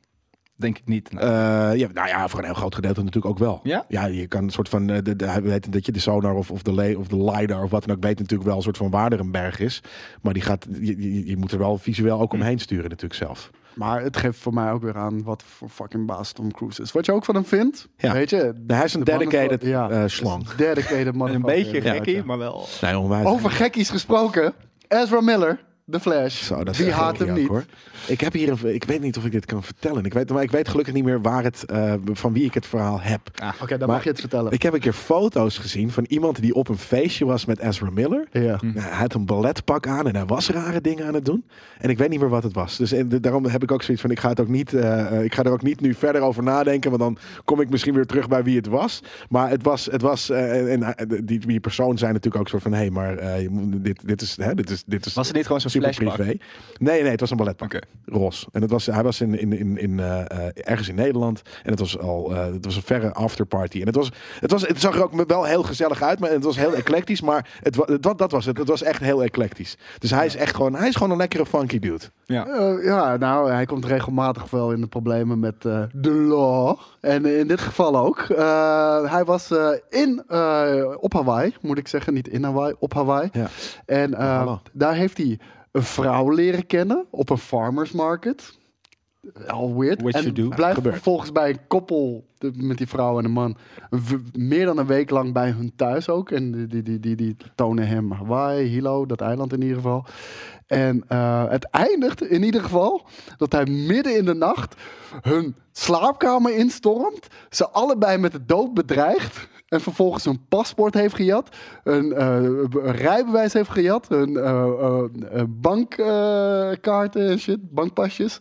[SPEAKER 3] Denk ik niet. Nou,
[SPEAKER 2] Eh, ja, nou ja, voor een heel groot gedeelte natuurlijk ook wel.
[SPEAKER 3] Ja?
[SPEAKER 2] je kan een soort van, eh, de, de, hij weet dat je de sonar of, of, de la- of de lidar of wat dan ook weet natuurlijk wel een soort van waar er een berg is. Maar die gaat, je, je, je moet er wel visueel
[SPEAKER 4] Hm.
[SPEAKER 2] ook omheen sturen natuurlijk zelf.
[SPEAKER 4] Maar het geeft voor mij ook weer aan wat voor fucking baas Tom Cruise is. Wat je ook van hem vindt,
[SPEAKER 2] Ja.
[SPEAKER 4] weet je.
[SPEAKER 2] hij is een
[SPEAKER 4] de man-
[SPEAKER 2] dedicated,
[SPEAKER 4] ja,
[SPEAKER 2] eh, slang.
[SPEAKER 4] is een Dedicated man.
[SPEAKER 3] een beetje gekkie,
[SPEAKER 4] eh, Ja.
[SPEAKER 3] maar wel.
[SPEAKER 2] Nee, onwijs.
[SPEAKER 4] Over gekkies gesproken. Ezra Miller, The Flash.
[SPEAKER 2] Zo, dat is
[SPEAKER 4] Wie
[SPEAKER 2] echt
[SPEAKER 4] haat hem
[SPEAKER 2] geniaal,
[SPEAKER 4] niet?
[SPEAKER 2] Hoor. Ik heb hier, een- ik weet niet of ik dit kan vertellen. Ik weet, maar ik weet gelukkig niet meer waar het, eh, van wie ik het verhaal heb.
[SPEAKER 3] Ah,
[SPEAKER 4] Oké, dan
[SPEAKER 2] Maar-
[SPEAKER 4] mag je het vertellen.
[SPEAKER 2] Ik heb een keer foto's gezien van iemand die op een feestje was met Ezra Miller.
[SPEAKER 4] ja.
[SPEAKER 3] Hm.
[SPEAKER 2] Nou, hij had een balletpak aan en hij was rare dingen aan het doen. En ik weet niet meer wat het was. Dus en, de- daarom heb ik ook zoiets van: ik ga, het ook niet, eh, eh, ik ga er ook niet nu verder over nadenken. Want dan kom ik misschien weer terug bij wie het was. Maar het was. Het was eh, en en, eh, die, die persoon zei natuurlijk ook soort van: hé, hey, maar eh, je moet- dit, dit is. Hè, dit is, dit is
[SPEAKER 3] Was er niet gewoon zo'n
[SPEAKER 2] super
[SPEAKER 3] flashback?
[SPEAKER 2] privé. Nee, nee, het was een balletpak.
[SPEAKER 3] Oké.
[SPEAKER 2] Ros. En het was, hij was in, in, in, in, eh, eh, ergens in Nederland. En het was al eh, het was een verre afterparty. En het, was, het, was, het zag er ook wel heel gezellig uit. Maar het was heel eclectisch. Maar het, wa- het, wa- dat was het. Het was echt heel eclectisch. Dus hij is echt gewoon, hij is gewoon een lekkere funky dude.
[SPEAKER 3] Ja.
[SPEAKER 4] Eh, ja, nou, hij komt regelmatig wel in de problemen met eh, de law. En in dit geval ook. Eh, hij was eh, in, eh, op Hawaii, moet ik zeggen. Niet in Hawaii, op Hawaii.
[SPEAKER 2] Ja.
[SPEAKER 4] En eh,
[SPEAKER 2] Hallo.
[SPEAKER 4] daar heeft hij een vrouw leren kennen op een farmers market. Al weird.
[SPEAKER 3] What
[SPEAKER 4] en
[SPEAKER 3] you do.
[SPEAKER 4] blijft
[SPEAKER 2] Gebeurt.
[SPEAKER 4] vervolgens bij een koppel de- met die vrouw en een man v- meer dan een week lang bij hun thuis ook. En die, die, die, die, die tonen hem Hawaii, Hilo, dat eiland in ieder geval. En eh, het eindigt in ieder geval dat hij midden in de nacht hun slaapkamer instormt. Ze allebei met de dood bedreigt. En vervolgens hun paspoort heeft gejat. Een eh, rijbewijs heeft gejat. Hun bankkaarten en shit. Bankpasjes.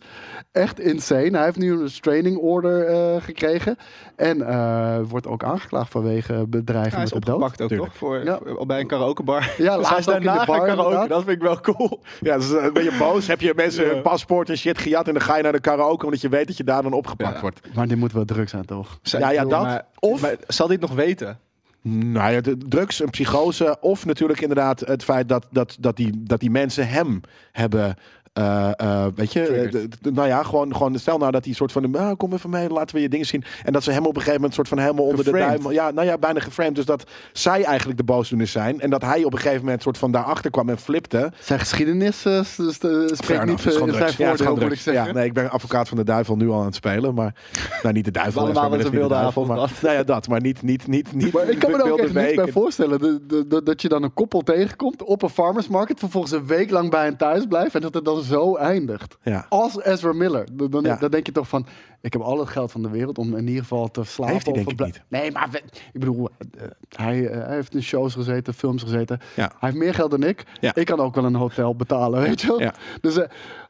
[SPEAKER 4] Echt insane. Hij heeft nu een restraining order eh, gekregen. En eh, wordt ook aangeklaagd vanwege bedreiging
[SPEAKER 3] Hij is
[SPEAKER 4] met de dood.
[SPEAKER 3] opgepakt ook
[SPEAKER 2] Tuurlijk.
[SPEAKER 3] nog voor,
[SPEAKER 4] Ja.
[SPEAKER 3] voor- bij een karaokebar.
[SPEAKER 4] Ja,
[SPEAKER 3] dus hij
[SPEAKER 4] laatst
[SPEAKER 3] is
[SPEAKER 4] ook in de
[SPEAKER 3] daarna
[SPEAKER 4] bar,
[SPEAKER 3] gaan karaoke.
[SPEAKER 4] inderdaad.
[SPEAKER 3] Dat vind ik wel cool.
[SPEAKER 2] Ja, dus eh, ben je boos? Heb je mensen hun paspoort en shit gejat? En dan ga je naar de karaoke omdat je weet dat je daar dan opgepakt
[SPEAKER 3] Ja.
[SPEAKER 2] wordt.
[SPEAKER 4] Maar dit moet wel druk zijn, toch?
[SPEAKER 2] Ja, ja, dat.
[SPEAKER 3] of... zal dit nog weten?
[SPEAKER 2] Nou ja, de drugs, een psychose. Of natuurlijk inderdaad het feit dat, dat, dat, die, dat die mensen hem hebben. eh, eh, weet je,
[SPEAKER 3] Getriggerd.
[SPEAKER 2] eh, d- d- nou ja, gewoon, gewoon stel nou dat die soort van, ah, kom even mee, laten we je dingen zien. En dat ze hem op een gegeven moment soort van helemaal onder de
[SPEAKER 3] Geframed.
[SPEAKER 2] duim, ja, nou ja, bijna geframed. Dus dat zij eigenlijk de boosdoeners zijn en dat hij op een gegeven moment soort van daarachter kwam en flipte.
[SPEAKER 4] Zijn geschiedenis eh, s- s- eh, spreekt niet eh, in zijn
[SPEAKER 2] Ja, het is
[SPEAKER 4] voordeel,
[SPEAKER 2] gewoon
[SPEAKER 4] moet ik
[SPEAKER 2] drugs.
[SPEAKER 4] zeggen.
[SPEAKER 2] Ja, nee, ik ben advocaat van de duivel nu al aan het spelen, maar nou niet de duivel.
[SPEAKER 3] Allemaal
[SPEAKER 2] Ezra Miller
[SPEAKER 3] met
[SPEAKER 2] is
[SPEAKER 3] een
[SPEAKER 2] niet de
[SPEAKER 3] wilde
[SPEAKER 2] duivel,
[SPEAKER 3] avond,
[SPEAKER 2] maar, nou ja, dat, maar niet, niet, niet, niet.
[SPEAKER 4] Maar ik kan me daar ook
[SPEAKER 2] wilde
[SPEAKER 4] echt niks bij
[SPEAKER 2] weken.
[SPEAKER 4] voorstellen. De- de- de- dat je dan een koppel tegenkomt op een farmers market. Vervolgens een week lang bij hen thuis blijft. En dat er dan zo eindigt.
[SPEAKER 2] Ja.
[SPEAKER 4] Als Ezra Miller. Dan, dan,
[SPEAKER 2] Ja.
[SPEAKER 4] dan denk je toch van, ik heb al het geld van de wereld om in ieder geval te slapen.
[SPEAKER 2] Heeft hij
[SPEAKER 4] of
[SPEAKER 2] denk
[SPEAKER 4] te
[SPEAKER 2] ik
[SPEAKER 4] bla- Nee, maar we- ik bedoel, eh, hij, eh, hij heeft in shows gezeten, films gezeten.
[SPEAKER 2] Ja.
[SPEAKER 4] Hij heeft meer geld dan ik.
[SPEAKER 2] Ja.
[SPEAKER 4] Ik kan ook wel een hotel betalen, weet je wel.
[SPEAKER 2] Ja.
[SPEAKER 4] Dus eh,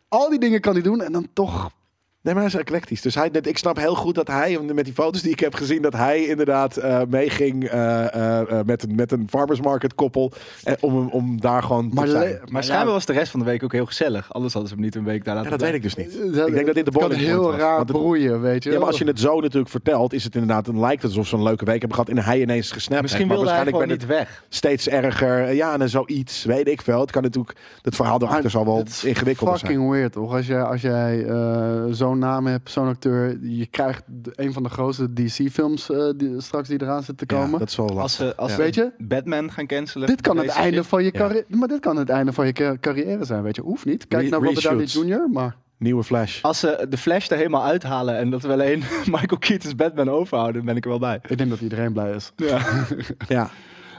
[SPEAKER 4] al die dingen kan hij doen en dan toch...
[SPEAKER 2] Nee, maar hij is eclectisch. Dus hij, ik snap heel goed dat hij, met die foto's die ik heb gezien, dat hij inderdaad eh, meeging eh, eh, eh, met, een, met een farmers market koppel. eh, om, hem- om daar gewoon
[SPEAKER 4] Maar
[SPEAKER 2] te
[SPEAKER 4] le-
[SPEAKER 2] zijn.
[SPEAKER 3] Maar schijnbaar was de rest van de week ook heel gezellig. Anders hadden ze hem niet een week daar
[SPEAKER 2] nou- Ja,
[SPEAKER 3] laten
[SPEAKER 2] dat weet ik dus niet. ik denk dat dit de
[SPEAKER 4] het kan
[SPEAKER 2] bowling
[SPEAKER 4] heel
[SPEAKER 2] was.
[SPEAKER 4] raar
[SPEAKER 2] Want het-
[SPEAKER 4] broeien, weet je
[SPEAKER 2] ja, maar
[SPEAKER 4] wel.
[SPEAKER 2] als je het zo natuurlijk vertelt, is het inderdaad, dan lijkt het alsof ze een leuke week hebben gehad en hij ineens gesnapt
[SPEAKER 3] Misschien
[SPEAKER 2] heeft. Maar
[SPEAKER 3] wilde hij
[SPEAKER 2] waarschijnlijk
[SPEAKER 3] gewoon
[SPEAKER 2] ben
[SPEAKER 3] niet
[SPEAKER 2] het
[SPEAKER 3] weg.
[SPEAKER 2] steeds erger. eh, Ja, en dan zoiets, weet ik veel. Het kan natuurlijk, het verhaal daarachter zal wel
[SPEAKER 4] Het is
[SPEAKER 2] ingewikkelder zijn.
[SPEAKER 4] fucking weird, toch? Als jij, als jij eh, zo'n naam hebt, zo'n acteur... je krijgt d- een van de grootste DC-films die, straks die eraan zit te
[SPEAKER 2] Ja,
[SPEAKER 4] komen.
[SPEAKER 2] dat is wel
[SPEAKER 3] Als
[SPEAKER 2] lastig.
[SPEAKER 3] ze, als
[SPEAKER 2] Ja.
[SPEAKER 3] ze
[SPEAKER 4] Weet je?
[SPEAKER 3] Batman gaan cancelen.
[SPEAKER 4] dit kan het
[SPEAKER 3] Deze
[SPEAKER 4] einde
[SPEAKER 3] shit.
[SPEAKER 4] van je
[SPEAKER 2] Ja.
[SPEAKER 4] carrière... Maar dit kan het einde van je ca- carrière zijn, weet je. Hoeft niet. Kijk
[SPEAKER 2] Re-
[SPEAKER 4] naar Robert Downey
[SPEAKER 2] reshoots.
[SPEAKER 4] Jr., maar...
[SPEAKER 2] Nieuwe Flash.
[SPEAKER 3] Als ze de Flash er helemaal uithalen en dat we alleen Michael Keaton's Batman overhouden, ben ik er wel bij.
[SPEAKER 4] Ik denk dat iedereen blij is.
[SPEAKER 3] Ja.
[SPEAKER 2] Ja.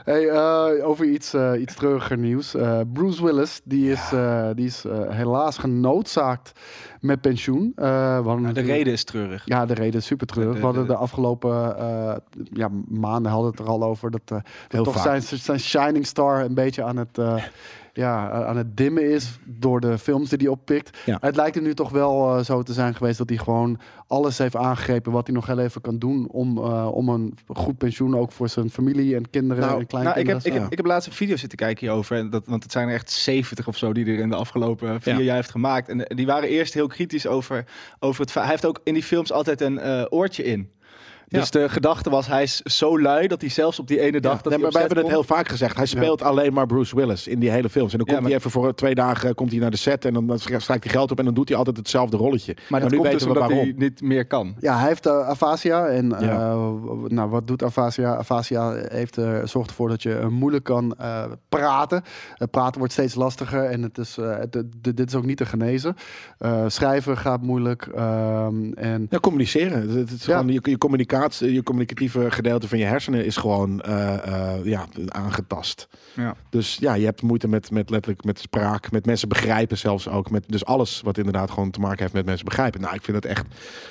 [SPEAKER 4] Hey, eh, over iets, eh, iets treuriger nieuws. Eh, Bruce Willis, die is, eh, die is eh, helaas genoodzaakt met pensioen. Eh, we
[SPEAKER 2] Nou,
[SPEAKER 4] hadden
[SPEAKER 3] De
[SPEAKER 4] natuurlijk-
[SPEAKER 3] reden is treurig.
[SPEAKER 4] Ja, de reden is super terug.
[SPEAKER 3] De-
[SPEAKER 4] We
[SPEAKER 3] de-
[SPEAKER 4] hadden de afgelopen eh, ja, maanden hadden we het er al over dat, eh,
[SPEAKER 2] Heel
[SPEAKER 4] dat toch
[SPEAKER 2] vaak.
[SPEAKER 4] zijn, zijn shining star een beetje aan het, eh, ja, eh, aan het dimmen is door de films die hij oppikt.
[SPEAKER 2] Ja.
[SPEAKER 4] Het lijkt er nu toch wel eh, zo te zijn geweest dat hij gewoon alles heeft aangegrepen wat hij nog heel even kan doen om, eh, om een goed pensioen ook voor zijn familie en
[SPEAKER 2] Nou,
[SPEAKER 4] kinderen en
[SPEAKER 3] Nou, ik,
[SPEAKER 4] kleinkinderen.
[SPEAKER 3] heb, ik, heb, ik heb laatst een video zitten kijken hierover. En dat, want het zijn er echt 70 of zo die er in de afgelopen vier
[SPEAKER 2] Ja.
[SPEAKER 3] jaar heeft gemaakt. En eh, die waren eerst heel kritisch over, over het... fe- Hij heeft ook in die films altijd een eh, oortje in.
[SPEAKER 2] Ja.
[SPEAKER 3] Dus de gedachte was, hij is zo lui dat hij zelfs op die ene dag... dat
[SPEAKER 2] nee,
[SPEAKER 3] hij
[SPEAKER 2] maar wij
[SPEAKER 3] opzet
[SPEAKER 2] hebben het
[SPEAKER 3] komt-
[SPEAKER 2] heel vaak gezegd. Hij speelt alleen maar Bruce Willis in die hele films. En dan
[SPEAKER 3] Ja,
[SPEAKER 2] komt hij
[SPEAKER 3] maar-
[SPEAKER 2] even voor twee dagen eh, komt hij naar de set en dan dan strijkt hij geld op en dan doet hij altijd hetzelfde rolletje.
[SPEAKER 3] Maar dat
[SPEAKER 2] nu
[SPEAKER 3] komt
[SPEAKER 2] weten
[SPEAKER 3] dus
[SPEAKER 2] we
[SPEAKER 3] omdat
[SPEAKER 2] waarom.
[SPEAKER 3] hij niet meer kan.
[SPEAKER 4] Ja, hij heeft eh, afasia. En eh,
[SPEAKER 2] Ja.
[SPEAKER 4] w- nou, wat doet afasia? Afasia heeft, eh, zorgt ervoor dat je eh, moeilijk kan eh, praten. Eh, praten wordt steeds lastiger en het is, eh, het- het- dit is ook niet te genezen. Eh, schrijven gaat moeilijk. ehm, en
[SPEAKER 2] Ja, communiceren. Het, het is
[SPEAKER 4] Ja.
[SPEAKER 2] gewoon, je, je, communicatie, je communicatieve gedeelte van je hersenen is gewoon eh, eh, ja, aangetast.
[SPEAKER 3] Ja.
[SPEAKER 2] Dus ja, je hebt moeite met, met letterlijk met spraak, met mensen begrijpen zelfs ook. Met, dus alles wat inderdaad gewoon te maken heeft met mensen begrijpen. Nou, ik vind het echt...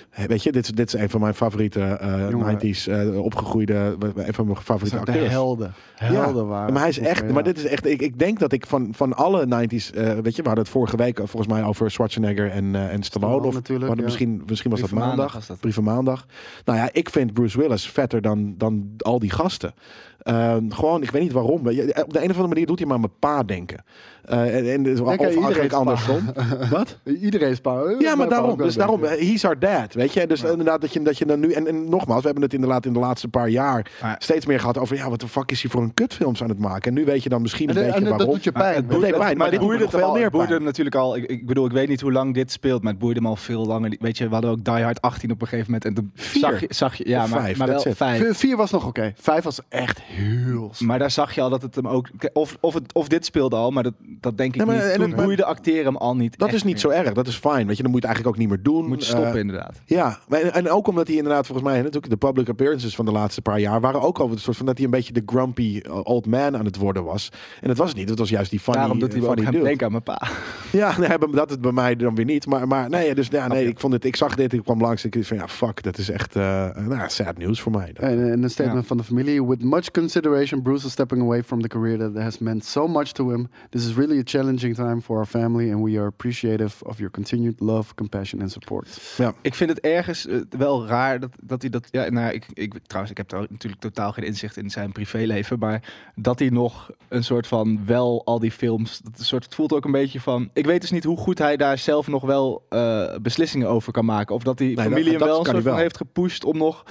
[SPEAKER 2] hè, Weet je, dit, is- dit is een van mijn favoriete eh,
[SPEAKER 4] Jongen.
[SPEAKER 2] 90s eh, opgegroeide... eh, Een van mijn favoriete
[SPEAKER 4] de
[SPEAKER 2] acteurs.
[SPEAKER 4] helden. Helden waren.
[SPEAKER 2] Maar hij is
[SPEAKER 4] het
[SPEAKER 2] echt,
[SPEAKER 4] vroeger,
[SPEAKER 2] maar
[SPEAKER 4] ja.
[SPEAKER 2] dit is echt, ik, ik denk dat ik van, van alle 90s, eh, weet je, we hadden het vorige week eh, volgens mij over Schwarzenegger en, eh, en Stallone.
[SPEAKER 4] Stallone
[SPEAKER 2] Of,
[SPEAKER 4] natuurlijk,
[SPEAKER 2] we hadden
[SPEAKER 4] ja.
[SPEAKER 2] misschien, misschien was dat
[SPEAKER 3] Brieven maandag
[SPEAKER 2] maandag,
[SPEAKER 3] was dat.
[SPEAKER 2] Brieven maandag. Nou ja, ik vind Bruce Willis vetter dan, dan al die gasten. Eh, gewoon, ik weet niet waarom. Je- Op de een of andere manier doet hij maar aan mijn pa denken. Eh, en, en, of
[SPEAKER 4] aan iedereen's
[SPEAKER 2] eigenlijk
[SPEAKER 4] pa.
[SPEAKER 2] andersom. Wat?
[SPEAKER 4] Iedereen is pa- eh,
[SPEAKER 2] Ja, maar
[SPEAKER 4] mijn pa ook
[SPEAKER 2] daarom.
[SPEAKER 4] wel
[SPEAKER 2] Dus
[SPEAKER 4] een beetje.
[SPEAKER 2] daarom, eh, he's our dad, weet je. En dus inderdaad dat je, dat je dan nu... En, en nogmaals, we hebben het inderdaad in de laatste paar jaar
[SPEAKER 3] Maar-
[SPEAKER 2] steeds meer gehad over... Ja, wat de fuck is hij voor een kutfilms aan het maken? En nu weet je dan misschien
[SPEAKER 4] En,
[SPEAKER 2] een
[SPEAKER 4] en- en
[SPEAKER 2] beetje
[SPEAKER 4] dat
[SPEAKER 2] waarom.
[SPEAKER 4] doet je pijn.
[SPEAKER 3] het
[SPEAKER 2] boeit-
[SPEAKER 4] weet
[SPEAKER 2] deed pijn, maar
[SPEAKER 3] maar
[SPEAKER 2] dit
[SPEAKER 3] het boeide
[SPEAKER 2] doet nog
[SPEAKER 3] het
[SPEAKER 2] veel
[SPEAKER 3] al,
[SPEAKER 2] meer
[SPEAKER 3] het boeide
[SPEAKER 2] pijn.
[SPEAKER 3] hem natuurlijk al. Ik, ik bedoel, ik weet niet hoe lang dit speelt, maar het boeide hem al veel langer. Weet je, we hadden ook Die Hard 18 op een gegeven moment. En toen
[SPEAKER 2] Vier.
[SPEAKER 3] zag je, zag je ja,
[SPEAKER 2] Of
[SPEAKER 3] maar,
[SPEAKER 2] vijf,
[SPEAKER 3] maar wel
[SPEAKER 2] that's it.
[SPEAKER 3] vijf.
[SPEAKER 4] je. V- Vier was nog oké. Vijf was echt heel slecht.
[SPEAKER 3] Maar daar zag je al dat het hem ook. Of, of, het, of dit speelde al, maar dat, dat denk ik
[SPEAKER 2] Nee, maar-
[SPEAKER 3] niet.
[SPEAKER 2] en
[SPEAKER 3] Toen
[SPEAKER 2] het- maar-
[SPEAKER 3] boeide acteren hem al niet.
[SPEAKER 2] Dat
[SPEAKER 3] echt
[SPEAKER 2] is niet
[SPEAKER 3] meer.
[SPEAKER 2] zo erg, dat is fijn. Weet je, dan moet je het eigenlijk ook niet meer doen.
[SPEAKER 3] Moet je
[SPEAKER 2] Eh,
[SPEAKER 3] stoppen, inderdaad.
[SPEAKER 2] Ja, maar- en ook omdat hij inderdaad volgens mij natuurlijk de public appearances van de laatste paar jaar waren ook al een soort van dat hij een beetje de grumpy eh, old man aan het worden was. En dat was het niet, dat was juist die funny,
[SPEAKER 3] Daarom dat hij
[SPEAKER 2] eh,
[SPEAKER 3] wel ook
[SPEAKER 2] funny
[SPEAKER 3] gaan
[SPEAKER 2] dude.
[SPEAKER 3] denken aan mijn pa.
[SPEAKER 2] Ja, nee, bij- dat het bij mij dan weer niet. Maar, maar nee, dus, ja, nee ik, vond het, ik zag dit, ik kwam langs. Ik dacht van ja, fuck, dat is echt eh, nou, sad nieuws voor mij. Dat-
[SPEAKER 4] En, en een statement van de familie. With much consideration, Bruce is stepping away from the career that has meant so much to him. This is really a challenging time for our family and we are appreciative of your continued love, compassion and support.
[SPEAKER 2] ja.
[SPEAKER 3] Ik vind het ergens eh, wel raar dat, dat hij dat. Ja, nou, ja, ik, ik, trouwens, ik heb daar natuurlijk totaal geen inzicht in zijn privéleven. Maar dat hij nog een soort van wel al die films. Dat een soort, het voelt ook een beetje van. Ik weet dus niet hoe goed hij daar zelf nog wel eh, beslissingen over kan maken. Of dat die
[SPEAKER 2] dat-
[SPEAKER 3] familie hem
[SPEAKER 2] dat
[SPEAKER 3] wel
[SPEAKER 2] kan
[SPEAKER 3] een
[SPEAKER 2] hij
[SPEAKER 3] soort van
[SPEAKER 2] wel.
[SPEAKER 3] heeft gepusht om nog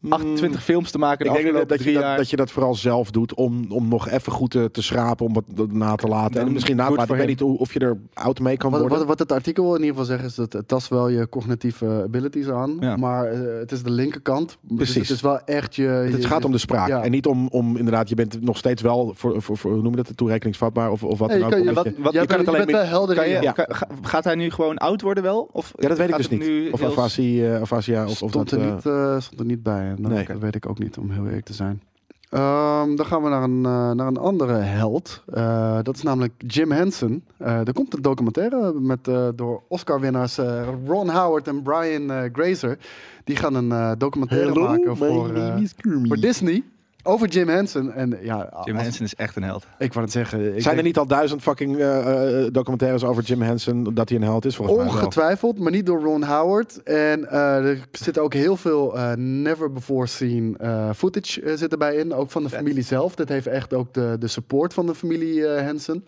[SPEAKER 3] Mm. 28 films te maken.
[SPEAKER 2] Mm. Ik
[SPEAKER 3] De
[SPEAKER 2] denk dat,
[SPEAKER 3] afgelopen
[SPEAKER 2] dat, je
[SPEAKER 3] drie
[SPEAKER 2] dat,
[SPEAKER 3] jaar.
[SPEAKER 2] dat je dat vooral zelf doet om, om nog even goed eh, te, te schrapen, om wat na te laten. En
[SPEAKER 3] Dan
[SPEAKER 2] misschien na te
[SPEAKER 3] goed
[SPEAKER 2] laten. Ik
[SPEAKER 3] voor
[SPEAKER 2] weet niet hoe, of je er oud mee kan
[SPEAKER 4] Wat,
[SPEAKER 2] worden.
[SPEAKER 4] wat, wat het artikel in ieder geval zegt is dat het tast wel je cognitieve abilities aan.
[SPEAKER 3] Ja.
[SPEAKER 4] Maar eh, het is de linkerkant. Dus
[SPEAKER 2] Precies.
[SPEAKER 4] het is wel echt je...
[SPEAKER 2] het gaat om de spraak.
[SPEAKER 4] Ja.
[SPEAKER 2] En niet om, om inderdaad, je bent nog steeds wel voor, voor, voor hoe noem je dat, toerekeningsvatbaar of, of wat
[SPEAKER 4] Hey,
[SPEAKER 2] dan
[SPEAKER 4] je
[SPEAKER 2] ook.
[SPEAKER 4] kan, je,
[SPEAKER 2] Omdat
[SPEAKER 3] wat-
[SPEAKER 2] je-
[SPEAKER 4] je, bent-
[SPEAKER 2] kan het
[SPEAKER 4] je
[SPEAKER 2] alleen
[SPEAKER 4] bent wel
[SPEAKER 2] met-
[SPEAKER 4] helder
[SPEAKER 3] Kan
[SPEAKER 4] in
[SPEAKER 3] je,
[SPEAKER 4] je-
[SPEAKER 2] Ja.
[SPEAKER 3] ga- ga- gaat hij nu gewoon oud worden wel? Of
[SPEAKER 2] ja, dat weet ik
[SPEAKER 3] gaat
[SPEAKER 2] dus
[SPEAKER 3] het
[SPEAKER 2] niet.
[SPEAKER 3] nu
[SPEAKER 2] Of
[SPEAKER 3] heel-
[SPEAKER 2] afasie, eh, afasia. Of, of dat,
[SPEAKER 4] Stond er
[SPEAKER 2] eh,
[SPEAKER 4] niet, eh, stond er niet bij. Nou,
[SPEAKER 2] Nee.
[SPEAKER 4] Dat weet ik ook niet, om heel eerlijk te zijn. Ehm, dan gaan we naar een, eh, naar een andere held. Eh, dat is namelijk Jim Henson. Eh, er komt een documentaire met, eh, door Oscar-winnaars eh, Ron Howard en Brian eh, Grazer. Die gaan een eh, documentaire maken voor, eh, voor Disney over Jim Henson. En, ja,
[SPEAKER 3] Jim
[SPEAKER 2] Ah,
[SPEAKER 4] als-
[SPEAKER 3] Henson is echt een held.
[SPEAKER 4] Ik wou het zeggen. Ik
[SPEAKER 2] Zijn
[SPEAKER 4] denk-
[SPEAKER 2] er niet al duizend fucking eh, eh, documentaires over Jim Henson dat hij een held is? Volgens mij wel.
[SPEAKER 4] Ongetwijfeld, maar niet door Ron Howard. En eh, er zit ook heel veel eh, never before seen eh, footage eh, zit erbij in. Ook van de familie zelf. Dat heeft echt ook de, de support van de familie eh, Henson.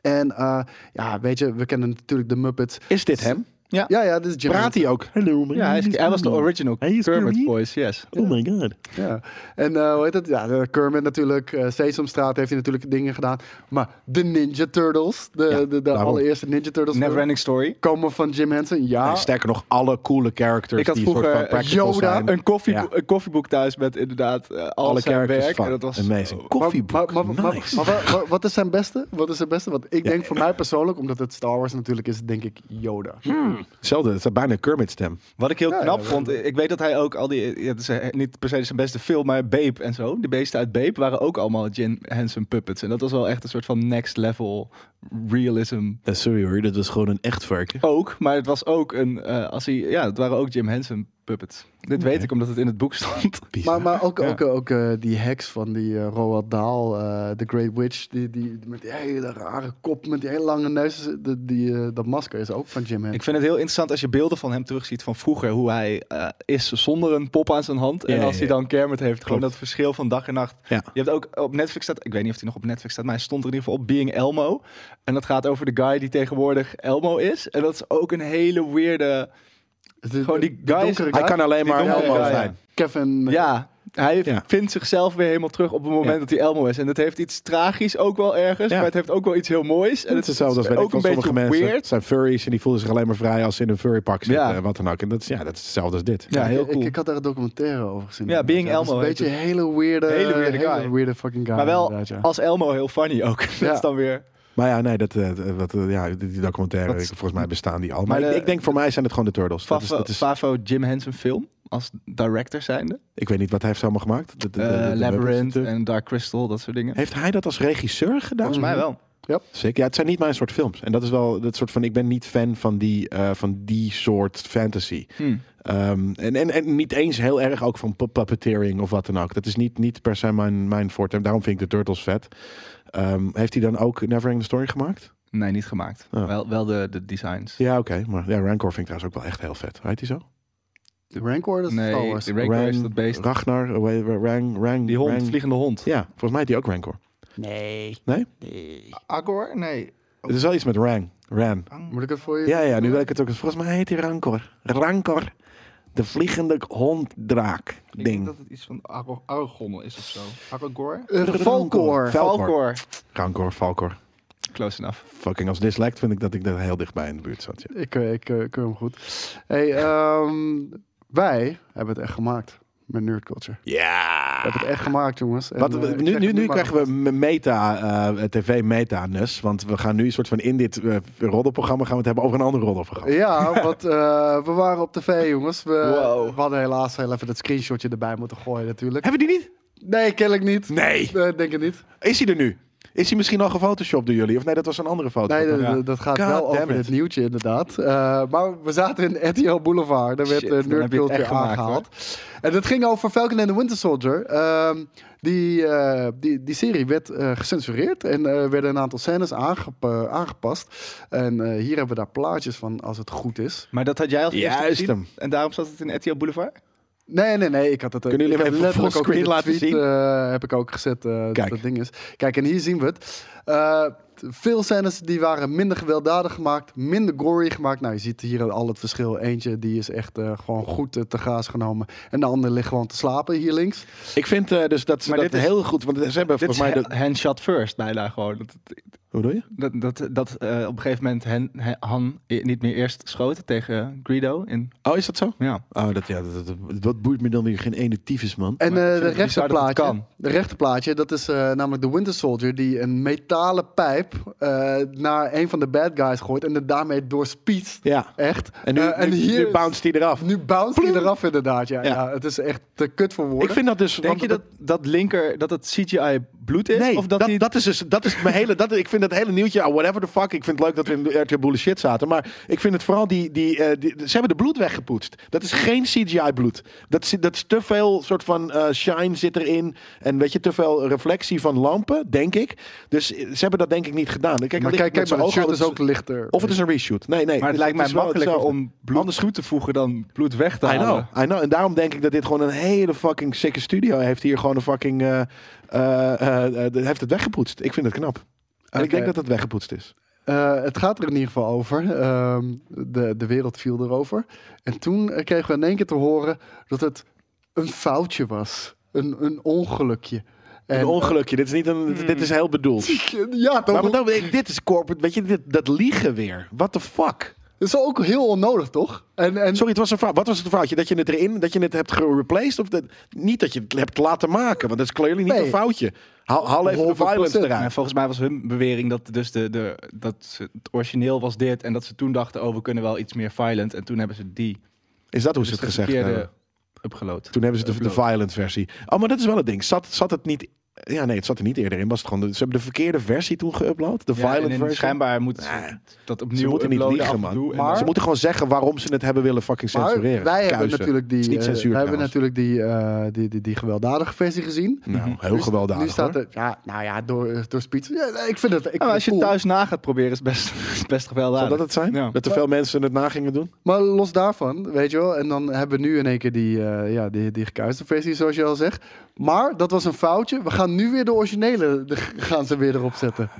[SPEAKER 4] En eh, ja, weet je, we kennen natuurlijk de Muppets.
[SPEAKER 2] Is dit hem?
[SPEAKER 4] Ja, ja, dit is Jim.
[SPEAKER 2] Praat hij ook? Hallo,
[SPEAKER 3] Ja, hij, is, hij was de original
[SPEAKER 2] Hij is
[SPEAKER 3] Kermit
[SPEAKER 2] Kermit.
[SPEAKER 3] voice, yes.
[SPEAKER 2] Oh my god.
[SPEAKER 4] Ja. En eh, hoe heet het? Ja, de Kermit natuurlijk. eh, Sesamstraat heeft hij natuurlijk dingen gedaan. Maar de Ninja Turtles, de,
[SPEAKER 2] Ja,
[SPEAKER 4] de, de
[SPEAKER 2] daarom.
[SPEAKER 4] allereerste Ninja Turtles,
[SPEAKER 3] Neverending Story.
[SPEAKER 4] komen van Jim Henson. Ja,
[SPEAKER 2] Nee, sterker nog, alle coole characters
[SPEAKER 3] Ik had
[SPEAKER 2] die soort
[SPEAKER 3] vroeger
[SPEAKER 2] van practical
[SPEAKER 4] Yoda,
[SPEAKER 2] zijn.
[SPEAKER 3] Een, koffie,
[SPEAKER 2] Ja.
[SPEAKER 3] een koffieboek thuis met inderdaad eh, al
[SPEAKER 2] alle
[SPEAKER 3] zijn
[SPEAKER 2] characters
[SPEAKER 3] werk.
[SPEAKER 2] van.
[SPEAKER 3] En dat was
[SPEAKER 2] Amazing.
[SPEAKER 4] Maar-
[SPEAKER 2] Koffieboek,
[SPEAKER 4] Maar, maar, maar-
[SPEAKER 2] nice.
[SPEAKER 4] maar wa- wa- wat is zijn beste? Wat is zijn beste? Want ik denk voor mij persoonlijk, omdat het Star Wars natuurlijk is, denk ik Yoda.
[SPEAKER 3] Hm.
[SPEAKER 2] Hetzelfde, het is bijna een Kermit stem.
[SPEAKER 3] Wat ik heel
[SPEAKER 4] Ja,
[SPEAKER 3] knap
[SPEAKER 4] ja,
[SPEAKER 3] vond, ik weet dat hij ook al die, ja, het is eh, niet per se zijn beste film, maar Babe en zo, de beesten uit Babe waren ook allemaal Jim Henson puppets. En dat was wel echt een soort van next level realism
[SPEAKER 5] Ja, sorry hoor, dat was gewoon een echt varken.
[SPEAKER 3] ook, maar het was ook een, eh, als hij, ja, het waren ook Jim Henson puppets. Dit weet ik omdat het in het boek stond.
[SPEAKER 4] Maar, maar ook, ook, ook eh, die heks van die eh, Roald Dahl, eh The Great Witch, die, die met die hele rare kop, met die hele lange neus, de, die, eh, dat masker is ook van Jim Henson.
[SPEAKER 3] Ik vind het heel interessant als je beelden van hem terugziet van vroeger, hoe hij eh, is zonder een pop aan zijn hand. en
[SPEAKER 5] Ja,
[SPEAKER 3] als
[SPEAKER 5] ja,
[SPEAKER 3] hij
[SPEAKER 5] ja.
[SPEAKER 3] dan Kermit heeft, gewoon dat verschil van dag en nacht.
[SPEAKER 5] Ja.
[SPEAKER 3] Je hebt ook op Netflix staat, ik weet niet of hij nog op Netflix staat, maar hij stond er in ieder geval op Being Elmo. En dat gaat over de guy die tegenwoordig Elmo is. En dat is ook een hele weirde,
[SPEAKER 4] De-
[SPEAKER 3] gewoon die
[SPEAKER 4] de
[SPEAKER 3] guy is-
[SPEAKER 4] donkere
[SPEAKER 2] Hij
[SPEAKER 4] guy,
[SPEAKER 2] kan alleen
[SPEAKER 3] die
[SPEAKER 2] maar
[SPEAKER 3] donkere
[SPEAKER 2] Elmo
[SPEAKER 3] guy, ja.
[SPEAKER 2] zijn.
[SPEAKER 4] Kevin.
[SPEAKER 3] ja. Hij
[SPEAKER 2] Ja.
[SPEAKER 3] vindt zichzelf weer helemaal terug op het moment
[SPEAKER 2] Ja.
[SPEAKER 3] dat hij Elmo is. En dat heeft iets tragisch ook wel ergens,
[SPEAKER 2] Ja.
[SPEAKER 3] maar het heeft ook wel iets heel moois. En
[SPEAKER 2] En het is hetzelfde als weet ik
[SPEAKER 3] ook
[SPEAKER 2] van
[SPEAKER 3] een
[SPEAKER 2] sommige
[SPEAKER 3] beetje
[SPEAKER 2] mensen. Het
[SPEAKER 3] weird.
[SPEAKER 2] zijn furries en die voelen zich alleen maar vrij als ze in een furrypak zitten.
[SPEAKER 3] Ja.
[SPEAKER 2] en Wat dan ook. En dat is, ja, dat is hetzelfde als dit.
[SPEAKER 3] Ja, heel
[SPEAKER 4] ik,
[SPEAKER 3] cool.
[SPEAKER 4] ik, had daar een documentaire over gezien.
[SPEAKER 3] Ja, Being
[SPEAKER 4] Dat is
[SPEAKER 3] Elmo
[SPEAKER 4] Een
[SPEAKER 3] heet
[SPEAKER 4] beetje een hele weirde,
[SPEAKER 3] Hele weirde guy.
[SPEAKER 4] hele weirde fucking guy.
[SPEAKER 3] Maar wel
[SPEAKER 4] inderdaad, ja.
[SPEAKER 3] als Elmo heel funny ook. Dat is dan weer...
[SPEAKER 2] Maar ja, nee, dat, eh, wat, eh, ja, die- die documentaire,
[SPEAKER 3] Wat-
[SPEAKER 2] ik- volgens mij bestaan die al. Maar,
[SPEAKER 3] Maar
[SPEAKER 2] ik,
[SPEAKER 3] de-
[SPEAKER 2] ik denk voor mij zijn het gewoon de Turtles. Dat is,
[SPEAKER 3] Favo,
[SPEAKER 2] dat is,
[SPEAKER 3] Favo Jim Henson film als director zijnde.
[SPEAKER 2] ik weet niet wat hij heeft allemaal gemaakt. De- de- de- de- de
[SPEAKER 3] Eh,
[SPEAKER 2] Muppets
[SPEAKER 3] Labyrinth
[SPEAKER 2] natuurlijk.
[SPEAKER 3] en Dark Crystal, dat soort dingen.
[SPEAKER 2] Heeft hij dat als regisseur gedaan?
[SPEAKER 3] Volgens mij wel.
[SPEAKER 2] Zeker. Ja, het zijn niet mijn soort films. En dat is wel dat soort van. Ik ben niet fan van die, eh, van die soort fantasy.
[SPEAKER 3] Hm.
[SPEAKER 2] Ehm, en, en, en niet eens heel erg ook van pu- puppeteering of wat dan ook. Dat is niet, niet per se mijn, mijn forte. En Daarom vind ik de Turtles vet. Ehm, heeft hij dan ook Neverending Story gemaakt?
[SPEAKER 3] Nee, niet gemaakt.
[SPEAKER 2] Oh.
[SPEAKER 3] Wel, wel de, de designs.
[SPEAKER 2] Ja, oké. Maar ja, Rancor vind ik trouwens ook wel echt heel vet. Heet hij zo?
[SPEAKER 4] De Rancor, dat is
[SPEAKER 3] Nee,
[SPEAKER 4] Star Wars.
[SPEAKER 3] de Rancor
[SPEAKER 2] Ran-
[SPEAKER 3] is dat beest.
[SPEAKER 2] Ragnar, eh, wa- wa- Rang, Rang.
[SPEAKER 3] Die hond,
[SPEAKER 2] Rang-
[SPEAKER 3] vliegende hond.
[SPEAKER 2] Ja, volgens mij heet hij ook Rancor.
[SPEAKER 3] Nee.
[SPEAKER 2] Nee?
[SPEAKER 3] Agor? Nee.
[SPEAKER 2] Het is wel iets met Rang. Ran.
[SPEAKER 4] Moet ik het voor je?
[SPEAKER 2] Ja, ja, nu weet ik het ook. eens. Volgens mij heet hij Rancor. Rancor. De vliegende honddraak. Ding.
[SPEAKER 3] het iets van Argon is of zo. Aragor?
[SPEAKER 4] Eh, Falcor.
[SPEAKER 3] Falcor.
[SPEAKER 2] Rancor, Falcor.
[SPEAKER 3] Close enough.
[SPEAKER 2] Fucking als dislike vind ik dat ik daar heel dichtbij in de buurt zat. ja.
[SPEAKER 4] Ik, eh, ik, eh, ik hoor hem goed. Hey, ehm, wij hebben het echt gemaakt met Nerd Culture. We
[SPEAKER 2] Ja.
[SPEAKER 4] hebben het echt gemaakt, jongens. En,
[SPEAKER 2] Wat,
[SPEAKER 4] eh, ik
[SPEAKER 2] nu
[SPEAKER 4] zeg
[SPEAKER 2] nu,
[SPEAKER 4] het
[SPEAKER 2] nu
[SPEAKER 4] maar.
[SPEAKER 2] krijgen we me- meta, eh, tv-meta-nus. Want we gaan nu een soort van in dit eh, roddelprogramma gaan we het hebben over een ander roddelprogramma.
[SPEAKER 4] Ja, want eh, we waren op tv, jongens. We,
[SPEAKER 3] Wow.
[SPEAKER 4] we hadden helaas heel even dat screenshotje erbij moeten gooien, natuurlijk.
[SPEAKER 2] Hebben die niet?
[SPEAKER 4] Nee, kennelijk niet.
[SPEAKER 2] Nee.
[SPEAKER 4] Nee, denk het niet.
[SPEAKER 2] Is hij er nu? Is hij misschien al gefotoshopt door jullie? Of nee, dat was een andere foto.
[SPEAKER 4] Nee, d- d-
[SPEAKER 3] Ja.
[SPEAKER 4] dat gaat
[SPEAKER 2] God
[SPEAKER 4] wel
[SPEAKER 2] damn
[SPEAKER 4] over
[SPEAKER 2] it.
[SPEAKER 4] het nieuwtje, inderdaad. Eh, maar we zaten in RTL Boulevard. Daar werd
[SPEAKER 3] Shit,
[SPEAKER 4] eh,
[SPEAKER 3] dan
[SPEAKER 4] Nerd
[SPEAKER 3] heb je het
[SPEAKER 4] Culture
[SPEAKER 3] echt gemaakt,
[SPEAKER 4] aangehaald. En dat ging over Falcon and the Winter Soldier. Ehm, die, eh, die, die serie werd eh, gecensureerd en eh, werden een aantal scènes aangep- eh, aangepast. En eh, hier hebben we daar plaatjes van, als het goed is.
[SPEAKER 3] Maar dat had jij als eerste
[SPEAKER 2] Juist
[SPEAKER 3] gezien?
[SPEAKER 2] hem.
[SPEAKER 3] En daarom zat het in RTL Boulevard?
[SPEAKER 4] Nee, nee, nee. Ik had het eh,
[SPEAKER 2] Kunnen jullie
[SPEAKER 4] ik
[SPEAKER 2] hem
[SPEAKER 4] heb
[SPEAKER 2] even
[SPEAKER 4] letterlijk
[SPEAKER 2] fullscreen
[SPEAKER 4] ook in de
[SPEAKER 2] laten
[SPEAKER 4] tweet,
[SPEAKER 2] zien?
[SPEAKER 4] eh, heb ik ook gezet eh, dat
[SPEAKER 2] Kijk.
[SPEAKER 4] dat ding is. Kijk, en hier zien we het. Eh, t- veel scènes die waren minder gewelddadig gemaakt, minder gory gemaakt. Nou, je ziet hier al het verschil. Eentje die is echt eh, gewoon goed eh, te graas genomen. En de ander ligt gewoon te slapen hier links.
[SPEAKER 2] Ik vind eh, dus dat ze
[SPEAKER 3] Maar
[SPEAKER 2] dat
[SPEAKER 3] dit is-
[SPEAKER 2] heel goed... Want ze hebben
[SPEAKER 3] Dit
[SPEAKER 2] volgens
[SPEAKER 3] is
[SPEAKER 2] mij...
[SPEAKER 3] ha-
[SPEAKER 2] de-
[SPEAKER 3] handshot first bijna gewoon. Dat, het-
[SPEAKER 5] Hoe bedoel je?
[SPEAKER 3] Dat, dat, dat eh, op een gegeven moment hen, he- Han e- niet meer eerst schoten tegen Greedo. In,
[SPEAKER 5] Oh, is dat zo?
[SPEAKER 3] ja.
[SPEAKER 5] Oh, dat, ja, dat, dat, dat boeit me dan weer geen ene tyfus, man.
[SPEAKER 4] En
[SPEAKER 3] Maar ik
[SPEAKER 4] eh
[SPEAKER 3] vind
[SPEAKER 4] de
[SPEAKER 3] het bizar dat het
[SPEAKER 4] rechterplaatje,
[SPEAKER 3] kan.
[SPEAKER 4] de rechterplaatje, dat is eh, namelijk de Winter Soldier die een metalen pijp eh, naar een van de bad guys gooit en het daarmee doorspeedt.
[SPEAKER 2] Ja.
[SPEAKER 4] Echt.
[SPEAKER 2] En nu,
[SPEAKER 4] Eh, en
[SPEAKER 2] nu,
[SPEAKER 4] hier
[SPEAKER 2] nu bounced hij eraf.
[SPEAKER 4] nu bounce hij eraf inderdaad. Ja, ja.
[SPEAKER 2] Ja.
[SPEAKER 4] het is echt te kut voor woorden.
[SPEAKER 2] Ik vind dat dus...
[SPEAKER 3] Denk
[SPEAKER 2] want
[SPEAKER 3] je dat, dat linker, dat het CGI bloed is?
[SPEAKER 2] Nee,
[SPEAKER 3] of dat,
[SPEAKER 2] dat, dat,
[SPEAKER 3] die-
[SPEAKER 2] is dus, dat is mijn hele. Dat, ik vind dat hele nieuwtje, ah, whatever the fuck. Ik vind het leuk dat we in de RTL Boele shit zaten. Maar ik vind het vooral die, die, eh, die- Ze hebben de bloed weggepoetst. Dat is geen CGI-bloed. Dat, is- dat is te veel soort van eh, shine zit erin. En weet je, te veel reflectie van lampen, denk ik. Dus eh, ze hebben dat denk ik niet gedaan. Kijk, het
[SPEAKER 4] maar
[SPEAKER 2] ligt
[SPEAKER 4] kijk, kijk
[SPEAKER 2] met
[SPEAKER 4] maar
[SPEAKER 2] zijn
[SPEAKER 4] het
[SPEAKER 2] ogen
[SPEAKER 4] shirt
[SPEAKER 2] al,
[SPEAKER 4] is
[SPEAKER 2] dus-
[SPEAKER 4] ook lichter.
[SPEAKER 2] Of het is een reshoot. Nee, nee.
[SPEAKER 3] maar het lijkt mij
[SPEAKER 2] wel
[SPEAKER 3] makkelijker
[SPEAKER 2] hetzelfde.
[SPEAKER 3] om bloed goed te voegen dan bloed weg te
[SPEAKER 2] I know,
[SPEAKER 3] halen.
[SPEAKER 2] I know. En daarom denk ik dat dit gewoon een hele fucking sikke studio heeft. Hier gewoon een fucking... eh, eh, eh, eh, heeft het weggepoetst. Ik vind het knap. En ik
[SPEAKER 4] Oké.
[SPEAKER 2] denk dat het weggepoetst is.
[SPEAKER 4] Eh, het gaat er in ieder geval over. Ehm, de, de wereld viel erover. En toen eh, kregen we in één keer te horen dat het een foutje was. Een, een ongelukje. En,
[SPEAKER 2] een ongelukje. Dit is niet een. Dit is heel bedoeld.
[SPEAKER 4] Ja, toch?
[SPEAKER 2] Maar wat nou- dan, ik- dit is corporate. Weet je, dit, dat liegen weer. What the fuck?
[SPEAKER 4] Dat is ook heel onnodig, toch? En, en
[SPEAKER 2] Sorry, het was een fout. Wat was het foutje? Dat je het erin, dat je het hebt gereplaced? Of dat, niet dat je het hebt laten maken, want dat is clearly niet
[SPEAKER 4] Nee.
[SPEAKER 2] een foutje. Haal, haal even de
[SPEAKER 4] 100%
[SPEAKER 2] violence
[SPEAKER 3] En
[SPEAKER 2] eruit.
[SPEAKER 3] volgens mij was hun bewering dat, dus de, de, dat ze- het origineel was dit. En dat ze toen dachten, oh, we kunnen wel iets meer violent. En toen hebben ze die
[SPEAKER 2] Is dat hoe ze
[SPEAKER 3] dus
[SPEAKER 2] het
[SPEAKER 3] de
[SPEAKER 2] gezegd
[SPEAKER 3] verkeerde
[SPEAKER 2] hebben?
[SPEAKER 3] upgeload.
[SPEAKER 2] Toen hebben ze de, de violent versie. Oh, maar dat is wel het ding. Zat, zat het niet... Ja, nee, het zat er niet eerder in. Was het gewoon de- ze hebben de verkeerde versie toen geüpload. De
[SPEAKER 3] Ja, en
[SPEAKER 2] violent
[SPEAKER 3] in-
[SPEAKER 2] versie.
[SPEAKER 3] Schijnbaar moet ze dat opnieuw
[SPEAKER 2] Ze moeten niet
[SPEAKER 3] uploaden
[SPEAKER 2] liegen,
[SPEAKER 3] af en
[SPEAKER 2] man.
[SPEAKER 3] toe. En
[SPEAKER 4] Maar-
[SPEAKER 2] Ze moeten gewoon zeggen waarom ze het hebben willen fucking
[SPEAKER 4] Maar
[SPEAKER 2] censureren.
[SPEAKER 4] wij hebben
[SPEAKER 2] Kuisen.
[SPEAKER 4] natuurlijk die,
[SPEAKER 2] Het is niet
[SPEAKER 4] eh,
[SPEAKER 2] censuur
[SPEAKER 4] wij hebben
[SPEAKER 2] trouwens.
[SPEAKER 4] natuurlijk die, eh, die, die, die gewelddadige versie gezien.
[SPEAKER 2] Nou, heel gewelddadig
[SPEAKER 4] Nu staat
[SPEAKER 2] hoor.
[SPEAKER 4] er, ja, nou ja, door, door speed. Ja, ik vind het, ik vind
[SPEAKER 3] Nou,
[SPEAKER 4] het
[SPEAKER 3] als je
[SPEAKER 4] cool.
[SPEAKER 3] thuis na gaat proberen, is best, is best gewelddadig.
[SPEAKER 2] Zal dat het zijn?
[SPEAKER 3] Ja.
[SPEAKER 2] Dat te veel mensen het na gingen doen?
[SPEAKER 4] Maar los daarvan, weet je wel. En dan hebben we nu in één keer die, eh, ja, die, die gekuiste versie, zoals je al zegt. Maar dat was een foutje. We gaan nu weer de originele, de, gaan ze weer erop zetten.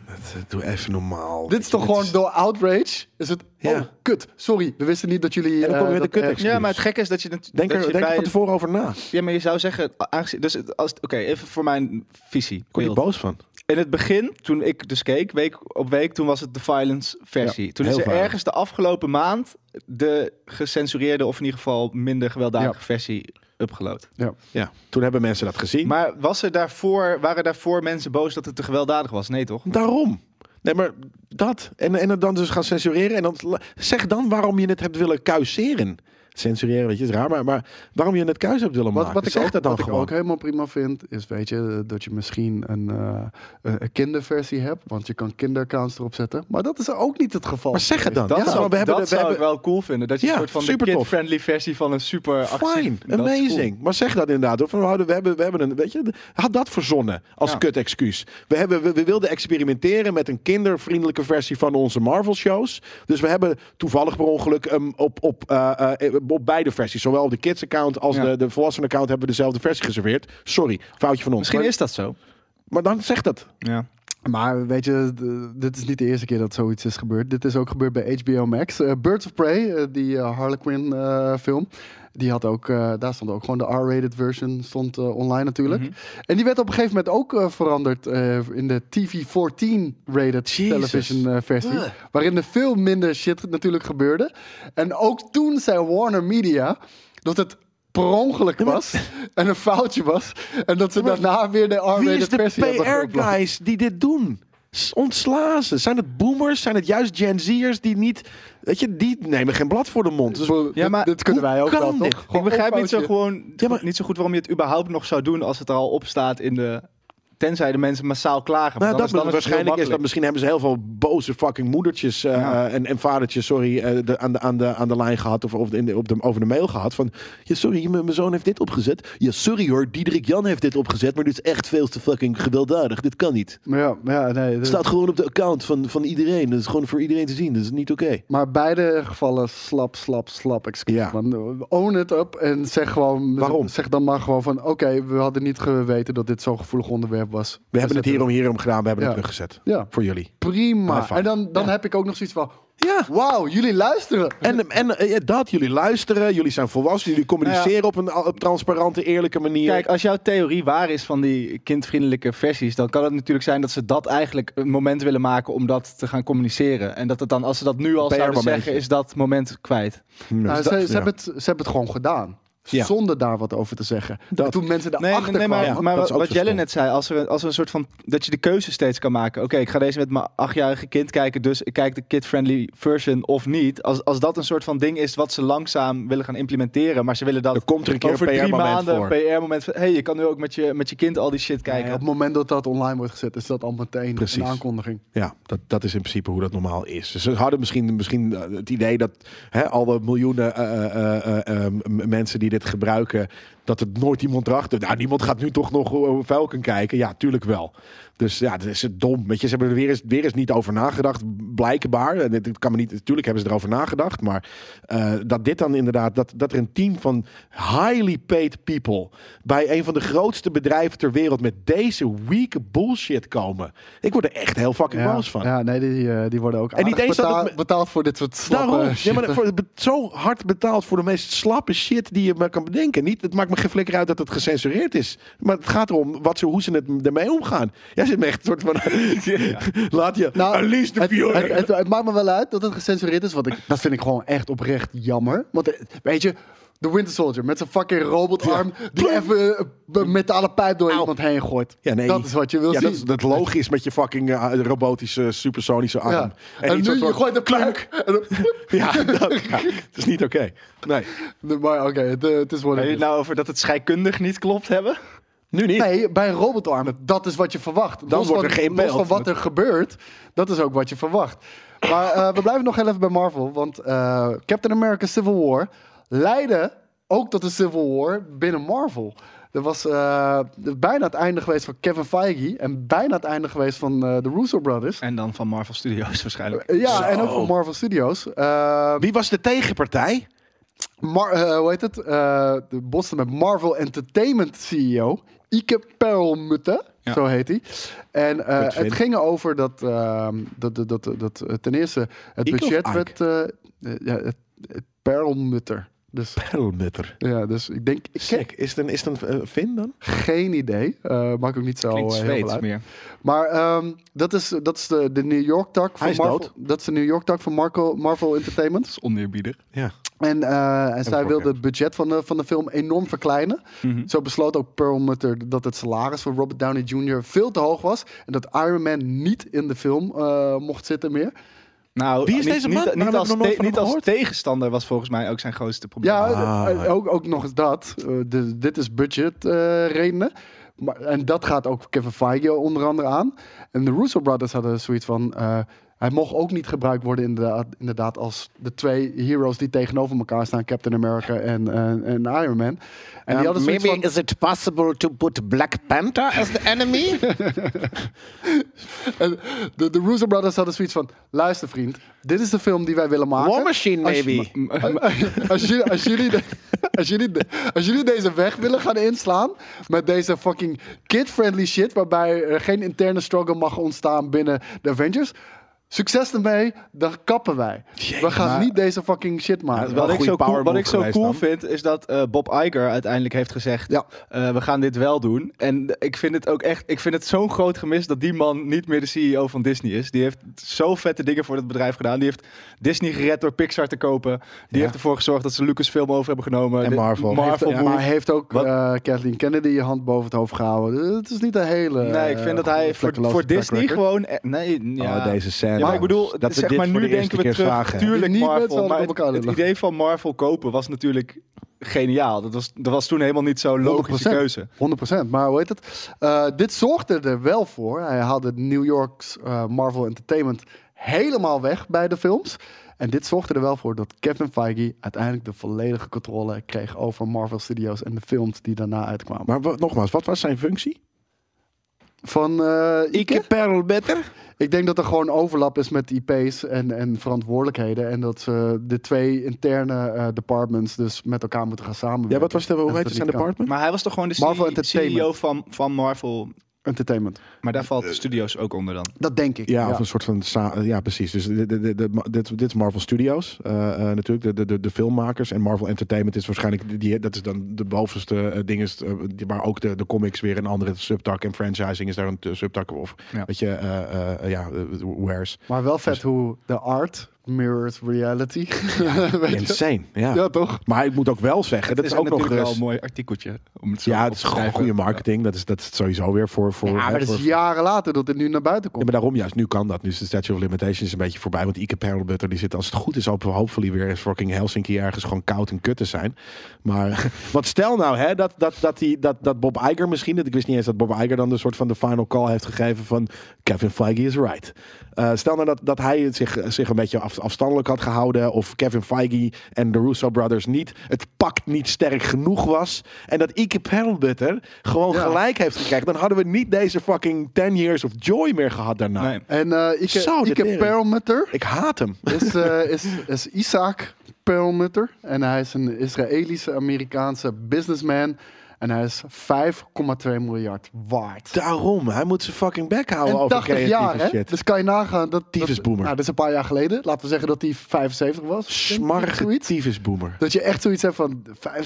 [SPEAKER 2] Doe even normaal.
[SPEAKER 4] Dit is toch gewoon door outrage? Is het,
[SPEAKER 2] Oh, Ja.
[SPEAKER 4] oh, kut, sorry. We wisten niet dat jullie...
[SPEAKER 2] En dan
[SPEAKER 4] eh,
[SPEAKER 2] kom je met
[SPEAKER 4] dat-
[SPEAKER 2] een kut
[SPEAKER 4] eh,
[SPEAKER 2] excuus.
[SPEAKER 3] Ja, maar het gekke is dat je... het-
[SPEAKER 2] Denk
[SPEAKER 3] dat
[SPEAKER 2] er,
[SPEAKER 3] je
[SPEAKER 2] denk er
[SPEAKER 3] bij-
[SPEAKER 2] van tevoren over na.
[SPEAKER 3] Ja, maar je zou zeggen, aangezien, dus het- als, oké, even voor mijn visie.
[SPEAKER 2] Word je
[SPEAKER 3] beeld.
[SPEAKER 2] boos van?
[SPEAKER 3] In het begin, toen ik dus keek, week op week, toen was het de violence versie. toen is
[SPEAKER 2] heel
[SPEAKER 3] er
[SPEAKER 2] violent.
[SPEAKER 3] ergens de afgelopen maand de gecensureerde, of in ieder geval minder gewelddadige
[SPEAKER 4] Ja.
[SPEAKER 3] versie upgeload.
[SPEAKER 2] Ja. Toen hebben mensen dat gezien.
[SPEAKER 3] Maar was er daarvoor, waren daarvoor mensen boos dat het te gewelddadig was? Nee, toch?
[SPEAKER 2] Daarom. Nee, maar dat. En, en het dan dus gaan censureren. En dan, zeg dan waarom je het hebt willen kuiseren. Censureren, weet je, is raar. Maar, maar waarom je het kuis hebt willen
[SPEAKER 4] Wat,
[SPEAKER 2] maken.
[SPEAKER 4] wat, ik,
[SPEAKER 2] zeg
[SPEAKER 4] ook,
[SPEAKER 2] dat dan
[SPEAKER 4] wat ik
[SPEAKER 2] gewoon.
[SPEAKER 4] ook helemaal prima vind, is weet je, dat je misschien een, eh, een kinderversie hebt. Want je kan kinderaccounts erop zetten. Maar dat is ook niet het geval.
[SPEAKER 2] Maar zeg het dan.
[SPEAKER 3] Dat
[SPEAKER 2] Nou, Ja,
[SPEAKER 3] zou,
[SPEAKER 2] maar we hebben
[SPEAKER 3] dat
[SPEAKER 2] de- we
[SPEAKER 3] zou
[SPEAKER 2] hebben-
[SPEAKER 3] ik wel cool vinden. Dat je
[SPEAKER 2] Ja,
[SPEAKER 3] een soort van de
[SPEAKER 2] super tof.
[SPEAKER 3] kid-friendly versie van een super actief-
[SPEAKER 2] Fine,
[SPEAKER 3] dat is cool.
[SPEAKER 2] amazing. Maar zeg dat inderdaad. Hoor. Van, we, houden- we, hebben, we hebben een, weet je, had dat verzonnen als
[SPEAKER 3] Ja.
[SPEAKER 2] kut excuus. We, hebben, we, we wilden experimenteren met een kindervriendelijke versie van onze Marvel-shows. Dus we hebben toevallig per ongeluk ehm, op, op, eh, eh, op beide versies, zowel op de kids-account als
[SPEAKER 3] Ja.
[SPEAKER 2] de, de volwassen-account, hebben we dezelfde versie geserveerd. Sorry, foutje van ons.
[SPEAKER 3] Misschien
[SPEAKER 2] maar,
[SPEAKER 3] is dat zo.
[SPEAKER 2] maar dan zeg dat.
[SPEAKER 3] Ja.
[SPEAKER 4] Maar weet je, d- dit is niet de eerste keer dat zoiets is gebeurd. Dit is ook gebeurd bij HBO Max. Eh, Birds of Prey, eh, die eh, Harley Quinn eh, film. Die had ook, eh, daar stond ook gewoon de R-rated version stond eh, online natuurlijk.
[SPEAKER 2] Mhm.
[SPEAKER 4] En die werd op een gegeven moment ook eh, veranderd eh, in de TV-14 rated television eh, versie. Waarin er veel minder shit natuurlijk gebeurde. En ook toen zei Warner Media dat het per ongeluk was en een foutje was. En dat ze daarna weer de
[SPEAKER 3] Oh,
[SPEAKER 2] Wie
[SPEAKER 4] R-rated
[SPEAKER 2] is de
[SPEAKER 4] versie hebben geüpload.
[SPEAKER 2] PR-guys die dit doen? S- Ontsla ze. Zijn het boomers? Zijn het juist Gen Z'ers die niet... Weet je, die nemen geen blad voor de mond. Dus
[SPEAKER 4] Bijvoorbeeld,
[SPEAKER 3] Ja,
[SPEAKER 4] dit-
[SPEAKER 3] maar
[SPEAKER 4] dit, kunnen
[SPEAKER 2] hoe
[SPEAKER 4] wij ook
[SPEAKER 2] kan
[SPEAKER 4] wel,
[SPEAKER 2] dit?
[SPEAKER 4] toch?
[SPEAKER 3] Ik begrijp niet zo,
[SPEAKER 4] goed.
[SPEAKER 3] gewoon,
[SPEAKER 2] Ja, maar-
[SPEAKER 3] niet zo goed waarom je het überhaupt nog zou doen als het er al op staat in de... Tenzij de mensen massaal klagen.
[SPEAKER 2] Nou,
[SPEAKER 3] maar
[SPEAKER 2] dat is
[SPEAKER 3] dan is, dan het heel
[SPEAKER 2] waarschijnlijk is dat
[SPEAKER 3] makkelijk.
[SPEAKER 2] misschien hebben ze heel veel boze fucking moedertjes eh,
[SPEAKER 3] Ja.
[SPEAKER 2] eh, en, en vadertjes, sorry, eh, de, aan, de, aan, de, aan de lijn gehad of, of in de, op de, over de mail gehad. Van ja, sorry, mijn, mijn zoon heeft dit opgezet. Ja, sorry hoor, Diederik Jan heeft dit opgezet, maar dit is echt veel te fucking gewelddadig. Dit kan niet.
[SPEAKER 4] Maar, ja, maar ja, nee,
[SPEAKER 2] Het
[SPEAKER 4] dit-
[SPEAKER 2] staat gewoon op de account van, van iedereen. Dat is gewoon voor iedereen te zien. Dat is niet oké.
[SPEAKER 4] maar beide gevallen slap, slap, slap. Excuus,
[SPEAKER 2] Ja.
[SPEAKER 4] man. Own it up en zeg gewoon...
[SPEAKER 2] Waarom?
[SPEAKER 4] Zeg dan maar gewoon van... Oké, we hadden niet geweten dat dit zo'n gevoelig onderwerp was. Dus
[SPEAKER 2] We hebben het
[SPEAKER 4] zetten
[SPEAKER 2] hier om hier om gedaan. We hebben
[SPEAKER 4] Ja.
[SPEAKER 2] het teruggezet
[SPEAKER 4] Ja,
[SPEAKER 2] voor jullie.
[SPEAKER 4] prima.
[SPEAKER 2] High five.
[SPEAKER 4] En dan, dan heb ik ook nog zoiets van...
[SPEAKER 5] Ja.
[SPEAKER 4] Wauw, jullie luisteren.
[SPEAKER 2] En, en eh, ja, dat, jullie luisteren, jullie zijn volwassen, jullie communiceren
[SPEAKER 3] Nou
[SPEAKER 2] op een al- op transparante, eerlijke manier.
[SPEAKER 3] Kijk, als jouw theorie waar is van die kindvriendelijke versies, dan kan het natuurlijk zijn dat ze dat eigenlijk een moment willen maken om dat te gaan communiceren. En dat het dan, als ze dat nu al
[SPEAKER 2] PR
[SPEAKER 3] zouden
[SPEAKER 2] momentje.
[SPEAKER 3] zeggen, is dat moment kwijt.
[SPEAKER 2] Nou,
[SPEAKER 4] Nou,
[SPEAKER 2] dus
[SPEAKER 4] ze,
[SPEAKER 2] dat-
[SPEAKER 4] ze
[SPEAKER 2] ja.
[SPEAKER 4] hebben het, ze hebben het gewoon gedaan.
[SPEAKER 3] Ja.
[SPEAKER 4] Zonder daar wat over te zeggen.
[SPEAKER 2] Dat.
[SPEAKER 4] En toen mensen
[SPEAKER 3] Nee,
[SPEAKER 4] daarachter
[SPEAKER 3] nee, maar,
[SPEAKER 4] kwamen.
[SPEAKER 2] ja,
[SPEAKER 3] maar
[SPEAKER 2] dat
[SPEAKER 3] wat,
[SPEAKER 2] is ook
[SPEAKER 3] wat Jelle
[SPEAKER 2] verstandig.
[SPEAKER 3] net zei, als er, als er een soort van dat je de keuze steeds kan maken. Oké, ik ga deze met mijn achtjarige kind kijken, dus ik kijk de kid-friendly version of niet. Als, als dat een soort van ding is wat ze langzaam willen gaan implementeren, maar ze willen dat
[SPEAKER 2] er komt er een keer
[SPEAKER 3] over
[SPEAKER 2] een
[SPEAKER 3] drie
[SPEAKER 2] PR-moment
[SPEAKER 3] maanden
[SPEAKER 2] voor.
[SPEAKER 3] PR-moment van, hey, je kan nu ook met je, met je kind al die shit kijken.
[SPEAKER 4] Nee, op het moment dat dat online wordt gezet, is dat al meteen
[SPEAKER 2] Precies.
[SPEAKER 4] een aankondiging.
[SPEAKER 2] Ja, dat, dat is in principe hoe dat normaal is. Dus ze hadden misschien, misschien eh, het idee dat hè, alle miljoenen eh, eh, eh, eh, m- mensen die dit gebruiken, dat het nooit iemand erachter. Nou, niemand gaat nu toch nog eh, Falcon kijken. Ja, tuurlijk wel. Dus ja, dat is het dom. Weet je, ze hebben er weer eens, weer eens niet over nagedacht, blijkbaar. En dit- dit kan me niet, natuurlijk hebben ze erover nagedacht, maar eh, dat dit dan inderdaad, dat, dat er een team van highly paid people bij een van de grootste bedrijven ter wereld met deze weak bullshit komen. Ik word er echt heel fucking
[SPEAKER 4] ja.
[SPEAKER 2] boos van.
[SPEAKER 4] Ja, nee, die, eh, die worden ook
[SPEAKER 2] En niet
[SPEAKER 4] aardig
[SPEAKER 2] eens dat het
[SPEAKER 4] betaal-
[SPEAKER 2] me-
[SPEAKER 4] betaald voor dit soort slappe
[SPEAKER 2] Daarom. Ja,
[SPEAKER 4] shit.
[SPEAKER 2] maar voor, be- zo hard betaald voor de meest slappe shit die je maar kan bedenken. Niet, het maakt me geen flikker uit dat het gecensureerd is. Maar het gaat erom wat ze, hoe ze het ermee omgaan. Jij zit me echt een soort van... Laat je...
[SPEAKER 4] Nou,
[SPEAKER 2] Unleash the
[SPEAKER 4] het,
[SPEAKER 2] fury.
[SPEAKER 4] het, het- het maakt me wel uit dat het gecensureerd is, want ik, dat vind ik gewoon echt oprecht jammer. Want eh, weet je, de Winter Soldier met zijn fucking robotarm die even eh, een metalen pijp door iemand heen gooit.
[SPEAKER 2] Ja, nee.
[SPEAKER 4] Dat is wat je wil
[SPEAKER 2] ja,
[SPEAKER 4] zien.
[SPEAKER 2] dat is dat logisch met je fucking eh, robotische, supersonische arm.
[SPEAKER 4] Ja. En,
[SPEAKER 2] iets
[SPEAKER 4] nu
[SPEAKER 2] soort
[SPEAKER 4] je
[SPEAKER 2] van-
[SPEAKER 4] gooit de plank. en dan-
[SPEAKER 2] Ja, dat, ja, het is niet oké. Nee,
[SPEAKER 4] Maar oké, het, eh, het
[SPEAKER 3] Hebben
[SPEAKER 4] is wat het
[SPEAKER 3] jullie
[SPEAKER 4] is.
[SPEAKER 3] het nou over dat het scheikundig niet klopt hebben?
[SPEAKER 2] nu niet.
[SPEAKER 4] Nee, bij een robotarm, dat is wat je verwacht. Dan
[SPEAKER 2] wordt er geen beeld.
[SPEAKER 4] van wat er gebeurt, dat is ook wat je verwacht. Maar eh, we blijven nog heel even bij Marvel. Want eh, Captain America Civil War leidde ook tot een Civil War binnen Marvel. Er was eh, bijna het einde geweest van Kevin Feige... en bijna het einde geweest van eh, de Russo Brothers.
[SPEAKER 3] En dan van Marvel Studios waarschijnlijk.
[SPEAKER 4] Eh, ja,
[SPEAKER 2] Zo.
[SPEAKER 4] en ook van Marvel Studios. Eh,
[SPEAKER 2] Wie was de tegenpartij?
[SPEAKER 4] Mar- eh, hoe heet het? Eh, de botste met Marvel Entertainment CEO. Ike Perlmutte,
[SPEAKER 3] Ja.
[SPEAKER 4] zo heet hij. En eh,
[SPEAKER 2] Goed vind.
[SPEAKER 4] het ging erover dat, ehm, dat, dat, dat, dat eh, ten eerste het
[SPEAKER 2] Ike of
[SPEAKER 4] budget
[SPEAKER 2] Ike?
[SPEAKER 4] werd... eh, eh, ja, het, het Perlmutter. Dus,
[SPEAKER 2] Perlmutter.
[SPEAKER 4] ja, dus ik denk, ik heb
[SPEAKER 2] Sick. Is het een, is het een eh, Finn dan?
[SPEAKER 4] geen idee. Eh maakt ook niet
[SPEAKER 2] Oh,
[SPEAKER 4] zo
[SPEAKER 3] Klinkt
[SPEAKER 4] eh, heel veel
[SPEAKER 3] Zweeds
[SPEAKER 4] uit.
[SPEAKER 3] meer.
[SPEAKER 4] Maar ehm, dat is, dat is de, de New York tak
[SPEAKER 2] Hij
[SPEAKER 4] van
[SPEAKER 2] is
[SPEAKER 4] Marvel.
[SPEAKER 2] dood.
[SPEAKER 4] Dat is de New York tak van Marco, Marvel Entertainment.
[SPEAKER 3] Oneerbiedig.
[SPEAKER 2] Ja.
[SPEAKER 4] En, eh, en zij
[SPEAKER 2] Fortnite.
[SPEAKER 4] wilde het budget van de, van de film enorm verkleinen. Zo besloot ook Perlmutter dat het salaris van Robert Downey Jr. veel te hoog was. En dat Iron Man niet in de film eh, mocht zitten meer.
[SPEAKER 3] Nou,
[SPEAKER 2] Wie is
[SPEAKER 3] niet,
[SPEAKER 2] deze man? Waarom
[SPEAKER 3] Niet, niet
[SPEAKER 2] heb ik
[SPEAKER 3] als,
[SPEAKER 2] nog nooit
[SPEAKER 3] te-
[SPEAKER 2] van hem
[SPEAKER 3] niet als
[SPEAKER 2] gehoord?
[SPEAKER 3] tegenstander was volgens mij ook zijn grootste probleem.
[SPEAKER 4] Ja,
[SPEAKER 2] Ah.
[SPEAKER 4] eh, ook, ook nog eens dat. Eh, de- dit is budget eh, redenen. Maar, en dat gaat ook Kevin Feige onder andere aan. En de Russo Brothers hadden zoiets van... eh, hij mocht ook niet gebruikt worden inderdaad, inderdaad als de twee heroes die tegenover elkaar staan. Captain America en, en, en Iron Man. En die hadden zoiets van...
[SPEAKER 5] Um, it possible to put Black Panther as the enemy?
[SPEAKER 4] En de, de Russo Brothers hadden zoiets van... Luister vriend, dit is de film die wij willen maken.
[SPEAKER 5] War Machine,
[SPEAKER 4] Als je-
[SPEAKER 5] maybe.
[SPEAKER 4] als, jullie, als, jullie de- als, jullie de- als jullie deze weg willen gaan inslaan... met deze fucking kid-friendly shit... waarbij er geen interne struggle mag ontstaan binnen de Avengers... Succes ermee, dan kappen wij. We gaan
[SPEAKER 3] maar-
[SPEAKER 4] niet deze fucking shit
[SPEAKER 2] wel
[SPEAKER 4] maken.
[SPEAKER 3] Wat
[SPEAKER 2] een
[SPEAKER 3] ik
[SPEAKER 2] goede
[SPEAKER 3] zo cool,
[SPEAKER 2] power
[SPEAKER 3] wat
[SPEAKER 2] move
[SPEAKER 3] ik zo
[SPEAKER 2] geweest
[SPEAKER 3] cool
[SPEAKER 2] dan.
[SPEAKER 3] vind, is dat eh, Bob Iger uiteindelijk heeft gezegd...
[SPEAKER 4] Ja.
[SPEAKER 3] eh, we gaan dit wel doen. En ik vind het ook echt... Ik vind het zo'n groot gemis dat die man niet meer de CEO van Disney is. Die heeft zo vette dingen voor dat bedrijf gedaan. Die heeft Disney gered door Pixar te kopen. Die heeft ervoor gezorgd dat ze Lucasfilm over hebben genomen.
[SPEAKER 2] En
[SPEAKER 3] De-
[SPEAKER 2] Marvel.
[SPEAKER 3] Marvel
[SPEAKER 4] heeft, maar
[SPEAKER 3] move.
[SPEAKER 4] heeft ook
[SPEAKER 3] Wat-
[SPEAKER 4] eh, Kathleen Kennedy je hand boven het hoofd gehouden. Het is niet een hele...
[SPEAKER 3] Nee, ik
[SPEAKER 4] eh,
[SPEAKER 3] vind dat hij voor,
[SPEAKER 4] vlekkeloze
[SPEAKER 3] voor
[SPEAKER 4] track
[SPEAKER 3] Disney
[SPEAKER 4] record.
[SPEAKER 3] gewoon... eh, Nee, ja.
[SPEAKER 2] Ja, Oh, deze scène.
[SPEAKER 3] Ja, maar ik bedoel,
[SPEAKER 2] jongens. dat we
[SPEAKER 3] zeg
[SPEAKER 2] dit
[SPEAKER 3] maar
[SPEAKER 2] voor
[SPEAKER 3] nu
[SPEAKER 2] de
[SPEAKER 3] denken
[SPEAKER 2] eerste
[SPEAKER 3] we
[SPEAKER 2] keer
[SPEAKER 3] terug.
[SPEAKER 2] zagen.
[SPEAKER 3] Tuurlijk
[SPEAKER 4] Niet met z'n
[SPEAKER 3] Marvel,
[SPEAKER 4] allen
[SPEAKER 3] maar
[SPEAKER 4] op
[SPEAKER 3] het,
[SPEAKER 4] elkaar
[SPEAKER 3] het
[SPEAKER 4] lullen.
[SPEAKER 3] idee van Marvel kopen was natuurlijk geniaal. Dat was, dat was toen helemaal niet zo'n logische
[SPEAKER 4] 100%.
[SPEAKER 3] keuze.
[SPEAKER 4] 100%. Maar hoe heet het? Eh, dit zorgde er wel voor. Hij haalde New York's eh, Marvel Entertainment helemaal weg bij de films. En dit zorgde er wel voor dat Kevin Feige uiteindelijk de volledige controle kreeg over Marvel Studios en de films die daarna uitkwamen.
[SPEAKER 2] Maar wa- nogmaals, wat was zijn functie?
[SPEAKER 4] Van eh,
[SPEAKER 2] Ik
[SPEAKER 4] Ike?
[SPEAKER 2] heb Perl better.
[SPEAKER 4] Ik denk dat er gewoon overlap is met IP's en, en verantwoordelijkheden. En dat ze de twee interne eh, departments dus met elkaar moeten gaan samenwerken.
[SPEAKER 2] Ja, wat was de,
[SPEAKER 4] En
[SPEAKER 2] hoe
[SPEAKER 4] dat
[SPEAKER 2] heet
[SPEAKER 4] dat
[SPEAKER 2] het zijn
[SPEAKER 4] niet kan.
[SPEAKER 2] department?
[SPEAKER 3] Maar hij was toch gewoon de
[SPEAKER 4] Marvel
[SPEAKER 3] C-
[SPEAKER 4] Entertainment.
[SPEAKER 3] CEO van, van Marvel
[SPEAKER 4] Entertainment.
[SPEAKER 3] Maar daar
[SPEAKER 4] Eh.
[SPEAKER 3] valt de studio's ook onder dan.
[SPEAKER 4] Dat denk ik.
[SPEAKER 2] Ja, of een soort van. sa- Ja, precies. Dus dit, dit, dit, dit- dit is Marvel Studios. eh, eh, natuurlijk, de, de, de, de filmmakers. En Marvel Entertainment is waarschijnlijk. Die, die- dat is dan de bovenste eh, ding. Is, eh, die- maar ook de, de comics weer een andere subtak. En franchising is daar een eh, subtak. Of
[SPEAKER 3] Ja.
[SPEAKER 2] weet je, eh, eh, eh, ja, eh, where's.
[SPEAKER 4] Maar wel
[SPEAKER 2] Dus-
[SPEAKER 4] vet hoe de art mirrors reality. Weet je?
[SPEAKER 2] Insane. Ja.
[SPEAKER 4] ja, toch?
[SPEAKER 2] Maar ik moet ook wel zeggen, dat is, ook nog
[SPEAKER 3] natuurlijk wel
[SPEAKER 2] eens.
[SPEAKER 3] een mooi artikeltje. Om het zo
[SPEAKER 2] Ja,
[SPEAKER 3] op
[SPEAKER 2] het is
[SPEAKER 3] te
[SPEAKER 2] gewoon
[SPEAKER 3] schrijven.
[SPEAKER 2] goede marketing. Dat is, dat is sowieso weer voor. voor
[SPEAKER 4] Ja, maar
[SPEAKER 2] hè,
[SPEAKER 4] dat
[SPEAKER 2] voor-
[SPEAKER 4] is jaren later dat het nu naar buiten
[SPEAKER 2] Ja,
[SPEAKER 4] komt.
[SPEAKER 2] maar daarom juist, nu kan dat. Nu is de Statue of Limitations een beetje voorbij. Want Ike Perlmutter die zit als het goed is op hopefully weer in fucking Helsinki ergens gewoon koud en kut te zijn. Maar want stel nou hè, dat, dat, dat, die, dat, dat Bob Iger misschien, dat ik wist niet eens dat Bob Iger dan een soort van de final call heeft gegeven van Kevin Feige is right. Eh, stel nou dat, dat hij het zich, zich een beetje af- afstandelijk had gehouden of Kevin Feige en de Russo brothers niet, het pact niet sterk genoeg was en dat Ike Perlmutter gewoon
[SPEAKER 4] Ja.
[SPEAKER 2] gelijk heeft gekregen, dan hadden we niet deze fucking 10 years of joy meer gehad daarna.
[SPEAKER 3] Nee.
[SPEAKER 4] En eh
[SPEAKER 2] Zo,
[SPEAKER 4] Ike,
[SPEAKER 2] de
[SPEAKER 4] Ike
[SPEAKER 2] tering.
[SPEAKER 4] Perlmutter
[SPEAKER 2] Ik haat hem.
[SPEAKER 4] is, eh, is, is Isaac Perlmutter. En hij is een Israëlische Amerikaanse businessman. En hij is 5,2 miljard waard.
[SPEAKER 2] Daarom. Hij moet zijn fucking bek houden
[SPEAKER 4] en
[SPEAKER 2] over
[SPEAKER 4] 80
[SPEAKER 2] creatieve
[SPEAKER 4] jaar, hè?
[SPEAKER 2] shit.
[SPEAKER 4] Dus kan je nagaan dat... dat
[SPEAKER 2] Tyfusboomer.
[SPEAKER 4] Nou, dat is een paar jaar geleden. Laten we zeggen dat hij 75 was. denk ik,
[SPEAKER 2] Smarge
[SPEAKER 4] zoiets.
[SPEAKER 2] tyfusboomer.
[SPEAKER 4] Dat je echt zoiets hebt van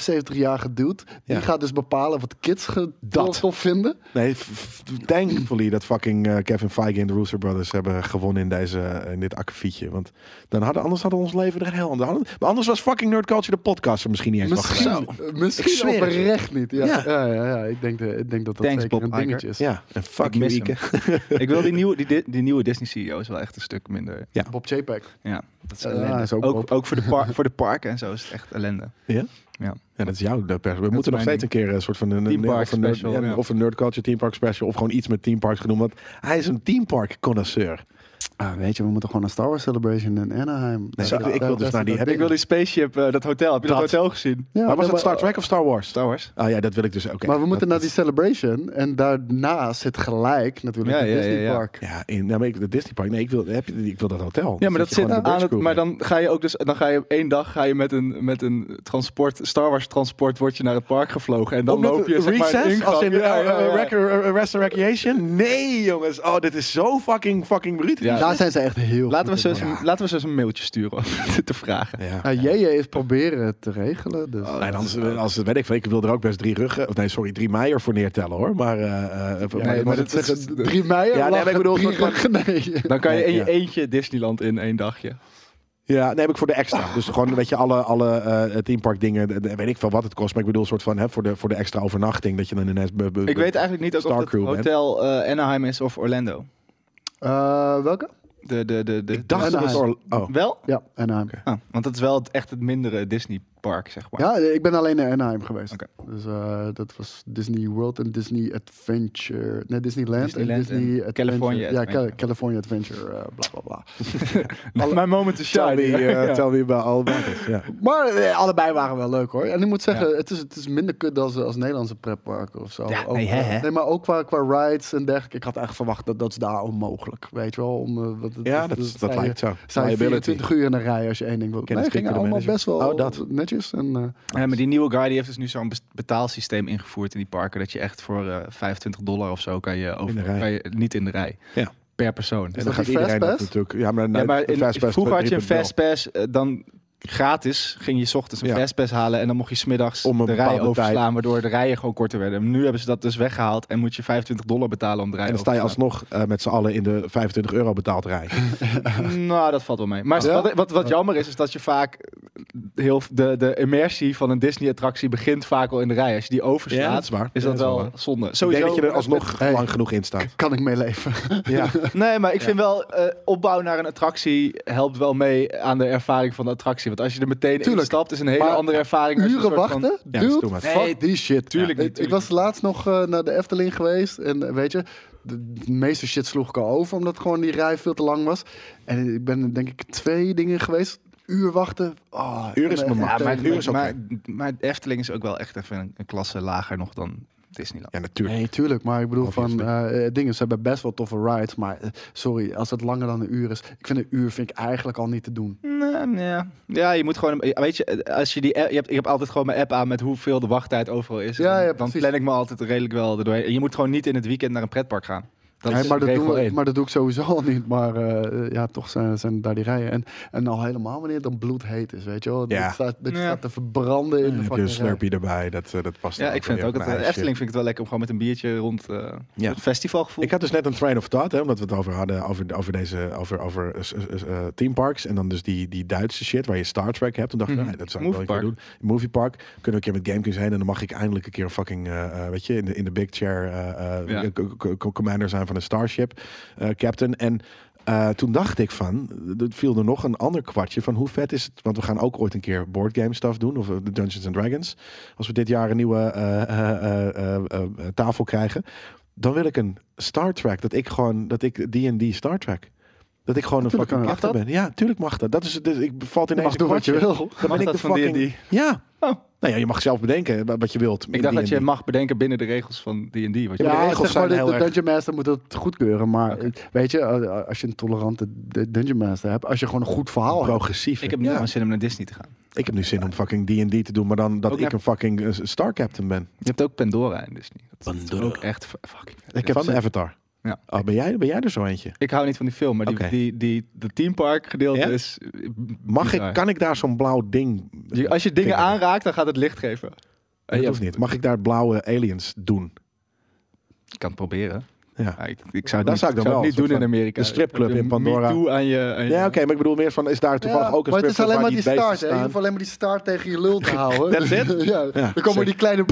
[SPEAKER 4] 75-jarige dude. Die
[SPEAKER 2] Ja.
[SPEAKER 4] gaat dus bepalen wat kids ge-
[SPEAKER 2] Dat.
[SPEAKER 4] tof vinden.
[SPEAKER 2] Nee, f- f- thankfully dat fucking eh, Kevin Feige en de Rooster Brothers hebben gewonnen in, deze, in dit akkefietje. Want dan hadden, anders hadden ons leven er heel anders. hadden- maar anders was fucking Nerd Culture de podcast er misschien niet eens wel
[SPEAKER 4] Misschien,
[SPEAKER 2] geweest. Ik
[SPEAKER 4] misschien
[SPEAKER 2] zweer het je.
[SPEAKER 4] oprecht niet. Ja,
[SPEAKER 2] Ja.
[SPEAKER 4] ja. Ja, ja, Ik, denk, de- ik denk dat dat
[SPEAKER 3] Thanks,
[SPEAKER 4] zeker
[SPEAKER 3] Bob
[SPEAKER 4] een dingetje
[SPEAKER 3] Iger.
[SPEAKER 4] is.
[SPEAKER 2] Ja, en
[SPEAKER 3] Ik
[SPEAKER 2] fuck
[SPEAKER 3] mis
[SPEAKER 2] you, Ike.
[SPEAKER 3] Ik wil die nieuwe, die, di- die nieuwe Disney CEO is wel echt een stuk minder.
[SPEAKER 4] Bob JPEG.
[SPEAKER 3] Ja, dat is
[SPEAKER 2] Ah,
[SPEAKER 4] Ja,
[SPEAKER 3] ellende.
[SPEAKER 4] dat is ook
[SPEAKER 3] ook,
[SPEAKER 4] Bob.
[SPEAKER 3] ook voor, de par- voor de parken en zo is het echt ellende.
[SPEAKER 2] Ja?
[SPEAKER 3] Ja.
[SPEAKER 2] Ja, dat is jouw de pers. We moeten nog
[SPEAKER 3] mijn
[SPEAKER 2] steeds een keer een soort van een,
[SPEAKER 3] Theme
[SPEAKER 2] een-
[SPEAKER 3] park
[SPEAKER 2] of, een nerd,
[SPEAKER 3] special,
[SPEAKER 2] ja,
[SPEAKER 3] ja.
[SPEAKER 2] of een nerd culture theme park special of gewoon iets met theme parks genoemd. Want hij is een theme park connoisseur.
[SPEAKER 4] Ah, weet je, we moeten gewoon een Star Wars Celebration in Anaheim.
[SPEAKER 2] Nee,
[SPEAKER 4] Daar-
[SPEAKER 2] ik- ik wil
[SPEAKER 4] daar-
[SPEAKER 2] dus
[SPEAKER 4] daar-
[SPEAKER 2] naar die-
[SPEAKER 4] daar-
[SPEAKER 2] heb
[SPEAKER 3] Ik wil die spaceship, eh, dat hotel. Heb je dat,
[SPEAKER 2] Dat.
[SPEAKER 3] hotel gezien?
[SPEAKER 4] Ja,
[SPEAKER 2] maar was
[SPEAKER 4] nee,
[SPEAKER 2] het Star Trek of Star Wars?
[SPEAKER 3] eh, Star Wars.
[SPEAKER 2] Ah ja, dat wil ik dus ook. echt.
[SPEAKER 4] Maar we moeten
[SPEAKER 2] Dat-
[SPEAKER 4] naar die celebration en daarna zit gelijk natuurlijk
[SPEAKER 3] Ja,
[SPEAKER 4] het
[SPEAKER 3] ja, ja,
[SPEAKER 4] Disney
[SPEAKER 3] ja.
[SPEAKER 4] Park.
[SPEAKER 2] Ja, in nou, maar ik, de Disney Park. Nee, ik wil, heb, je- ik wil dat hotel.
[SPEAKER 3] Ja, maar dat
[SPEAKER 2] je
[SPEAKER 3] zit
[SPEAKER 2] gewoon in de
[SPEAKER 3] aan
[SPEAKER 2] Birds
[SPEAKER 3] het.
[SPEAKER 2] Group
[SPEAKER 3] Maar
[SPEAKER 2] bent.
[SPEAKER 3] dan ga je ook dus, dan ga je op één dag ga je met een met een transport Star Wars transport word je naar het park gevlogen en dan
[SPEAKER 2] Omdat
[SPEAKER 3] loop je zeg maar
[SPEAKER 2] recess,
[SPEAKER 3] een ingang-
[SPEAKER 2] als in
[SPEAKER 3] Ja, ja, ja.
[SPEAKER 2] eh, rec- eh, rest and recreation. Nee, jongens. Oh, dit is zo fucking fucking bruut.
[SPEAKER 3] Ja.
[SPEAKER 4] Daar zijn ze echt heel
[SPEAKER 3] Laten we
[SPEAKER 4] goed
[SPEAKER 3] zo
[SPEAKER 4] in.
[SPEAKER 3] eens een- laten we zo eens een mailtje sturen om dit te vragen.
[SPEAKER 2] Ja.
[SPEAKER 4] Nou, JJ is proberen te regelen. Dus.
[SPEAKER 2] Nee, anders, eh, als het weet ik, veel, ik wil er ook best drie ruggen, of nee, sorry, drie meijer voor neertellen hoor. Maar, eh, eh, maar-
[SPEAKER 3] maar
[SPEAKER 2] maar
[SPEAKER 3] dat
[SPEAKER 2] dat-
[SPEAKER 3] is-
[SPEAKER 2] dat-
[SPEAKER 4] 3 mei.
[SPEAKER 2] Ja, nee,
[SPEAKER 4] Ja,
[SPEAKER 2] maar ik
[SPEAKER 4] ik
[SPEAKER 2] bedoel,
[SPEAKER 4] bedoel,
[SPEAKER 2] een soort
[SPEAKER 4] nee.
[SPEAKER 3] Dan kan je
[SPEAKER 2] Nee,
[SPEAKER 3] in je
[SPEAKER 2] ja.
[SPEAKER 3] eentje Disneyland in één dagje.
[SPEAKER 2] ja, nee, heb ik voor de
[SPEAKER 3] Ah.
[SPEAKER 2] extra. Dus gewoon, weet je, alle, alle eh teampark dingen, de- de- weet ik veel wat het kost. Maar ik bedoel, een soort van hè, voor, de, voor de extra overnachting, dat je dan ineens. be- be-
[SPEAKER 3] Ik weet eigenlijk niet ook of
[SPEAKER 2] Star
[SPEAKER 3] het
[SPEAKER 2] Crew, man.
[SPEAKER 3] hotel eh, Anaheim is of Orlando.
[SPEAKER 4] Eh, welke?
[SPEAKER 3] De, de, de, de,
[SPEAKER 2] Ik dacht dat het.
[SPEAKER 4] Anaheim.
[SPEAKER 2] Orla- Oh.
[SPEAKER 3] Wel?
[SPEAKER 4] Ja, Anaheim.
[SPEAKER 3] Ah, want dat is wel het, echt het mindere Disney park, zeg maar.
[SPEAKER 4] Ja, ik ben alleen naar Anaheim geweest.
[SPEAKER 3] Oké.
[SPEAKER 4] Dus eh, dat was Disney World en Disney Adventure. Nee, Disneyland,
[SPEAKER 3] Disneyland
[SPEAKER 4] en Disney
[SPEAKER 3] en
[SPEAKER 4] Adventure.
[SPEAKER 3] California
[SPEAKER 4] Ja,
[SPEAKER 3] Adventure.
[SPEAKER 4] Cal- California Adventure, eh, bla bla bla.
[SPEAKER 3] Let my moment to shine.
[SPEAKER 2] Tell me, eh,
[SPEAKER 3] Ja.
[SPEAKER 2] tell me about all about it. Ja.
[SPEAKER 4] Maar eh, allebei waren wel leuk hoor. En ik moet zeggen, het, is, het is minder kut dan als Nederlandse pretparken of zo.
[SPEAKER 3] Ja,
[SPEAKER 4] Ook, eh,
[SPEAKER 3] nee, hè, hè.
[SPEAKER 4] nee, maar ook qua, qua rides en dergelijke. Ik had eigenlijk verwacht dat dat is daar onmogelijk. Weet je wel? Om, eh, wat,
[SPEAKER 2] Ja, dat, is- dat
[SPEAKER 4] sta je-
[SPEAKER 2] lijkt zo.
[SPEAKER 4] sta je
[SPEAKER 2] Liability.
[SPEAKER 4] 24 uur in een rij als je één ding wilt.
[SPEAKER 2] Kennis
[SPEAKER 4] Nee, gingen
[SPEAKER 2] knikken de
[SPEAKER 4] allemaal
[SPEAKER 2] manager.
[SPEAKER 4] best wel
[SPEAKER 2] Oh, dat.
[SPEAKER 4] netjes. En, eh,
[SPEAKER 3] Ja, maar die nieuwe guy die heeft dus nu zo'n bes- betaalsysteem ingevoerd in die parken. Dat je echt voor eh, 25 dollar of zo kan je, over,
[SPEAKER 2] In de rij.
[SPEAKER 3] kan je niet in de rij.
[SPEAKER 2] Ja.
[SPEAKER 3] Per persoon.
[SPEAKER 2] En
[SPEAKER 4] Is
[SPEAKER 2] dan
[SPEAKER 4] dat
[SPEAKER 2] gaat
[SPEAKER 4] die
[SPEAKER 2] iedereen dat
[SPEAKER 4] Fastpass?
[SPEAKER 2] natuurlijk. Ja, maar,
[SPEAKER 3] Ja,
[SPEAKER 2] nee,
[SPEAKER 3] maar
[SPEAKER 2] de
[SPEAKER 3] in-
[SPEAKER 2] Fastpass
[SPEAKER 3] vroeger had je een
[SPEAKER 2] 3.0.
[SPEAKER 3] fastpass eh, dan gratis. Ging je 's ochtends een
[SPEAKER 2] Ja.
[SPEAKER 3] fastpass halen en dan mocht je smiddags
[SPEAKER 2] Om een
[SPEAKER 3] de rij
[SPEAKER 2] bepaalde
[SPEAKER 3] overslaan. Waardoor de rijen gewoon korter werden. Nu hebben ze dat dus weggehaald en moet je 25 dollar betalen om de rij
[SPEAKER 2] En dan sta je
[SPEAKER 3] over te
[SPEAKER 2] alsnog eh, met z'n allen in de 25 euro betaald rij.
[SPEAKER 3] slaan. Nou, dat valt wel mee. Maar
[SPEAKER 4] Ja?
[SPEAKER 3] wat, wat, wat jammer is, is dat je vaak heel de, de immersie van een Disney-attractie begint vaak al in de rij. Als je die overslaat,
[SPEAKER 2] Ja, dat is waar.
[SPEAKER 3] is
[SPEAKER 2] Ja, dat
[SPEAKER 3] dat
[SPEAKER 2] is
[SPEAKER 3] wel
[SPEAKER 2] wel waar.
[SPEAKER 3] zonde.
[SPEAKER 2] Ik denk
[SPEAKER 3] Sowieso,
[SPEAKER 2] dat je er alsnog
[SPEAKER 4] Hey.
[SPEAKER 2] lang genoeg in staat.
[SPEAKER 4] kan ik mee leven.
[SPEAKER 2] Ja.
[SPEAKER 3] Nee, maar ik vind wel eh, opbouw naar een attractie helpt wel mee aan de ervaring van de attractie. Want als je er meteen in
[SPEAKER 4] Tuurlijk.
[SPEAKER 3] stapt, is een hele
[SPEAKER 4] Maar
[SPEAKER 3] andere ervaring. als je een
[SPEAKER 4] Uren
[SPEAKER 3] soort van-
[SPEAKER 4] wachten?
[SPEAKER 2] Ja, dat is
[SPEAKER 4] Dude,
[SPEAKER 2] doe maar.
[SPEAKER 4] fuck
[SPEAKER 3] Nee,
[SPEAKER 4] die shit.
[SPEAKER 3] tuurlijk
[SPEAKER 4] Ik-
[SPEAKER 3] niet,
[SPEAKER 4] Ik,
[SPEAKER 3] tuurlijk
[SPEAKER 4] was laatst nog eh, naar de Efteling geweest. En eh, weet je, de, de meeste shit sloeg ik al over. Omdat gewoon die rij veel te lang was. En ik ben denk ik twee dingen geweest. Uur wachten. Oh,
[SPEAKER 2] Uur is
[SPEAKER 4] en, eh,
[SPEAKER 2] normaal.
[SPEAKER 4] en,
[SPEAKER 3] Ja, maar,
[SPEAKER 4] eh,
[SPEAKER 2] uur is oké.
[SPEAKER 3] maar, maar Efteling is ook wel echt even een, een klasse lager nog dan Disneyland.
[SPEAKER 2] Ja, natuurlijk.
[SPEAKER 4] Nee, tuurlijk. Maar ik bedoel van
[SPEAKER 2] Obviously.
[SPEAKER 4] eh, eh, dingen. Ze hebben best wel toffe rides. Maar eh, sorry, als het langer dan een uur is. Ik vind een uur vind ik eigenlijk al niet te doen.
[SPEAKER 3] Nou, ja. ja, je moet gewoon. een- Weet je, als je die app, je hebt, ik heb altijd gewoon mijn app aan met hoeveel de wachttijd overal is.
[SPEAKER 4] Ja,
[SPEAKER 3] En
[SPEAKER 4] ja,
[SPEAKER 3] dan
[SPEAKER 4] precies.
[SPEAKER 3] plan ik me altijd redelijk wel erdoorheen. En Je moet gewoon niet in het weekend naar een pretpark gaan. Dat
[SPEAKER 4] Nee,
[SPEAKER 3] is
[SPEAKER 4] maar, dat
[SPEAKER 3] regel
[SPEAKER 4] doen we,
[SPEAKER 3] één.
[SPEAKER 4] maar dat doe ik sowieso al niet. Maar eh, eh, ja, toch zijn, zijn daar die rijen. En, en al helemaal wanneer het dan bloedheet is, weet je wel.
[SPEAKER 2] Ja.
[SPEAKER 4] Dat, staat, dat je
[SPEAKER 3] Ja.
[SPEAKER 4] staat te verbranden in de
[SPEAKER 2] Dan heb je
[SPEAKER 4] fucking
[SPEAKER 2] een
[SPEAKER 4] rij.
[SPEAKER 2] slurpie erbij, dat, eh, dat past
[SPEAKER 3] Ja,
[SPEAKER 2] dan
[SPEAKER 3] ik vind het
[SPEAKER 2] weer.
[SPEAKER 3] ook. Dat,
[SPEAKER 2] Nee,
[SPEAKER 3] de
[SPEAKER 2] shit.
[SPEAKER 3] Efteling vind ik het wel lekker om gewoon met een biertje rond eh
[SPEAKER 2] Ja.
[SPEAKER 3] het festivalgevoel.
[SPEAKER 2] Ik had dus net een train of thought, hè, omdat we het over hadden, over, over deze, over, over eh, s- s- eh, themeparks. En dan dus die, die Duitse shit, waar je Star Trek hebt. Toen dacht ik,
[SPEAKER 3] Mhm.
[SPEAKER 2] nee, dat zou ik wel een keer doen.
[SPEAKER 3] Moviepark.
[SPEAKER 2] Moviepark. Kunnen we een keer met Gamekings heen en dan mag ik eindelijk een keer een fucking, eh, eh, weet je, in de, in de big chair eh, eh,
[SPEAKER 3] Ja.
[SPEAKER 2] co- co- co- commander zijn van een starship, eh, captain. En eh, toen dacht ik van, er viel er nog een ander kwartje van hoe vet is het? Want we gaan ook ooit een keer boardgame stuff doen, of eh, de Dungeons and Dragons. Als we dit jaar een nieuwe eh, eh, eh, eh, eh, eh, tafel krijgen, dan wil ik een Star Trek. Dat ik gewoon, dat ik D&D Star Trek. Dat ik gewoon een
[SPEAKER 4] Tuurlijk
[SPEAKER 2] fucking
[SPEAKER 4] kan dat.
[SPEAKER 2] captain ben. Ja, tuurlijk mag dat. Dat is het. Dus ik valt in
[SPEAKER 4] Je mag doen wat je wil. Oh.
[SPEAKER 2] Dan
[SPEAKER 3] Mag
[SPEAKER 2] ben ik
[SPEAKER 3] dat
[SPEAKER 2] de
[SPEAKER 3] van
[SPEAKER 2] fucking... Ja. Nou ja, je mag zelf bedenken wa- wat je wilt.
[SPEAKER 3] Ik dacht dat je mag bedenken binnen de regels van D&D. wat je
[SPEAKER 2] Ja, maar de
[SPEAKER 4] Ja,
[SPEAKER 2] regels
[SPEAKER 4] zeg maar,
[SPEAKER 2] zijn
[SPEAKER 4] de,
[SPEAKER 2] heel
[SPEAKER 4] de
[SPEAKER 2] erg-
[SPEAKER 4] Dungeon Master moet dat goedkeuren. Maar eh, weet je, eh, als je een tolerante d- Dungeon Master hebt, als je gewoon een goed verhaal hebt.
[SPEAKER 2] progressief.
[SPEAKER 3] Ik heb nu
[SPEAKER 2] Oh. ja.
[SPEAKER 3] gewoon zin om naar Disney te gaan.
[SPEAKER 2] ik heb nu zin om fucking D&D te doen, maar dan dat
[SPEAKER 3] Ook
[SPEAKER 2] ik
[SPEAKER 3] naar-
[SPEAKER 2] een fucking eh, Star Captain ben.
[SPEAKER 3] Je hebt ook Pandora in Disney. Dat is
[SPEAKER 2] Pandora.
[SPEAKER 3] ook echt f- fucking vet.
[SPEAKER 4] Ik heb
[SPEAKER 2] van
[SPEAKER 4] zin.
[SPEAKER 2] Avatar.
[SPEAKER 3] Ja.
[SPEAKER 2] Oh, ben, jij, ben jij er zo eentje?
[SPEAKER 3] Ik hou niet van die film, maar die,
[SPEAKER 2] Oké.
[SPEAKER 3] die, die, de teampark gedeelte
[SPEAKER 2] Ja?
[SPEAKER 3] is...
[SPEAKER 2] Mag ik,
[SPEAKER 3] bizar.
[SPEAKER 2] kan ik daar zo'n blauw ding...
[SPEAKER 3] Je- Als je dingen
[SPEAKER 2] Vinger.
[SPEAKER 3] aanraakt, dan gaat het licht geven.
[SPEAKER 2] Dat
[SPEAKER 3] Eh, ja,
[SPEAKER 2] hoeft niet. Mag ik daar blauwe aliens doen?
[SPEAKER 3] Ik kan het proberen.
[SPEAKER 2] Ja.
[SPEAKER 3] Maar ik, ik zou
[SPEAKER 2] Dat
[SPEAKER 3] het niet,
[SPEAKER 2] zou ik dan wel,
[SPEAKER 3] zou het niet
[SPEAKER 2] soort
[SPEAKER 3] doen
[SPEAKER 2] van
[SPEAKER 3] in Amerika.
[SPEAKER 2] een stripclub in Pandora.
[SPEAKER 3] Toe aan je, aan je-
[SPEAKER 2] Ja, oké, maar ik bedoel meer van, is daar toevallig
[SPEAKER 4] Ja,
[SPEAKER 2] ook een
[SPEAKER 4] maar het is
[SPEAKER 2] stripclub
[SPEAKER 4] alleen
[SPEAKER 2] waar
[SPEAKER 4] maar die
[SPEAKER 2] beesten
[SPEAKER 4] staart. hè. Je
[SPEAKER 2] staan?
[SPEAKER 4] hoeft alleen maar die staart tegen je lul te houden.
[SPEAKER 2] That's it?
[SPEAKER 4] ja. Dan komen
[SPEAKER 2] zeker.
[SPEAKER 4] die kleine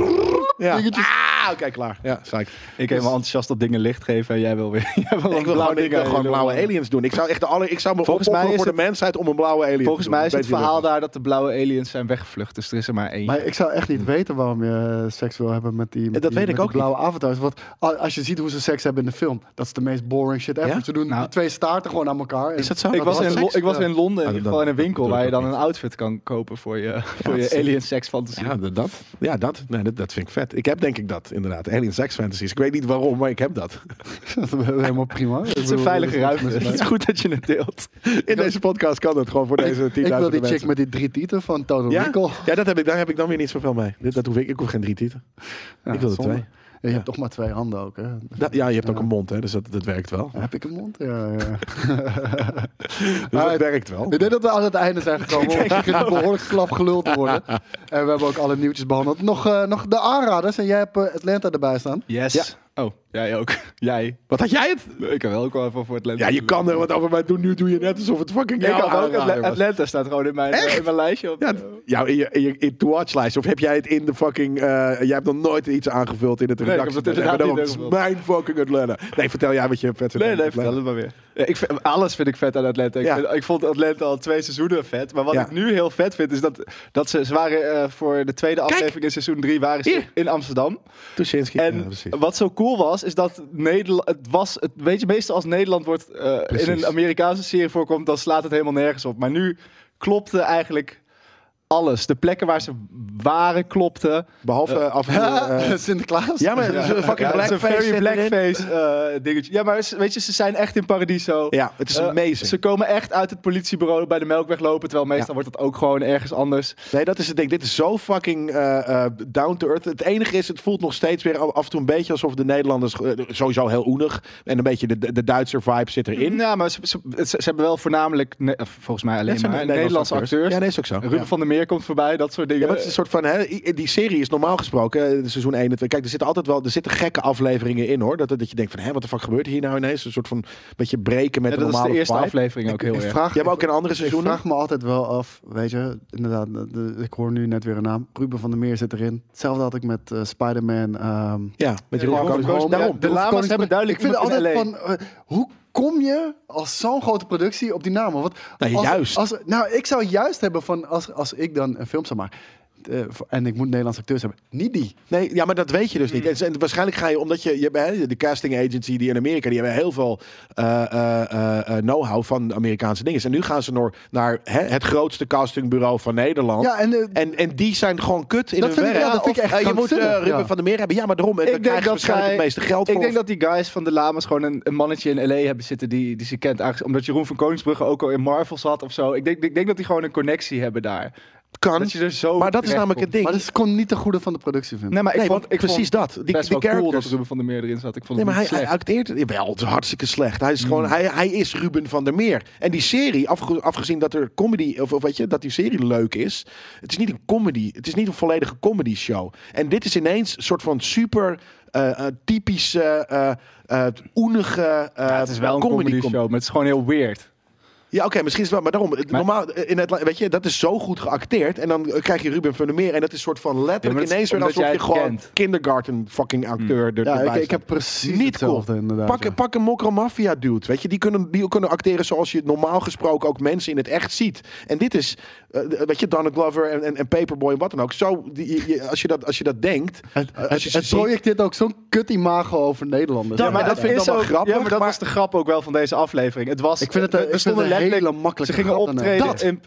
[SPEAKER 2] Ja.
[SPEAKER 4] dingetjes.
[SPEAKER 2] Ah, oké, klaar. Ja, psyched.
[SPEAKER 3] Ik helemaal enthousiast dat dingen licht geven en jij wil weer... jij wil
[SPEAKER 2] Ik wil gewoon, ik wil gewoon blauwe
[SPEAKER 3] alien.
[SPEAKER 2] aliens doen. Ik zou echt de aller, ik zou me
[SPEAKER 3] Volgens
[SPEAKER 2] volgens
[SPEAKER 3] mij
[SPEAKER 2] mij
[SPEAKER 3] is
[SPEAKER 2] voor de mensheid om een blauwe alien.
[SPEAKER 3] Volgens
[SPEAKER 2] te doen.
[SPEAKER 3] mij is
[SPEAKER 2] Ik
[SPEAKER 3] het
[SPEAKER 2] weet niet
[SPEAKER 3] verhaal
[SPEAKER 2] of-
[SPEAKER 3] daar dat de blauwe aliens zijn weggevlucht. Dus er is er maar één.
[SPEAKER 4] Maar ik zou echt niet weten waarom je eh, seks wil hebben met die, met
[SPEAKER 2] Dat
[SPEAKER 4] die-
[SPEAKER 2] weet
[SPEAKER 4] met
[SPEAKER 2] ik
[SPEAKER 4] die
[SPEAKER 2] ook
[SPEAKER 4] blauwe avatars. Want a- als je ziet hoe ze seks hebben in de film, dat is de meest boring shit ever.
[SPEAKER 2] Ja?
[SPEAKER 4] Ze doen
[SPEAKER 3] Nou.
[SPEAKER 4] die twee staarten gewoon aan elkaar.
[SPEAKER 2] Is dat zo?
[SPEAKER 3] ik,
[SPEAKER 2] Dat
[SPEAKER 3] was in, Lo-
[SPEAKER 2] seks?
[SPEAKER 3] ik was in Londen in
[SPEAKER 2] Ah,
[SPEAKER 3] ieder
[SPEAKER 2] dan-
[SPEAKER 3] geval in een
[SPEAKER 2] dat
[SPEAKER 3] winkel
[SPEAKER 2] bedoel
[SPEAKER 3] waar je
[SPEAKER 2] ik
[SPEAKER 3] dan
[SPEAKER 2] ook
[SPEAKER 3] een outfit kan kopen voor je, voor je
[SPEAKER 2] dat is-
[SPEAKER 3] alien seks fantasie.
[SPEAKER 2] Ja, d- dat. Ja, dat. Nee, dat, dat vind ik vet. Ik heb denk ik dat, inderdaad. Alien sex fantasies. Ik weet niet waarom, maar ik heb dat.
[SPEAKER 4] dat is helemaal prima.
[SPEAKER 3] Het is een veilige ruimte. Het is goed dat je het deelt.
[SPEAKER 2] In deze podcast kan het gewoon voor deze 10.000
[SPEAKER 4] Ik wil die chick
[SPEAKER 2] mensen.
[SPEAKER 4] met die drie tieten van Total
[SPEAKER 2] ja?
[SPEAKER 4] Recall.
[SPEAKER 2] ja, dat heb ik, daar heb ik dan weer niet zoveel mee. Dit, dat hoef ik, ik hoef geen drie tieten.
[SPEAKER 4] Ja,
[SPEAKER 2] ik wil er
[SPEAKER 4] zonde.
[SPEAKER 2] twee.
[SPEAKER 4] En je
[SPEAKER 2] Ja.
[SPEAKER 4] hebt toch maar twee handen ook, hè?
[SPEAKER 2] Da- ja, je hebt ook een mond, hè, dus dat, dat werkt wel.
[SPEAKER 4] Heb ik een mond? Ja, ja.
[SPEAKER 2] Dus
[SPEAKER 4] Ah,
[SPEAKER 2] dat werkt wel.
[SPEAKER 4] Ik denk dat we aan het einde zijn gekomen. Want het begint behoorlijk slap geluld te worden. En we hebben ook alle nieuwtjes behandeld. Nog, eh, nog de aanraders. En jij hebt eh, Atlanta erbij staan.
[SPEAKER 3] Yes. Oh, jij ook. Jij.
[SPEAKER 2] Wat had jij het?
[SPEAKER 3] Ik heb wel ook wel even voor Atlanta.
[SPEAKER 2] Ja, je kan er wat over, maar doe- nu doe je net alsof het fucking
[SPEAKER 3] Ik
[SPEAKER 2] jouw
[SPEAKER 3] heb ook
[SPEAKER 2] aanrader
[SPEAKER 3] Atla-
[SPEAKER 2] was.
[SPEAKER 3] Atlanta staat gewoon in mijn, eh, in mijn lijstje. Op,
[SPEAKER 2] Ja, d- ja in je, in je in to-watch lijst. Of heb jij het in de fucking... eh, jij hebt nog nooit iets aangevuld in het
[SPEAKER 3] Nee, ik heb
[SPEAKER 2] redactie.
[SPEAKER 3] dat inderdaad
[SPEAKER 2] daarom,
[SPEAKER 3] niet
[SPEAKER 2] het is
[SPEAKER 3] aangevuld.
[SPEAKER 2] mijn fucking Atlanta. Nee, vertel jij wat je vet vindt.
[SPEAKER 3] nee,
[SPEAKER 2] aan
[SPEAKER 3] nee,
[SPEAKER 2] Atlanta.
[SPEAKER 3] vertel het maar weer. Ja, ik vind- alles vind ik vet aan Atlanta. Ik,
[SPEAKER 2] Ja.
[SPEAKER 3] vind- ik vond Atlanta al twee seizoenen vet. Maar wat
[SPEAKER 2] Ja.
[SPEAKER 3] ik nu heel vet vind, is dat, dat ze, ze waren eh, voor de tweede aflevering in seizoen 3 waren ze
[SPEAKER 2] Hier.
[SPEAKER 3] in Amsterdam.
[SPEAKER 2] Tuschinski. Ja,
[SPEAKER 3] En
[SPEAKER 2] precies.
[SPEAKER 3] wat zo cool was, is dat Nederland. Het was, het, weet je, meestal als Nederland wordt eh, in een Amerikaanse serie voorkomt, dan slaat het helemaal nergens op. Maar nu klopte eigenlijk alles. De plekken waar ze waren, klopte.
[SPEAKER 2] Behalve eh, af en toe, eh,
[SPEAKER 4] Sinterklaas.
[SPEAKER 2] ja, maar het is een fucking
[SPEAKER 3] Ja, het is een
[SPEAKER 2] blackface.
[SPEAKER 3] very
[SPEAKER 2] zit erin.
[SPEAKER 3] blackface eh, dingetje. Ja, maar ze- weet je, ze zijn echt in Paradiso.
[SPEAKER 2] Ja, het is
[SPEAKER 3] Eh,
[SPEAKER 2] amazing.
[SPEAKER 3] Ze komen echt uit het politiebureau bij de Melkweg lopen, terwijl meestal wordt dat ook gewoon ergens anders.
[SPEAKER 2] Nee, dat is het ding. Dit is zo fucking eh, eh, down to earth. Het enige is, het voelt nog steeds weer af en toe een beetje alsof de Nederlanders eh, sowieso heel oenig en een beetje de, de, de Duitser vibe zit erin.
[SPEAKER 3] Ja, maar ze, ze, ze- ze hebben wel voornamelijk, ne- of volgens mij alleen
[SPEAKER 2] Dat
[SPEAKER 3] maar,
[SPEAKER 2] zijn
[SPEAKER 3] Nederlandse, acteurs.
[SPEAKER 2] Ja, nee, is ook zo.
[SPEAKER 3] Ruben
[SPEAKER 2] Ja.
[SPEAKER 3] van der Meer komt voorbij, dat soort dingen.
[SPEAKER 2] Ja, maar het is een soort van, hè, i- die serie is normaal gesproken, eh, de seizoen 1 en 2. Kijk, er zitten altijd wel, er zitten gekke afleveringen in hoor. Dat, dat je denkt van, hè, wat de fuck gebeurt hier nou ineens? Een soort van, beetje breken met
[SPEAKER 3] Ja,
[SPEAKER 2] de
[SPEAKER 3] dat is
[SPEAKER 2] normale
[SPEAKER 3] de eerste
[SPEAKER 2] vibe.
[SPEAKER 3] aflevering ook heel
[SPEAKER 4] ik
[SPEAKER 3] erg.
[SPEAKER 4] vraag,
[SPEAKER 2] Je hebt ook in andere
[SPEAKER 4] ik
[SPEAKER 2] seizoenen.
[SPEAKER 4] vraag me altijd wel af, weet je, inderdaad, de- de- ik hoor nu net weer een naam. Ruben van der Meer zit erin. Hetzelfde had ik met eh, Spider-Man. ehm,
[SPEAKER 2] Ja, met Jeroen
[SPEAKER 3] Ja,
[SPEAKER 2] van
[SPEAKER 3] Jeroen
[SPEAKER 2] Koningsbrugge. Daarom.
[SPEAKER 3] van Koningsbrugge. de lama's
[SPEAKER 4] Koningsbrug.
[SPEAKER 3] hebben duidelijk
[SPEAKER 4] Ik vind het
[SPEAKER 3] iemand
[SPEAKER 4] altijd
[SPEAKER 3] in
[SPEAKER 4] van, eh, hoe kom je als zo'n grote productie op die namen? Want
[SPEAKER 2] Nou,
[SPEAKER 4] als,
[SPEAKER 2] juist.
[SPEAKER 4] Als, nou, ik zou juist hebben van, als, als ik dan een film zou maken. eh, voor- en ik moet Nederlandse acteurs hebben. Niet die.
[SPEAKER 2] Nee, ja, maar dat weet je dus
[SPEAKER 4] Hmm.
[SPEAKER 2] niet. En, en waarschijnlijk ga je, omdat je, je hebt, hè, de casting agency die in Amerika, die hebben heel veel eh, eh, eh, eh, know-how van Amerikaanse dingen. En nu gaan ze naar, naar hè, het grootste castingbureau van Nederland.
[SPEAKER 4] Ja, en, eh,
[SPEAKER 2] En, en die zijn gewoon kut in
[SPEAKER 4] Dat
[SPEAKER 2] hun
[SPEAKER 4] vind ik-
[SPEAKER 2] werk.
[SPEAKER 4] ja, dat vind ik
[SPEAKER 2] Of,
[SPEAKER 4] echt
[SPEAKER 2] eh, je moet eh,
[SPEAKER 4] krankzinnig,
[SPEAKER 2] Ruben
[SPEAKER 4] ja.
[SPEAKER 2] van der Meer hebben. Ja, maar daarom. En
[SPEAKER 3] Ik
[SPEAKER 2] dan
[SPEAKER 3] denk
[SPEAKER 2] krijgen ze
[SPEAKER 3] dat
[SPEAKER 2] waarschijnlijk
[SPEAKER 3] zij-
[SPEAKER 2] het meeste geld
[SPEAKER 3] Ik
[SPEAKER 2] voor.
[SPEAKER 3] denk dat die guys van de Lamas gewoon een, een mannetje in L.A. hebben zitten die, die ze kent. Aangezien, omdat Jeroen van Koningsbrugge ook al in Marvel zat of zo. Ik denk, ik denk dat die gewoon een connectie hebben daar.
[SPEAKER 2] kan.
[SPEAKER 3] Dat je er zo
[SPEAKER 2] maar dat is
[SPEAKER 3] terecht
[SPEAKER 2] namelijk het
[SPEAKER 3] komt.
[SPEAKER 2] ding.
[SPEAKER 4] maar dat komt niet ten goede van de productie, vind ik.
[SPEAKER 3] Nee, maar ik
[SPEAKER 2] Nee,
[SPEAKER 3] vond,
[SPEAKER 2] want
[SPEAKER 3] ik
[SPEAKER 2] precies
[SPEAKER 3] vond
[SPEAKER 2] dat. Die,
[SPEAKER 3] best
[SPEAKER 2] die
[SPEAKER 3] wel cool dat
[SPEAKER 2] characters.
[SPEAKER 3] Ruben van der Meer erin zat. Ik vond
[SPEAKER 2] Nee,
[SPEAKER 3] het
[SPEAKER 2] maar hij,
[SPEAKER 3] niet
[SPEAKER 2] hij
[SPEAKER 3] slecht. Hmm.
[SPEAKER 2] acteert wel het is hartstikke slecht. Hij is gewoon, hij, hij is Ruben van der Meer. En die serie, afge- afgezien dat er comedy, of, of weet je, dat die serie leuk is, het is niet een comedy. Het is niet een volledige comedy show. En dit is ineens een soort van super eh, eh, typische, eh eh, oenige eh,
[SPEAKER 3] Ja, het is wel een comedy,
[SPEAKER 2] com-
[SPEAKER 3] show, maar het is gewoon heel weird.
[SPEAKER 2] Ja, oké, misschien is het wel, maar daarom, het-
[SPEAKER 3] Maar-
[SPEAKER 2] normaal, eh, in het, la- weet je, dat is zo goed geacteerd. En dan eh, krijg je Ruben van der Meer en dat is soort van
[SPEAKER 3] Ja, maar
[SPEAKER 2] letterlijk
[SPEAKER 3] dat is
[SPEAKER 2] ineens weer
[SPEAKER 3] omdat
[SPEAKER 2] alsof
[SPEAKER 3] jij
[SPEAKER 2] je
[SPEAKER 3] het
[SPEAKER 2] gewoon
[SPEAKER 3] kent. Hmm.
[SPEAKER 2] kindergarten fucking acteur er-
[SPEAKER 4] ja,
[SPEAKER 2] erbij
[SPEAKER 4] ik, ik
[SPEAKER 2] zet.
[SPEAKER 4] heb precies
[SPEAKER 2] Niet
[SPEAKER 4] hetzelfde inderdaad.
[SPEAKER 2] Pak,
[SPEAKER 4] ja.
[SPEAKER 2] pak een mokro maffia dude. Weet je, die kunnen, die kunnen acteren zoals je normaal gesproken ook mensen in het echt ziet. En dit is, eh, weet je, Donald Glover en, en, en Paperboy en wat dan ook. Zo, die, je- je- als, je dat, als je dat denkt. eh,
[SPEAKER 4] Het,
[SPEAKER 2] als
[SPEAKER 4] het,
[SPEAKER 2] je ze
[SPEAKER 4] het
[SPEAKER 2] ziet-
[SPEAKER 4] projecteert ook zo'n kut imago over Nederlanders.
[SPEAKER 2] Ja,
[SPEAKER 4] Ja,
[SPEAKER 2] maar dat
[SPEAKER 3] het
[SPEAKER 2] vind ik
[SPEAKER 3] is
[SPEAKER 2] dan wel
[SPEAKER 3] ook-
[SPEAKER 2] grappig,
[SPEAKER 3] Ja, maar dat
[SPEAKER 2] maar-
[SPEAKER 3] was de grap ook wel van deze aflevering. Het was,
[SPEAKER 4] ik vind het, eh,
[SPEAKER 3] er-
[SPEAKER 4] ik
[SPEAKER 3] er
[SPEAKER 4] vind
[SPEAKER 3] stonden
[SPEAKER 4] het een
[SPEAKER 3] letterlijk
[SPEAKER 4] hele makkelijke
[SPEAKER 3] Ze gingen
[SPEAKER 4] grap daarna.
[SPEAKER 3] optreden
[SPEAKER 4] Dat.
[SPEAKER 3] in...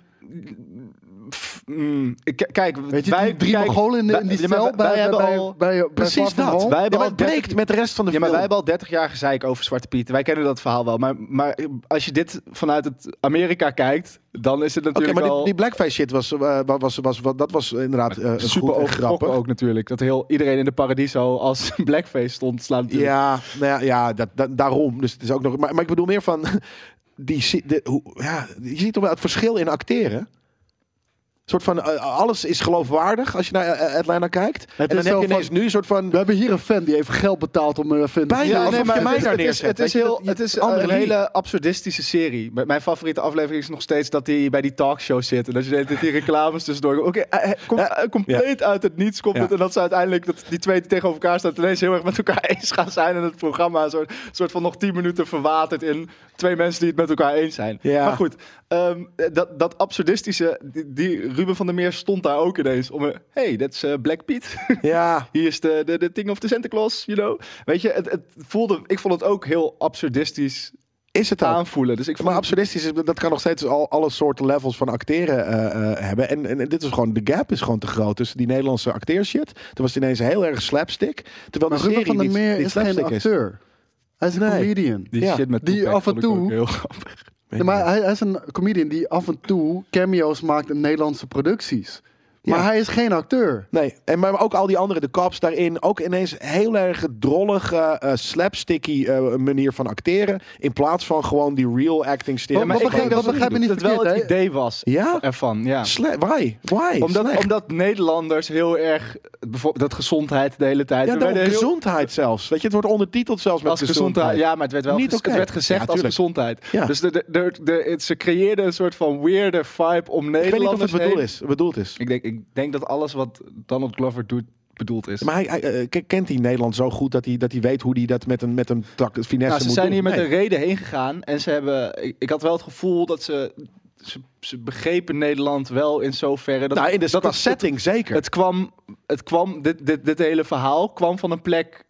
[SPEAKER 3] Pff, mm, ik- kijk,
[SPEAKER 4] Weet je,
[SPEAKER 3] wij,
[SPEAKER 4] die drie
[SPEAKER 3] kijk,
[SPEAKER 4] Mongolen in,
[SPEAKER 3] wij-
[SPEAKER 4] in die
[SPEAKER 3] ja, maar
[SPEAKER 4] cel
[SPEAKER 3] wij-
[SPEAKER 4] bij,
[SPEAKER 3] wij
[SPEAKER 4] bij,
[SPEAKER 3] hebben
[SPEAKER 4] bij,
[SPEAKER 3] al-
[SPEAKER 4] bij- bij
[SPEAKER 2] Precies
[SPEAKER 4] Park van
[SPEAKER 2] dat.
[SPEAKER 4] Hol.
[SPEAKER 3] Wij hebben
[SPEAKER 2] Ja, maar
[SPEAKER 3] al
[SPEAKER 2] het
[SPEAKER 3] 30
[SPEAKER 2] breekt met de rest van de
[SPEAKER 3] Ja, maar wij
[SPEAKER 2] film.
[SPEAKER 3] hebben al 30 jaar gezeik over Zwarte Piet. Wij kennen dat verhaal wel. Maar, maar als je dit vanuit het Amerika kijkt, dan is het
[SPEAKER 2] Oké,
[SPEAKER 3] natuurlijk
[SPEAKER 2] maar die,
[SPEAKER 3] al
[SPEAKER 2] die blackface shit was, eh, was, was, was, wat- dat was inderdaad eh
[SPEAKER 3] super
[SPEAKER 2] goed en
[SPEAKER 3] overtrokken
[SPEAKER 2] grappig.
[SPEAKER 3] ook natuurlijk. Dat heel iedereen in de paradiso als blackface stond slaan. natuurlijk.
[SPEAKER 2] Ja, nou ja, ja dat, dat- daarom. Dus het is ook nog. Maar, maar ik bedoel meer van. Die, zi- de, hoe, ja, je ziet toch wel het verschil in acteren. Een soort van eh, alles is geloofwaardig als je naar eh, Atlanta kijkt. en
[SPEAKER 4] is
[SPEAKER 2] dan heb
[SPEAKER 4] zo
[SPEAKER 2] je ineens nu een soort van.
[SPEAKER 4] We hebben hier een fan die heeft geld betaald om eh, even...
[SPEAKER 2] Bijna,
[SPEAKER 4] Ja,
[SPEAKER 2] alsof
[SPEAKER 4] nee,
[SPEAKER 2] je
[SPEAKER 4] maar-
[SPEAKER 2] mij
[SPEAKER 3] het,
[SPEAKER 2] daar
[SPEAKER 3] is-
[SPEAKER 2] neerzet.
[SPEAKER 3] het
[SPEAKER 2] Weet
[SPEAKER 3] is
[SPEAKER 2] je,
[SPEAKER 3] heel,
[SPEAKER 2] dat-
[SPEAKER 3] het is
[SPEAKER 2] andere
[SPEAKER 3] een
[SPEAKER 2] league.
[SPEAKER 3] hele absurdistische serie. Mijn- Mijn favoriete aflevering is nog steeds dat hij bij die talkshow zit en dat je de hele tijd die reclames tussendoor. Oké, eh, eh, komt eh, compleet uit het niets komt
[SPEAKER 2] Ja.
[SPEAKER 3] het en dat ze uiteindelijk dat die twee die tegenover elkaar staan ineens heel erg met elkaar eens gaan zijn en het programma een soort, soort van nog tien minuten verwaterd in twee mensen die het met elkaar eens zijn.
[SPEAKER 2] Ja.
[SPEAKER 3] Maar goed, ehm, dat, dat absurdistische, die, die Ruben van der Meer stond daar ook ineens om. een- Hey, that's eh, Black Pete.
[SPEAKER 2] Ja.
[SPEAKER 3] Hier is de, de, de Thing of the Santa Claus, you know. Weet je, het, het voelde, ik vond het ook heel absurdistisch
[SPEAKER 2] Is het dan?
[SPEAKER 3] aanvoelen. Dus ik vond
[SPEAKER 2] Maar absurdistisch, is, dat kan nog steeds al, alle soorten levels van acteren eh, eh, hebben. En, en, en dit is gewoon, de gap is gewoon te groot tussen die Nederlandse acteershit. Toen was het ineens heel erg slapstick. Terwijl
[SPEAKER 4] Maar
[SPEAKER 2] de
[SPEAKER 4] Ruben
[SPEAKER 2] serie
[SPEAKER 4] van der
[SPEAKER 2] niet,
[SPEAKER 4] Meer
[SPEAKER 2] niet
[SPEAKER 4] is geen
[SPEAKER 2] slapstick is.
[SPEAKER 4] acteur. Hij is een
[SPEAKER 2] Nee.
[SPEAKER 4] comedian.
[SPEAKER 3] die
[SPEAKER 2] ja,
[SPEAKER 3] shit met
[SPEAKER 4] die
[SPEAKER 3] Tupac
[SPEAKER 4] af en
[SPEAKER 3] vond ik ook eh,
[SPEAKER 4] toe-
[SPEAKER 3] heel grappig.
[SPEAKER 4] Ja, maar hij, hij is een comedian die af en toe cameo's maakt in Nederlandse producties. Maar
[SPEAKER 2] Ja.
[SPEAKER 4] hij is geen acteur.
[SPEAKER 2] Nee, en maar ook al die andere, de cops daarin, ook ineens heel erg drollige, eh, slapsticky eh, manier van acteren. In plaats van gewoon die real acting stil.
[SPEAKER 4] Ja, maar wat
[SPEAKER 3] ik
[SPEAKER 4] begrijp-
[SPEAKER 3] denk
[SPEAKER 4] wat begrijp je niet
[SPEAKER 3] dat het wel
[SPEAKER 4] verkeerd,
[SPEAKER 3] het
[SPEAKER 4] hè?
[SPEAKER 3] idee was
[SPEAKER 2] Ja?
[SPEAKER 3] ervan, ja.
[SPEAKER 2] Sla- why? Why?
[SPEAKER 3] Omdat,
[SPEAKER 2] Slecht.
[SPEAKER 3] omdat Nederlanders heel erg, bijvoorbeeld dat gezondheid de hele tijd.
[SPEAKER 2] ja,
[SPEAKER 3] we
[SPEAKER 2] daarom,
[SPEAKER 3] werden heel-
[SPEAKER 2] gezondheid zelfs. Weet je, het wordt ondertiteld zelfs met
[SPEAKER 3] als gezondheid. Ja, maar het werd wel
[SPEAKER 2] Niet
[SPEAKER 3] ges-
[SPEAKER 2] oké.
[SPEAKER 3] het werd gezegd
[SPEAKER 2] Ja,
[SPEAKER 3] als
[SPEAKER 2] tuurlijk.
[SPEAKER 3] gezondheid.
[SPEAKER 2] Ja.
[SPEAKER 3] Dus de, de, de, de- het- ze creëerden een soort van weirde vibe om Nederlanders
[SPEAKER 2] Ik weet niet of het bedoeld
[SPEAKER 3] heen.
[SPEAKER 2] is. bedoeld is.
[SPEAKER 3] Ik denk, ik denk dat alles wat Donald Glover doet bedoeld is.
[SPEAKER 2] Maar hij, hij, eh, k- kent hij Nederland zo goed dat hij, dat hij weet hoe hij dat met een, met een tak, finesse moet doen?
[SPEAKER 3] Nou, ze zijn hier met
[SPEAKER 2] Nee.
[SPEAKER 3] een reden heen gegaan. En ze hebben. Ik, ik had wel het gevoel dat ze. Ze, ze begrepen Nederland wel in zoverre. Dat,
[SPEAKER 2] Nou, in de
[SPEAKER 3] dat
[SPEAKER 2] qua
[SPEAKER 3] het,
[SPEAKER 2] setting zeker.
[SPEAKER 3] het kwam. Het kwam dit, dit, dit hele verhaal kwam van een plek.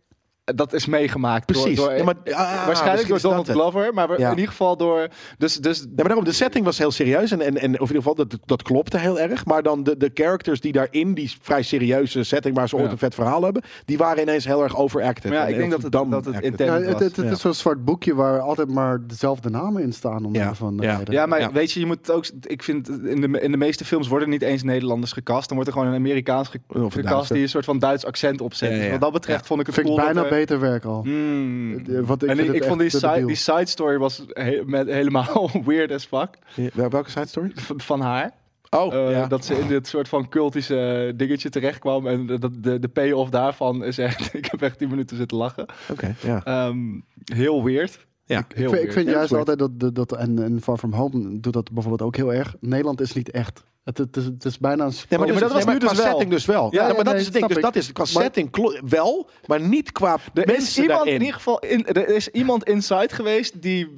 [SPEAKER 3] Dat is meegemaakt. door-
[SPEAKER 2] Precies.
[SPEAKER 3] Door,
[SPEAKER 2] Ja, maar- ah,
[SPEAKER 3] waarschijnlijk
[SPEAKER 2] misschien
[SPEAKER 3] door
[SPEAKER 2] is dat
[SPEAKER 3] Donald
[SPEAKER 2] het.
[SPEAKER 3] Glover. Maar we-
[SPEAKER 2] Ja.
[SPEAKER 3] in ieder geval door. Dus, dus
[SPEAKER 2] Ja, maar daarom, de setting was heel serieus. En, en, en of in ieder geval, dat, dat klopte heel erg. Maar dan de, de characters die daarin, die vrij serieuze setting waar ze ooit
[SPEAKER 3] Ja.
[SPEAKER 2] een vet verhaal hebben, die waren ineens heel erg overacted.
[SPEAKER 3] Maar ja,
[SPEAKER 2] En
[SPEAKER 3] ik denk
[SPEAKER 2] heel
[SPEAKER 3] dat het-
[SPEAKER 2] dumb
[SPEAKER 3] dat het
[SPEAKER 2] acted.
[SPEAKER 3] intent-
[SPEAKER 4] Ja,
[SPEAKER 3] Ja,
[SPEAKER 4] het
[SPEAKER 3] dat was-
[SPEAKER 4] het- het
[SPEAKER 2] ja.
[SPEAKER 4] is zo'n zwart boekje waar altijd maar dezelfde namen in staan. Om
[SPEAKER 2] Ja,
[SPEAKER 4] van
[SPEAKER 2] ja.
[SPEAKER 3] Ja, maar
[SPEAKER 2] Ja.
[SPEAKER 3] weet je, je moet het ook. Ik vind in de, in de meeste films worden niet eens Nederlanders gecast. Dan wordt er gewoon een Amerikaans ge-
[SPEAKER 2] Of een
[SPEAKER 3] gecast
[SPEAKER 2] Duitser.
[SPEAKER 3] die een soort van Duits accent opzet.
[SPEAKER 2] Ja, ja,
[SPEAKER 3] Dus
[SPEAKER 2] ja.
[SPEAKER 3] wat dat betreft vond ik het
[SPEAKER 4] vind ik
[SPEAKER 3] cool dat er-
[SPEAKER 4] bijna beter werk al.
[SPEAKER 3] Hmm.
[SPEAKER 4] Eh, Want ik
[SPEAKER 3] en ik,
[SPEAKER 4] vind het
[SPEAKER 3] ik vond
[SPEAKER 4] echt
[SPEAKER 3] die
[SPEAKER 4] te
[SPEAKER 3] side,
[SPEAKER 4] debiel.
[SPEAKER 3] die side story was he- met, helemaal weird as fuck
[SPEAKER 2] Ja. Wel- Welke side story?
[SPEAKER 3] v- van haar.
[SPEAKER 2] Oh,
[SPEAKER 3] Eh,
[SPEAKER 2] ja.
[SPEAKER 3] Dat ze in dit soort van cultische dingetje terechtkwam. En dat de, de payoff daarvan is echt... Ik heb echt 10 minuten zitten lachen.
[SPEAKER 2] Oké, ja.
[SPEAKER 3] Ehm, heel weird.
[SPEAKER 2] Ja.
[SPEAKER 3] Ik, heel
[SPEAKER 4] Ik vind,
[SPEAKER 3] weird.
[SPEAKER 4] ik vind
[SPEAKER 3] Heel
[SPEAKER 4] juist
[SPEAKER 3] weird.
[SPEAKER 4] altijd dat, dat, dat- en, en Far From Home doet dat bijvoorbeeld ook heel erg. Nederland is niet echt. Het, het, is, Oh, het is bijna een...
[SPEAKER 2] Nee, maar,
[SPEAKER 3] maar
[SPEAKER 2] dus-
[SPEAKER 3] dat was
[SPEAKER 2] nee, maar
[SPEAKER 3] nu
[SPEAKER 2] qua
[SPEAKER 3] dus wel.
[SPEAKER 2] setting dus wel. Ja,
[SPEAKER 4] ja,
[SPEAKER 2] maar dat
[SPEAKER 4] nee,
[SPEAKER 2] is het ding.
[SPEAKER 4] snap
[SPEAKER 2] Dus
[SPEAKER 4] ik.
[SPEAKER 2] dat is qua
[SPEAKER 4] Maar-
[SPEAKER 2] setting klo- wel, maar niet qua
[SPEAKER 3] Er is
[SPEAKER 2] mensen
[SPEAKER 3] iemand
[SPEAKER 2] daarin.
[SPEAKER 3] in ieder geval in, er is iemand inside geweest die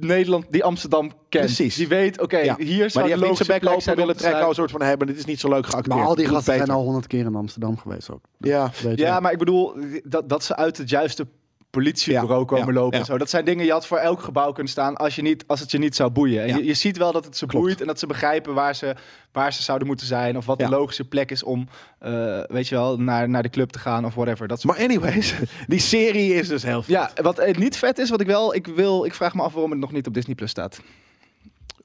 [SPEAKER 3] Nederland, die Amsterdam kent.
[SPEAKER 2] Precies.
[SPEAKER 3] Die weet, oké,
[SPEAKER 2] Ja.
[SPEAKER 3] hier
[SPEAKER 2] maar
[SPEAKER 3] zou
[SPEAKER 2] die
[SPEAKER 3] de
[SPEAKER 2] heeft niet
[SPEAKER 3] logische
[SPEAKER 2] zijn bek
[SPEAKER 3] plek
[SPEAKER 2] open
[SPEAKER 3] zijn om
[SPEAKER 2] willen
[SPEAKER 3] te
[SPEAKER 2] trekken als
[SPEAKER 3] sluiten.
[SPEAKER 2] soort van... hebben. dit is niet zo leuk geacteerd.
[SPEAKER 4] Maar al die
[SPEAKER 2] Doe
[SPEAKER 4] gasten
[SPEAKER 2] beter.
[SPEAKER 4] zijn al honderd keer in Amsterdam geweest ook.
[SPEAKER 2] Ja.
[SPEAKER 4] Weet je.
[SPEAKER 3] Ja, maar ik bedoel, dat, dat ze uit het juiste politiebureau
[SPEAKER 2] Ja,
[SPEAKER 3] komen
[SPEAKER 2] ja,
[SPEAKER 3] lopen.
[SPEAKER 2] ja.
[SPEAKER 3] En zo. Dat zijn dingen, je had voor elk gebouw kunnen staan als, je niet, als het je niet zou boeien. En
[SPEAKER 2] Ja.
[SPEAKER 3] je, je ziet wel dat het ze
[SPEAKER 2] Klopt.
[SPEAKER 3] boeit en dat ze begrijpen waar ze, waar ze zouden moeten zijn. Of wat
[SPEAKER 2] Ja.
[SPEAKER 3] de logische plek is om, eh, weet je wel, naar, naar de club te gaan of whatever. Dat soort
[SPEAKER 2] Maar anyways, die serie is dus heel vet.
[SPEAKER 3] Ja, wat eh, niet vet is, wat ik wel, ik wil, ik vraag me af waarom het nog niet op Disney Plus staat. Dus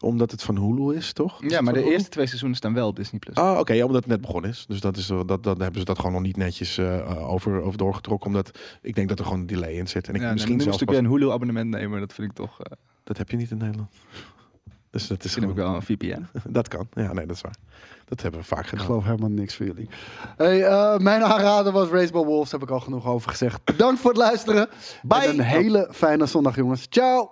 [SPEAKER 2] Omdat het van Hulu is, toch? Is
[SPEAKER 3] Ja,
[SPEAKER 2] het van
[SPEAKER 3] maar de
[SPEAKER 2] Hulu?
[SPEAKER 3] eerste twee seizoenen staan wel op Disney Plus.
[SPEAKER 2] Ah, oké, ja, omdat het net begonnen is. Dus dat is, wel- dat, dan hebben ze dat gewoon nog niet netjes eh, over, over doorgetrokken. Omdat ik denk dat er gewoon een delay in zit. En ik
[SPEAKER 3] ja,
[SPEAKER 2] misschien
[SPEAKER 3] misschien moest
[SPEAKER 2] zelfs
[SPEAKER 3] ik
[SPEAKER 2] pas-
[SPEAKER 3] weer een Hulu abonnement nemen, dat vind ik toch, eh
[SPEAKER 2] Dat heb je niet in Nederland. Dus dat is
[SPEAKER 3] misschien heb ik
[SPEAKER 2] gewoon,
[SPEAKER 3] wel een VPN.
[SPEAKER 2] dat kan. Ja, nee, dat is waar. Dat hebben we vaak
[SPEAKER 4] Ik
[SPEAKER 2] gedaan.
[SPEAKER 4] geloof helemaal niks voor jullie. Hey, eh, mijn aanrader was Race by Wolves. Daar heb ik al genoeg over gezegd. Bedankt voor het luisteren.
[SPEAKER 2] Bye.
[SPEAKER 4] En een hele fijne zondag, jongens. Ciao.